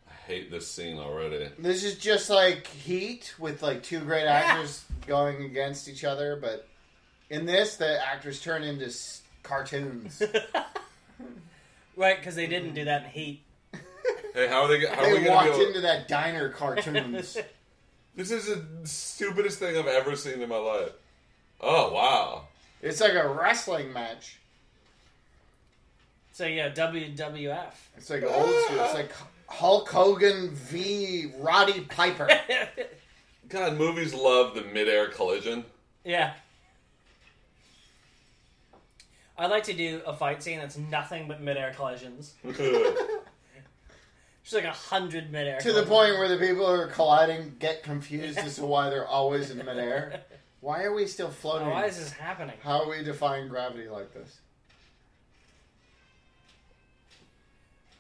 I hate this scene already.
This is just like Heat with like two great actors going against each other, but in this, the actors turn into s- cartoons.
Right, because they didn't do that in Heat.
Hey, how are they? How are we
they
gonna be
walked
able-
into that diner cartoons.
*laughs* This is the stupidest thing I've ever seen in my life. Oh wow!
it's like a wrestling match.
*laughs* So yeah, WWF. *laughs*
It's like old school. It's
*laughs*
like Hulk Hogan v. Roddy Piper.
God, movies love the midair *laughs* collision.
yeah. I'd like to do a fight scene that's nothing but midair collisions.
They're
Just like a hundred midair.
to the point where the people who are colliding get confused as to why they're always in midair. Why are we still floating?
Oh, why is this happening?
How are we defying gravity like this?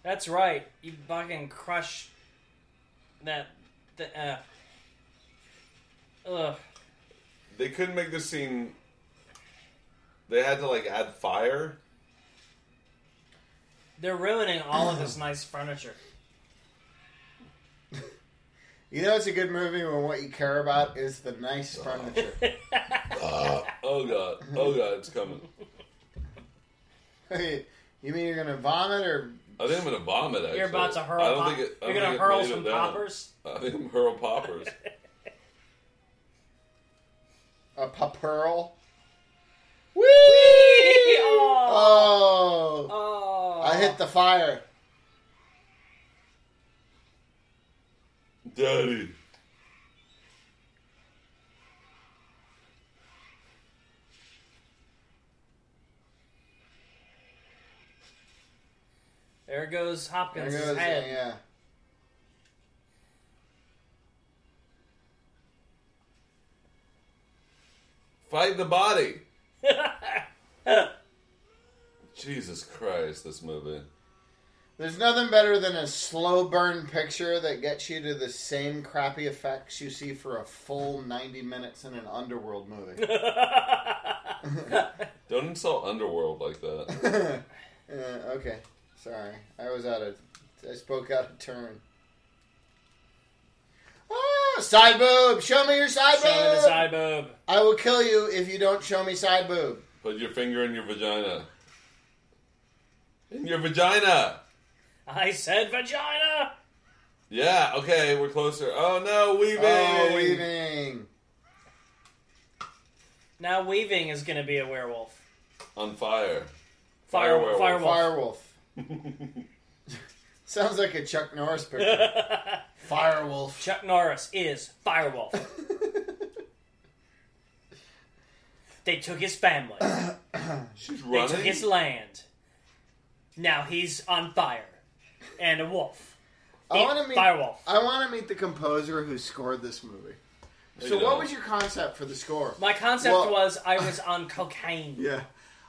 That's right. You fucking crush that. The, uh, ugh.
they couldn't make this scene. They had to like add fire.
They're ruining all of this nice furniture.
You know, it's a good movie when what you care about is the nice
*laughs*
furniture. Uh.
Oh god! Oh god! It's coming.
Hey, you mean you're gonna vomit or?
I think I'm gonna vomit. Actually,
You're about to hurl.
I don't
pop-
think it, I
You're
don't
gonna
think it
hurl
made it
some
down. *laughs*
poppers.
I think I'm hurl poppers.
*laughs*
A papurl?
Whee! Oh,
Oh,
oh.
I hit the fire.
Daddy.
There goes Hopkins'
There goes,
head.
yeah.
Fight the body.
*laughs*
Jesus Christ, this movie.
There's nothing better than a slow burn picture that gets you to the same crappy effects you see for a full 90 minutes in an
*laughs*
underworld movie. *laughs*
Don't insult Underworld like that.
uh, okay, sorry. I was out of. I spoke out of turn. Ah, side boob! Show me your side
Show me
boob!
the side boob.
I will kill you if you don't show me side boob.
Put your finger in your vagina. In your vagina.
I said vagina.
Yeah. Okay, we're closer. Oh no, weaving.
Oh, weaving.
Now weaving is going to be a werewolf.
On fire.
Fire,
Fire
firewolf.
Firewolf.
*laughs*
Sounds like a Chuck
*laughs*
Norris picture. Firewolf. *laughs*
Chuck Norris is firewolf. they took his family.
She's
They took his
running.
land. Now he's on fire and a wolf.
I want to meet.
firewolf.
I want to meet the composer who scored this movie. So,
you
what
don't.
was your concept for the score?
My concept
Well-
was I was on cocaine.
*laughs* Yeah.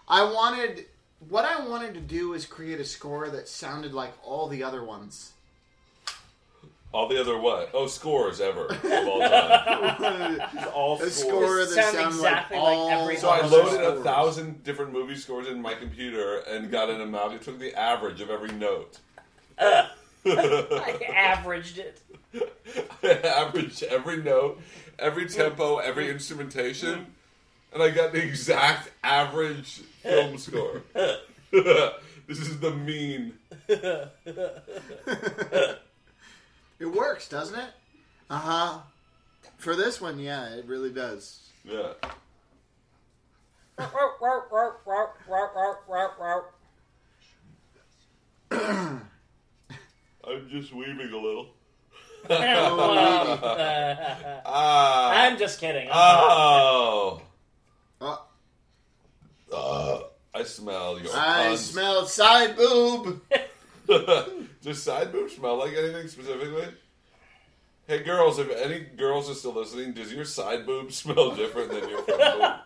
I wanted what I wanted to do was create a score that sounded like all the other ones.
All the other what? Oh, scores ever *laughs* of all time.
a
all scores.
score that
Sound
sounded
exactly
like
like
all
every
So I
other
other
loaded a
scores.
thousand different movie scores in my computer and got an amount. It took the average of every note. *laughs*
I averaged it.
average every note, every tempo, every instrumentation, and I got the exact average film score. *laughs* this is the mean.
It works, doesn't it? Uh huh. For this one, yeah, it really does.
Yeah. I'm just weaving a little. Ah.
*laughs* I'm just kidding. I'm
Oh.
Uh,
Ah. I smell your
I
puns.
smell side boob.
*laughs* Does side boob smell like anything specifically? Hey girls, if any girls are still listening, does your side boob *laughs* smell different than your front boob?
fine.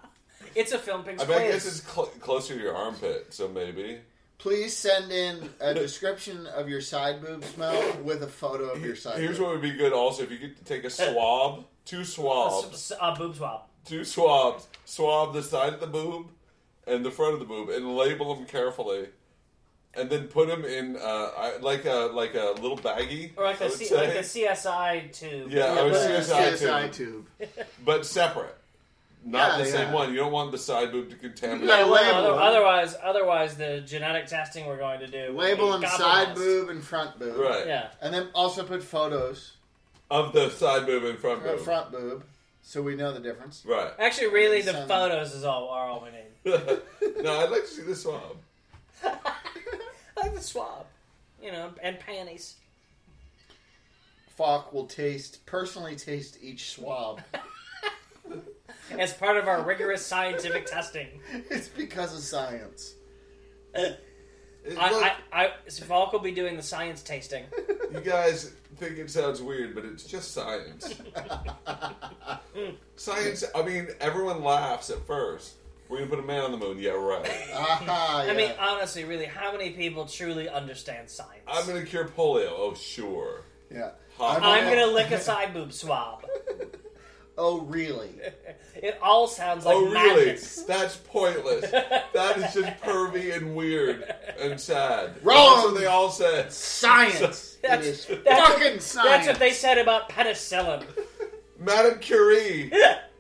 It's a film pig's
I mean, I guess
place.
it's cl- closer to your armpit, so maybe.
Please send in a description of your side boob smell with a photo of your side
Here's
boob.
what would be good also if you could take a swab, two swabs,
A, a boob swap.
two swabs, swab the side of the boob and the front of the boob, and label them carefully. And then put them in uh, I- like a like a little baggie,
Or like
I
a,
would
C,
say.
like a CSI tube.
Yeah, I would
Put it in a
CSI
CSI
tube.
tube.
but separate, not
Yeah,
the same
yeah.
one. You don't want the side boob to contaminate.
No.
Well,
Label.
other- otherwise, otherwise the genetic testing we're going to do. will
Label
be
and
goblin
side
eyes.
boob and front boob.
Right.
Yeah.
And then also put photos
Of the side boob and front
of
boob.
front boob so we know the difference.
Right. *laughs*
Actually, really, the
Some-
photos is all are all we need.
no, I'd like to see the swab.
like the swab, you know, and panties.
Falk will taste personally taste each swab. *laughs*
As part of our rigorous scientific testing,
it's because of
*laughs*
science.
It- look,
I, I, I, Falk will be doing the science tasting.
you guys think it sounds weird, but it's
*laughs*
just science. science. I mean, everyone laughs at first. We're gonna put a man on the moon. Yeah, right.
Aha, Ah, yeah.
I mean, honestly, really, how many people truly understand science?
I'm gonna cure polio. Oh, sure.
yeah.
Hot.
I'm gonna lick a side boob swab.
Oh, really?
It all sounds like
oh, really?
madness.
That's pointless. that is just pervy and weird and sad.
Wrong.
That's what they all
*laughs*
said.
Science. it
That's-
is
that's-
fucking
That's
science.
what they said about penicillin.
Madame Curie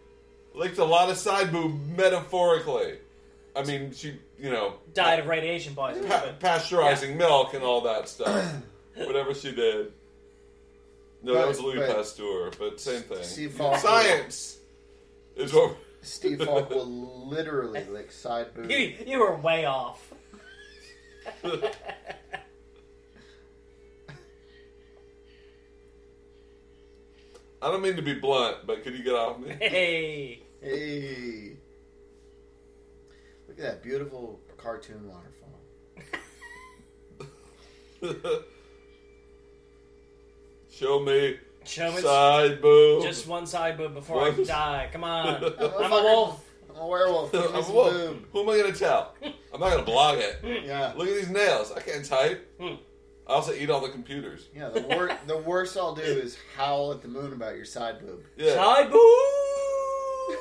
*laughs* licked a lot of side boob metaphorically. I mean, she, you know,
Died of radiation
*laughs*
poisoning.
pa-
but-
pasteurizing milk and all that stuff. Whatever she did. No, that was
But-
Louis
but-
Pasteur, but same thing.
Steve Falk.
Science is what.
Steve Falk
*laughs*
will literally lick side boob.
You, you were way off.
I don't mean to be blunt, but could you get off me? *laughs*
Hey,
Hey. Look at that beautiful cartoon waterfall.
Show me
Show me
side boob.
just one side boob before I
What?
die. Come on. I'm a
Motherfucker,
wolf.
I'm a
*laughs*
werewolf. Give me
*laughs* I'm
some
woke.
boob.
Who am I gonna tell? I'm not gonna blog it.
Yeah.
Look at these nails. I can't type.
Hmm.
I also eat all the computers.
Yeah, the, wor- the worst I'll do is howl at the moon about your
*laughs*
side boob.
Yeah.
Side
*laughs*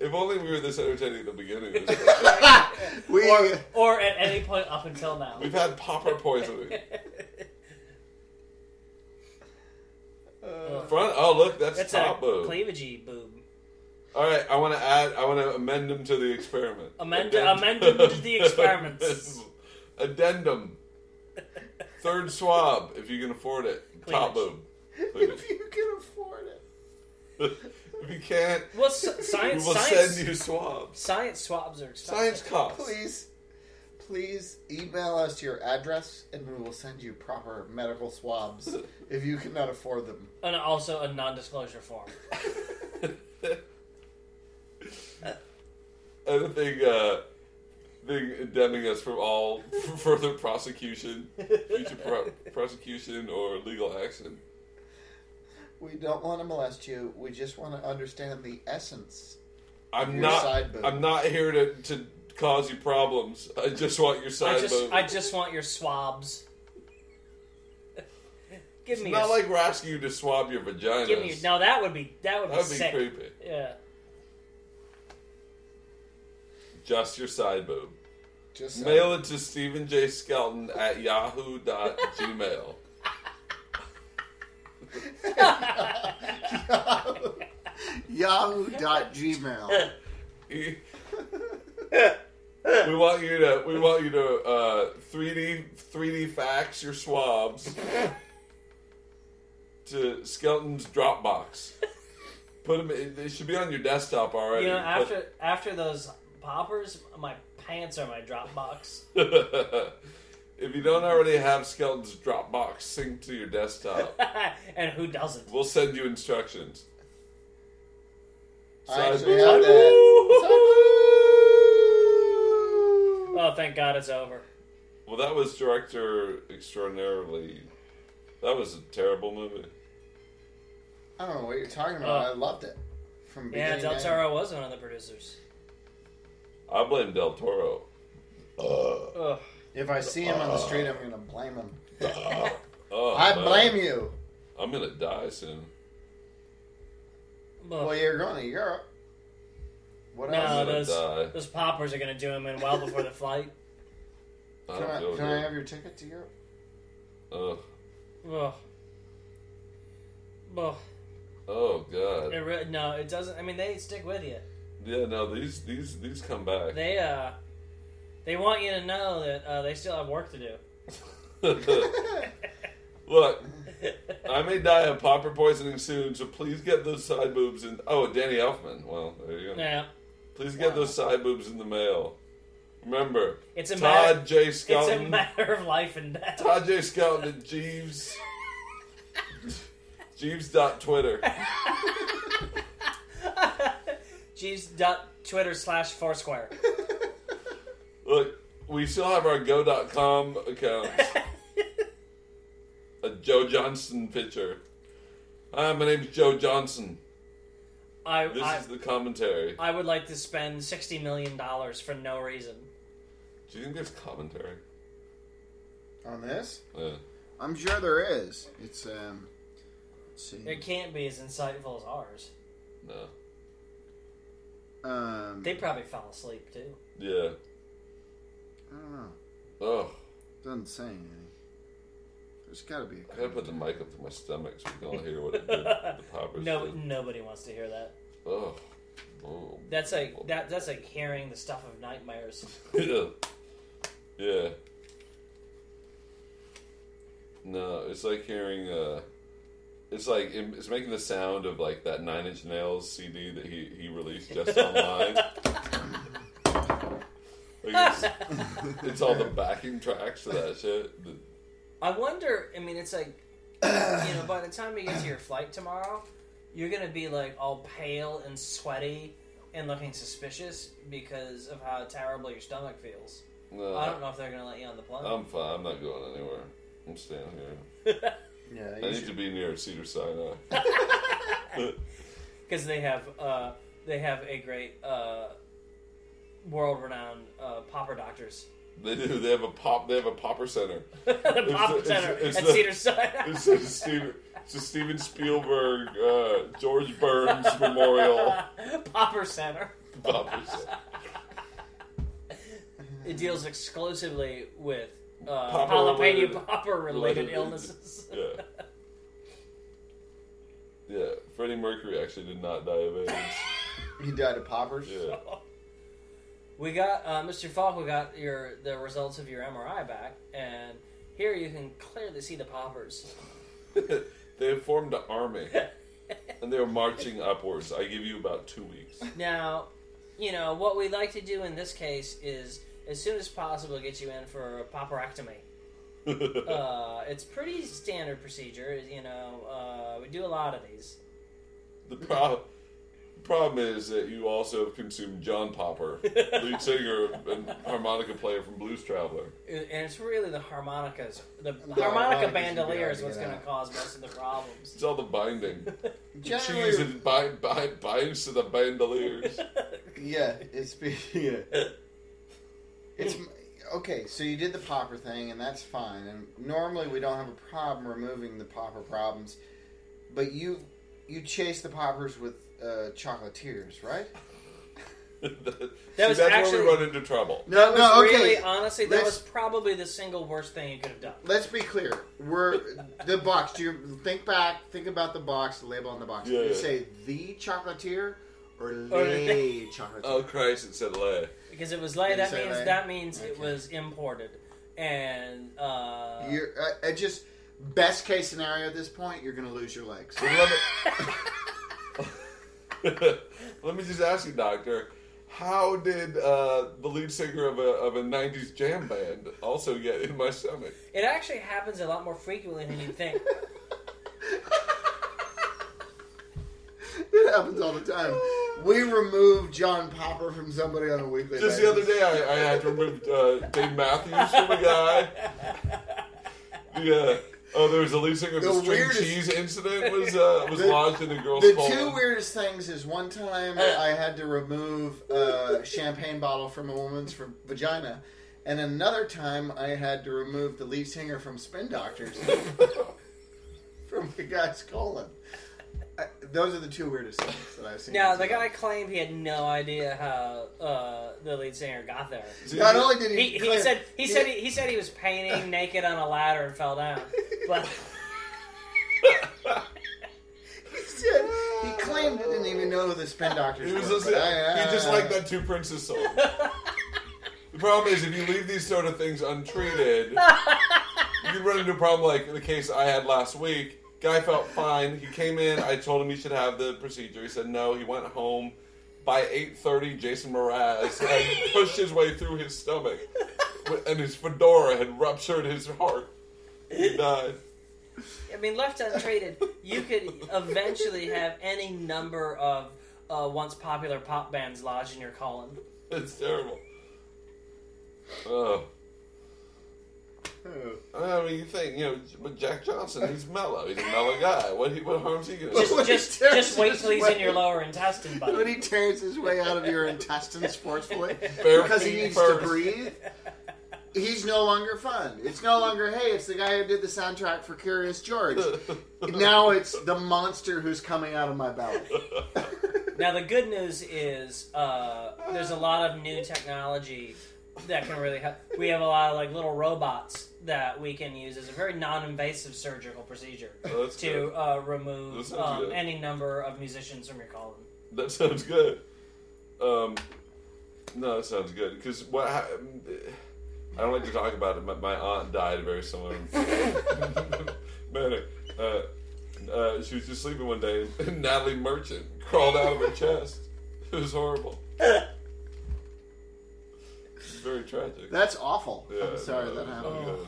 if only we were this entertaining at the beginning. *laughs* of this.
We, uh,
or, or at any point up until now.
We've had popper poisoning.
uh,
Front. Oh, look,
*laughs*
that's,
That's a
top boob.
cleavagey boob.
All right, I want to add. I want to amend them to the experiment.
Amend-
Addend-
amendum to
*laughs*
the experiments.
Addendum. Third swab, if you can afford it. Top
Cleavage.
boob. Cleavage. *laughs*
if you can afford it.
if you can't,
Well,
*laughs*
s-
we will
science, science,
send you swabs.
science swabs are expensive.
Science costs.
Please, please email us your address and we will send you proper medical
*laughs*
swabs if you cannot afford them.
And also a non-disclosure form.
*laughs* Anything uh, thing condemning us from all *laughs* f- further prosecution, future pro- prosecution, or legal action.
We don't want to molest you. We just want to understand the essence.
I'm
Your
not.
side boob.
I'm not here to, to cause you problems. I just want your side
I just,
boob.
I just want your swabs. *laughs* give
It's
me,
not
your,
like we're asking you to swab your vagina.
give me. Your, no, that would be that would be
That'd be
sick.
creepy.
Yeah.
Just your side boob.
Just so-
Mail it to Stephen J. Skelton at yahoo.gmail.
*laughs*
*laughs*
Yahoo.gmail.
we want you to we want you to uh, 3D 3D fax your swabs to Skelton's Dropbox. Put them. In, it should be on your desktop already.
You know,
Put-
after after those poppers, my pants are my Dropbox. *laughs*
*laughs* if you don't already have Skelton's Dropbox synced to your
*laughs*
desktop,
and who doesn't?
we'll send you instructions.
I
Side
actually
boob.
have
Oh, thank God it's over.
Well, that was director extraordinarily. That was a terrible movie.
I don't know what you're talking about.
Oh.
I loved it. From
Yeah,
beginning
Del
to end.
Toro was one of the producers.
I blame Del Toro.
Ugh.
If I see him on
Uh,
the street, I'm going to blame him.
Oh,
I
man.
blame you.
I'm gonna die soon.
Well, you're going to Europe. What
No,
else?
I'm gonna
those-
die.
Those poppers are gonna do him in well before the
*laughs*
flight.
I
Can,
don't feel
I, can I have
good. Oh,
your ticket to Europe?
Ugh.
Ugh. Ugh.
Oh
It
god.
re- no, it doesn't. I mean, they stick with you.
Yeah. No. These these these come back.
They uh, they want you to know that uh, they still have work to do. *laughs*
*laughs*
Uh,
Look, I may die of popper poisoning soon, so please get those side boobs in. Oh, Danny Elfman. Well, there you go.
Yeah,
Please get
Wow.
those side boobs in the mail. Remember,
it's a matter.
Todd J.
It's a
Skelton.
matter of life and death.
Todd J. Skelton at Jeeves. Jeeves.twitter.
Jeeves dot Twitter slash Foursquare.
Look, we still have our go.com account. A Joe Johnson picture. Hi, my name's Joe Johnson.
I
This
I,
is the commentary.
I would like to spend sixty million dollars for no reason.
Do you think there's commentary?
*laughs*
Uh,
On this?
Yeah.
I'm sure there is. It's, um. Let's
It
see.
can't be as insightful as ours.
No.
Um,
They probably fell asleep too.
Yeah.
I don't know.
Oh,
Doesn't say anything. There's got to be
I
a.
gotta put the mic up to my stomach so we can all hear what it did, the
*laughs*
poppers
No,
did.
nobody wants to hear that.
Oh. oh.
That's like that. That's like hearing the stuff of nightmares.
yeah. *coughs* Yeah. No, it's like hearing. Uh, it's like it's making the sound of like that Nine Inch Nails CD that he he released just online. like it's, it's all the backing tracks to that shit. The-
I wonder. I mean, it's like you know, by the time you get to your flight tomorrow, you're gonna be like all pale and sweaty, and looking suspicious because of how terrible your stomach feels.
No,
I don't know if they're gonna let you on the plane.
I'm fine. I'm not going anywhere. I'm staying here.
Yeah,
I
you
need to
should-
be near Cedar Sinai.
because they have uh, they have a great uh, world renowned uh, popper doctors. *laughs*
They do. They have a pop. They have a popper center.
the popper
it's-
center
it's
at
the-
Cedar Sinai.
It's a Steven, it's a Steven Spielberg, uh, George Burns Memorial
*laughs* popper center.
popper center.
It deals exclusively with uh,
Popper
jalapeno
related-
popper related
related- *laughs*
illnesses. *laughs*
Yeah. Yeah. Freddie Mercury actually did not die of AIDS.
*laughs* He died of poppers.
Yeah.
We got uh, Mr. Falk. We got your the results of your MRI back, and here you can clearly see the poppers.
they formed an army and they were marching upwards. I give you about two weeks.
Now, you know what we like to do in this case is, as soon as possible, get you in for a popperectomy. uh, it's pretty standard procedure. You know, uh, we do a lot of these.
The problem. Problem is that you also have consumed John Popper, lead singer and harmonica player from Blues Traveler.
And and it's really the harmonicas, the, harmonica
harmonicas you
bandolier
gotta
is what's
get
going to
out.
cause most of the problems.
*laughs* It's all the binding.
Generally-
Cheese and bind, bind, binds to
*laughs*
the bandoliers. *laughs*
Yeah, it's *laughs* be- yeah. It's okay. So you did the popper thing, and that's fine. And normally we don't have a problem removing the popper problems, but you you chase the poppers with uh, chocolatiers, right?
See,
was
that's
actually-
where we run into trouble.
No,
That
no.
was
Okay,
really, um, honestly, that
Let's-
was probably the single worst thing you could have done.
let's be clear. We're the box. Do you think back? Think about the box. The label on the box.
Yeah,
Did you
yeah.
say the chocolatier or
*laughs*
the chocolatier?
Oh Christ! It said lay.
Because it was lay.
Didn't
That
say
means
lay?
that means it
Okay.
was imported, and uh,
You're uh, uh, just best case scenario at this point. You're gonna lose your
*laughs*
legs.
Let me, *laughs* Let me just ask you, Doctor. How did uh, the lead singer of a, of a 90s jam band also get in my stomach?
it actually happens a lot more frequently than you
*laughs*
think.
*laughs* It happens all the time. We remove John Popper from somebody on a weekly
Just
basis.
the other day, I, I had to remove uh, Dave Matthews from
*laughs*
a guy. Yeah. Oh, there was a lead singer. The,
The
string
weirdest-
cheese incident was uh, was
The-
lodged in a girl's
The
colon.
two weirdest things is one time I had to remove a champagne bottle from a woman's v- vagina, and another time I had to remove the lead singer from Spin
*laughs*
Doctors from the guy's colon. I, those are the two weirdest things that I've seen.
Now, the guy claimed he had no idea how uh, the lead singer got there.
Not only did he,
He, he
claim-
said he said he, he said he was painting naked on a ladder and fell down. But
he said *laughs* he claimed he didn't even know who the Spin Doctors.
He was
were,
just,
but I-
he just
I-
liked that Two Princes song. the problem is, if you leave these sort of things untreated, you can run into a problem like the case I had last week. Guy felt fine. He came in. I told him he should have the procedure. He said no. He went home. By 8.30, Jason Mraz had pushed his way through his stomach, and his fedora had ruptured his heart. He died.
I mean, left untreated, you could eventually have any number of uh, once popular pop bands lodged in your colon.
It's terrible. Oh.
Oh.
I mean, you think you know, but Jack Johnson, he's mellow. He's a mellow guy. What he, what harm's he gonna?
*laughs* What
Just just,
he does
just wait
is
till he's
wait.
in your lower intestine,
when
buddy.
he tears his way out of your intestines
*laughs*
forcefully
Bare
because he
feet
needs
first.
to
*laughs*
breathe, he's no longer fun. It's no longer, hey, it's the guy who did the soundtrack for Curious
*laughs*
George. now it's the monster who's coming out of my belly. *laughs*
Now the good news is uh, there's a lot of new technology that can really help. We have a lot of like little robots that we can use as a very non-invasive surgical procedure
Oh, that's
to
good.
uh,
That
remove
sounds
um,
good.
any number of musicians from your colon.
That sounds good. Um, no, that sounds good because what ha- I don't like to talk about it. My, my aunt died very similar. *laughs* Manic. Uh, uh, she was just sleeping one day, and *laughs* Natalie Merchant crawled out of her chest. It was
*laughs*
horrible. It's very tragic.
That's awful.
Yeah,
I'm sorry
no,
that
it was
happened.
not good.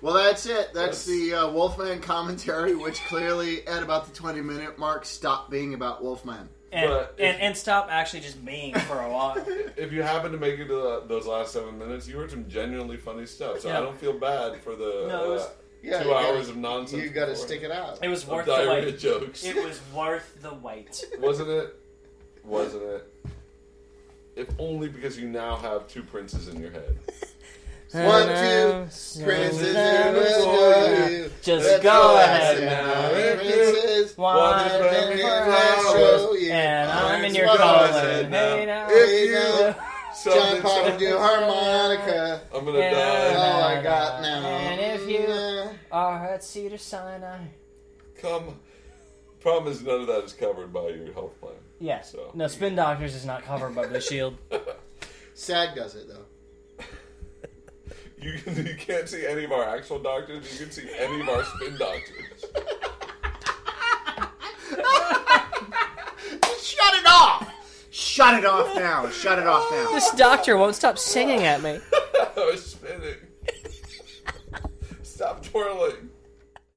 Well, that's it. That's
That's-
the uh, Wolfman commentary, which clearly at about the 20 minute mark stopped being about Wolfman.
and,
But if-
and, and stop actually just being for a
*laughs*
while.
If you happen to make it to the, those last seven minutes, you heard some genuinely funny stuff. So
Yeah.
I don't feel bad for the
No, it was-
uh,
Yeah,
two
you
hours
gotta-
of nonsense.
You got to
before.
stick it out.
It was
Of
worth the
diarrhea
wait.
*laughs* jokes.
It was worth the wait.
Wasn't it? Wasn't it? If only because you now have two princes in your head.
*laughs* One, two, princes in the
Just
That's
go
all I
ahead
say.
now.
Princes,
Why
and then
Prince
I'll show you.
And I'm in
That's
your
what I
collar.
said now.
Hey, now.
If you-
Yeah.
So
John
it's-
Popper do harmonica.
I'm gonna
Yeah.
die.
All I got now.
And if you- Are Uh, at Cedar Sinai.
Come. Problem is, none of that is covered by your health plan.
Yeah.
So.
No, Spin Doctors is not covered by
*laughs*
Blue Shield.
Sad does it though.
You, *laughs* you can't see any of our actual doctors. You can see any of our spin doctors.
Shut it off! Shut it off now! Shut it off now!
This doctor won't stop
*laughs*
singing at me.
I was spinning. Stop twirling.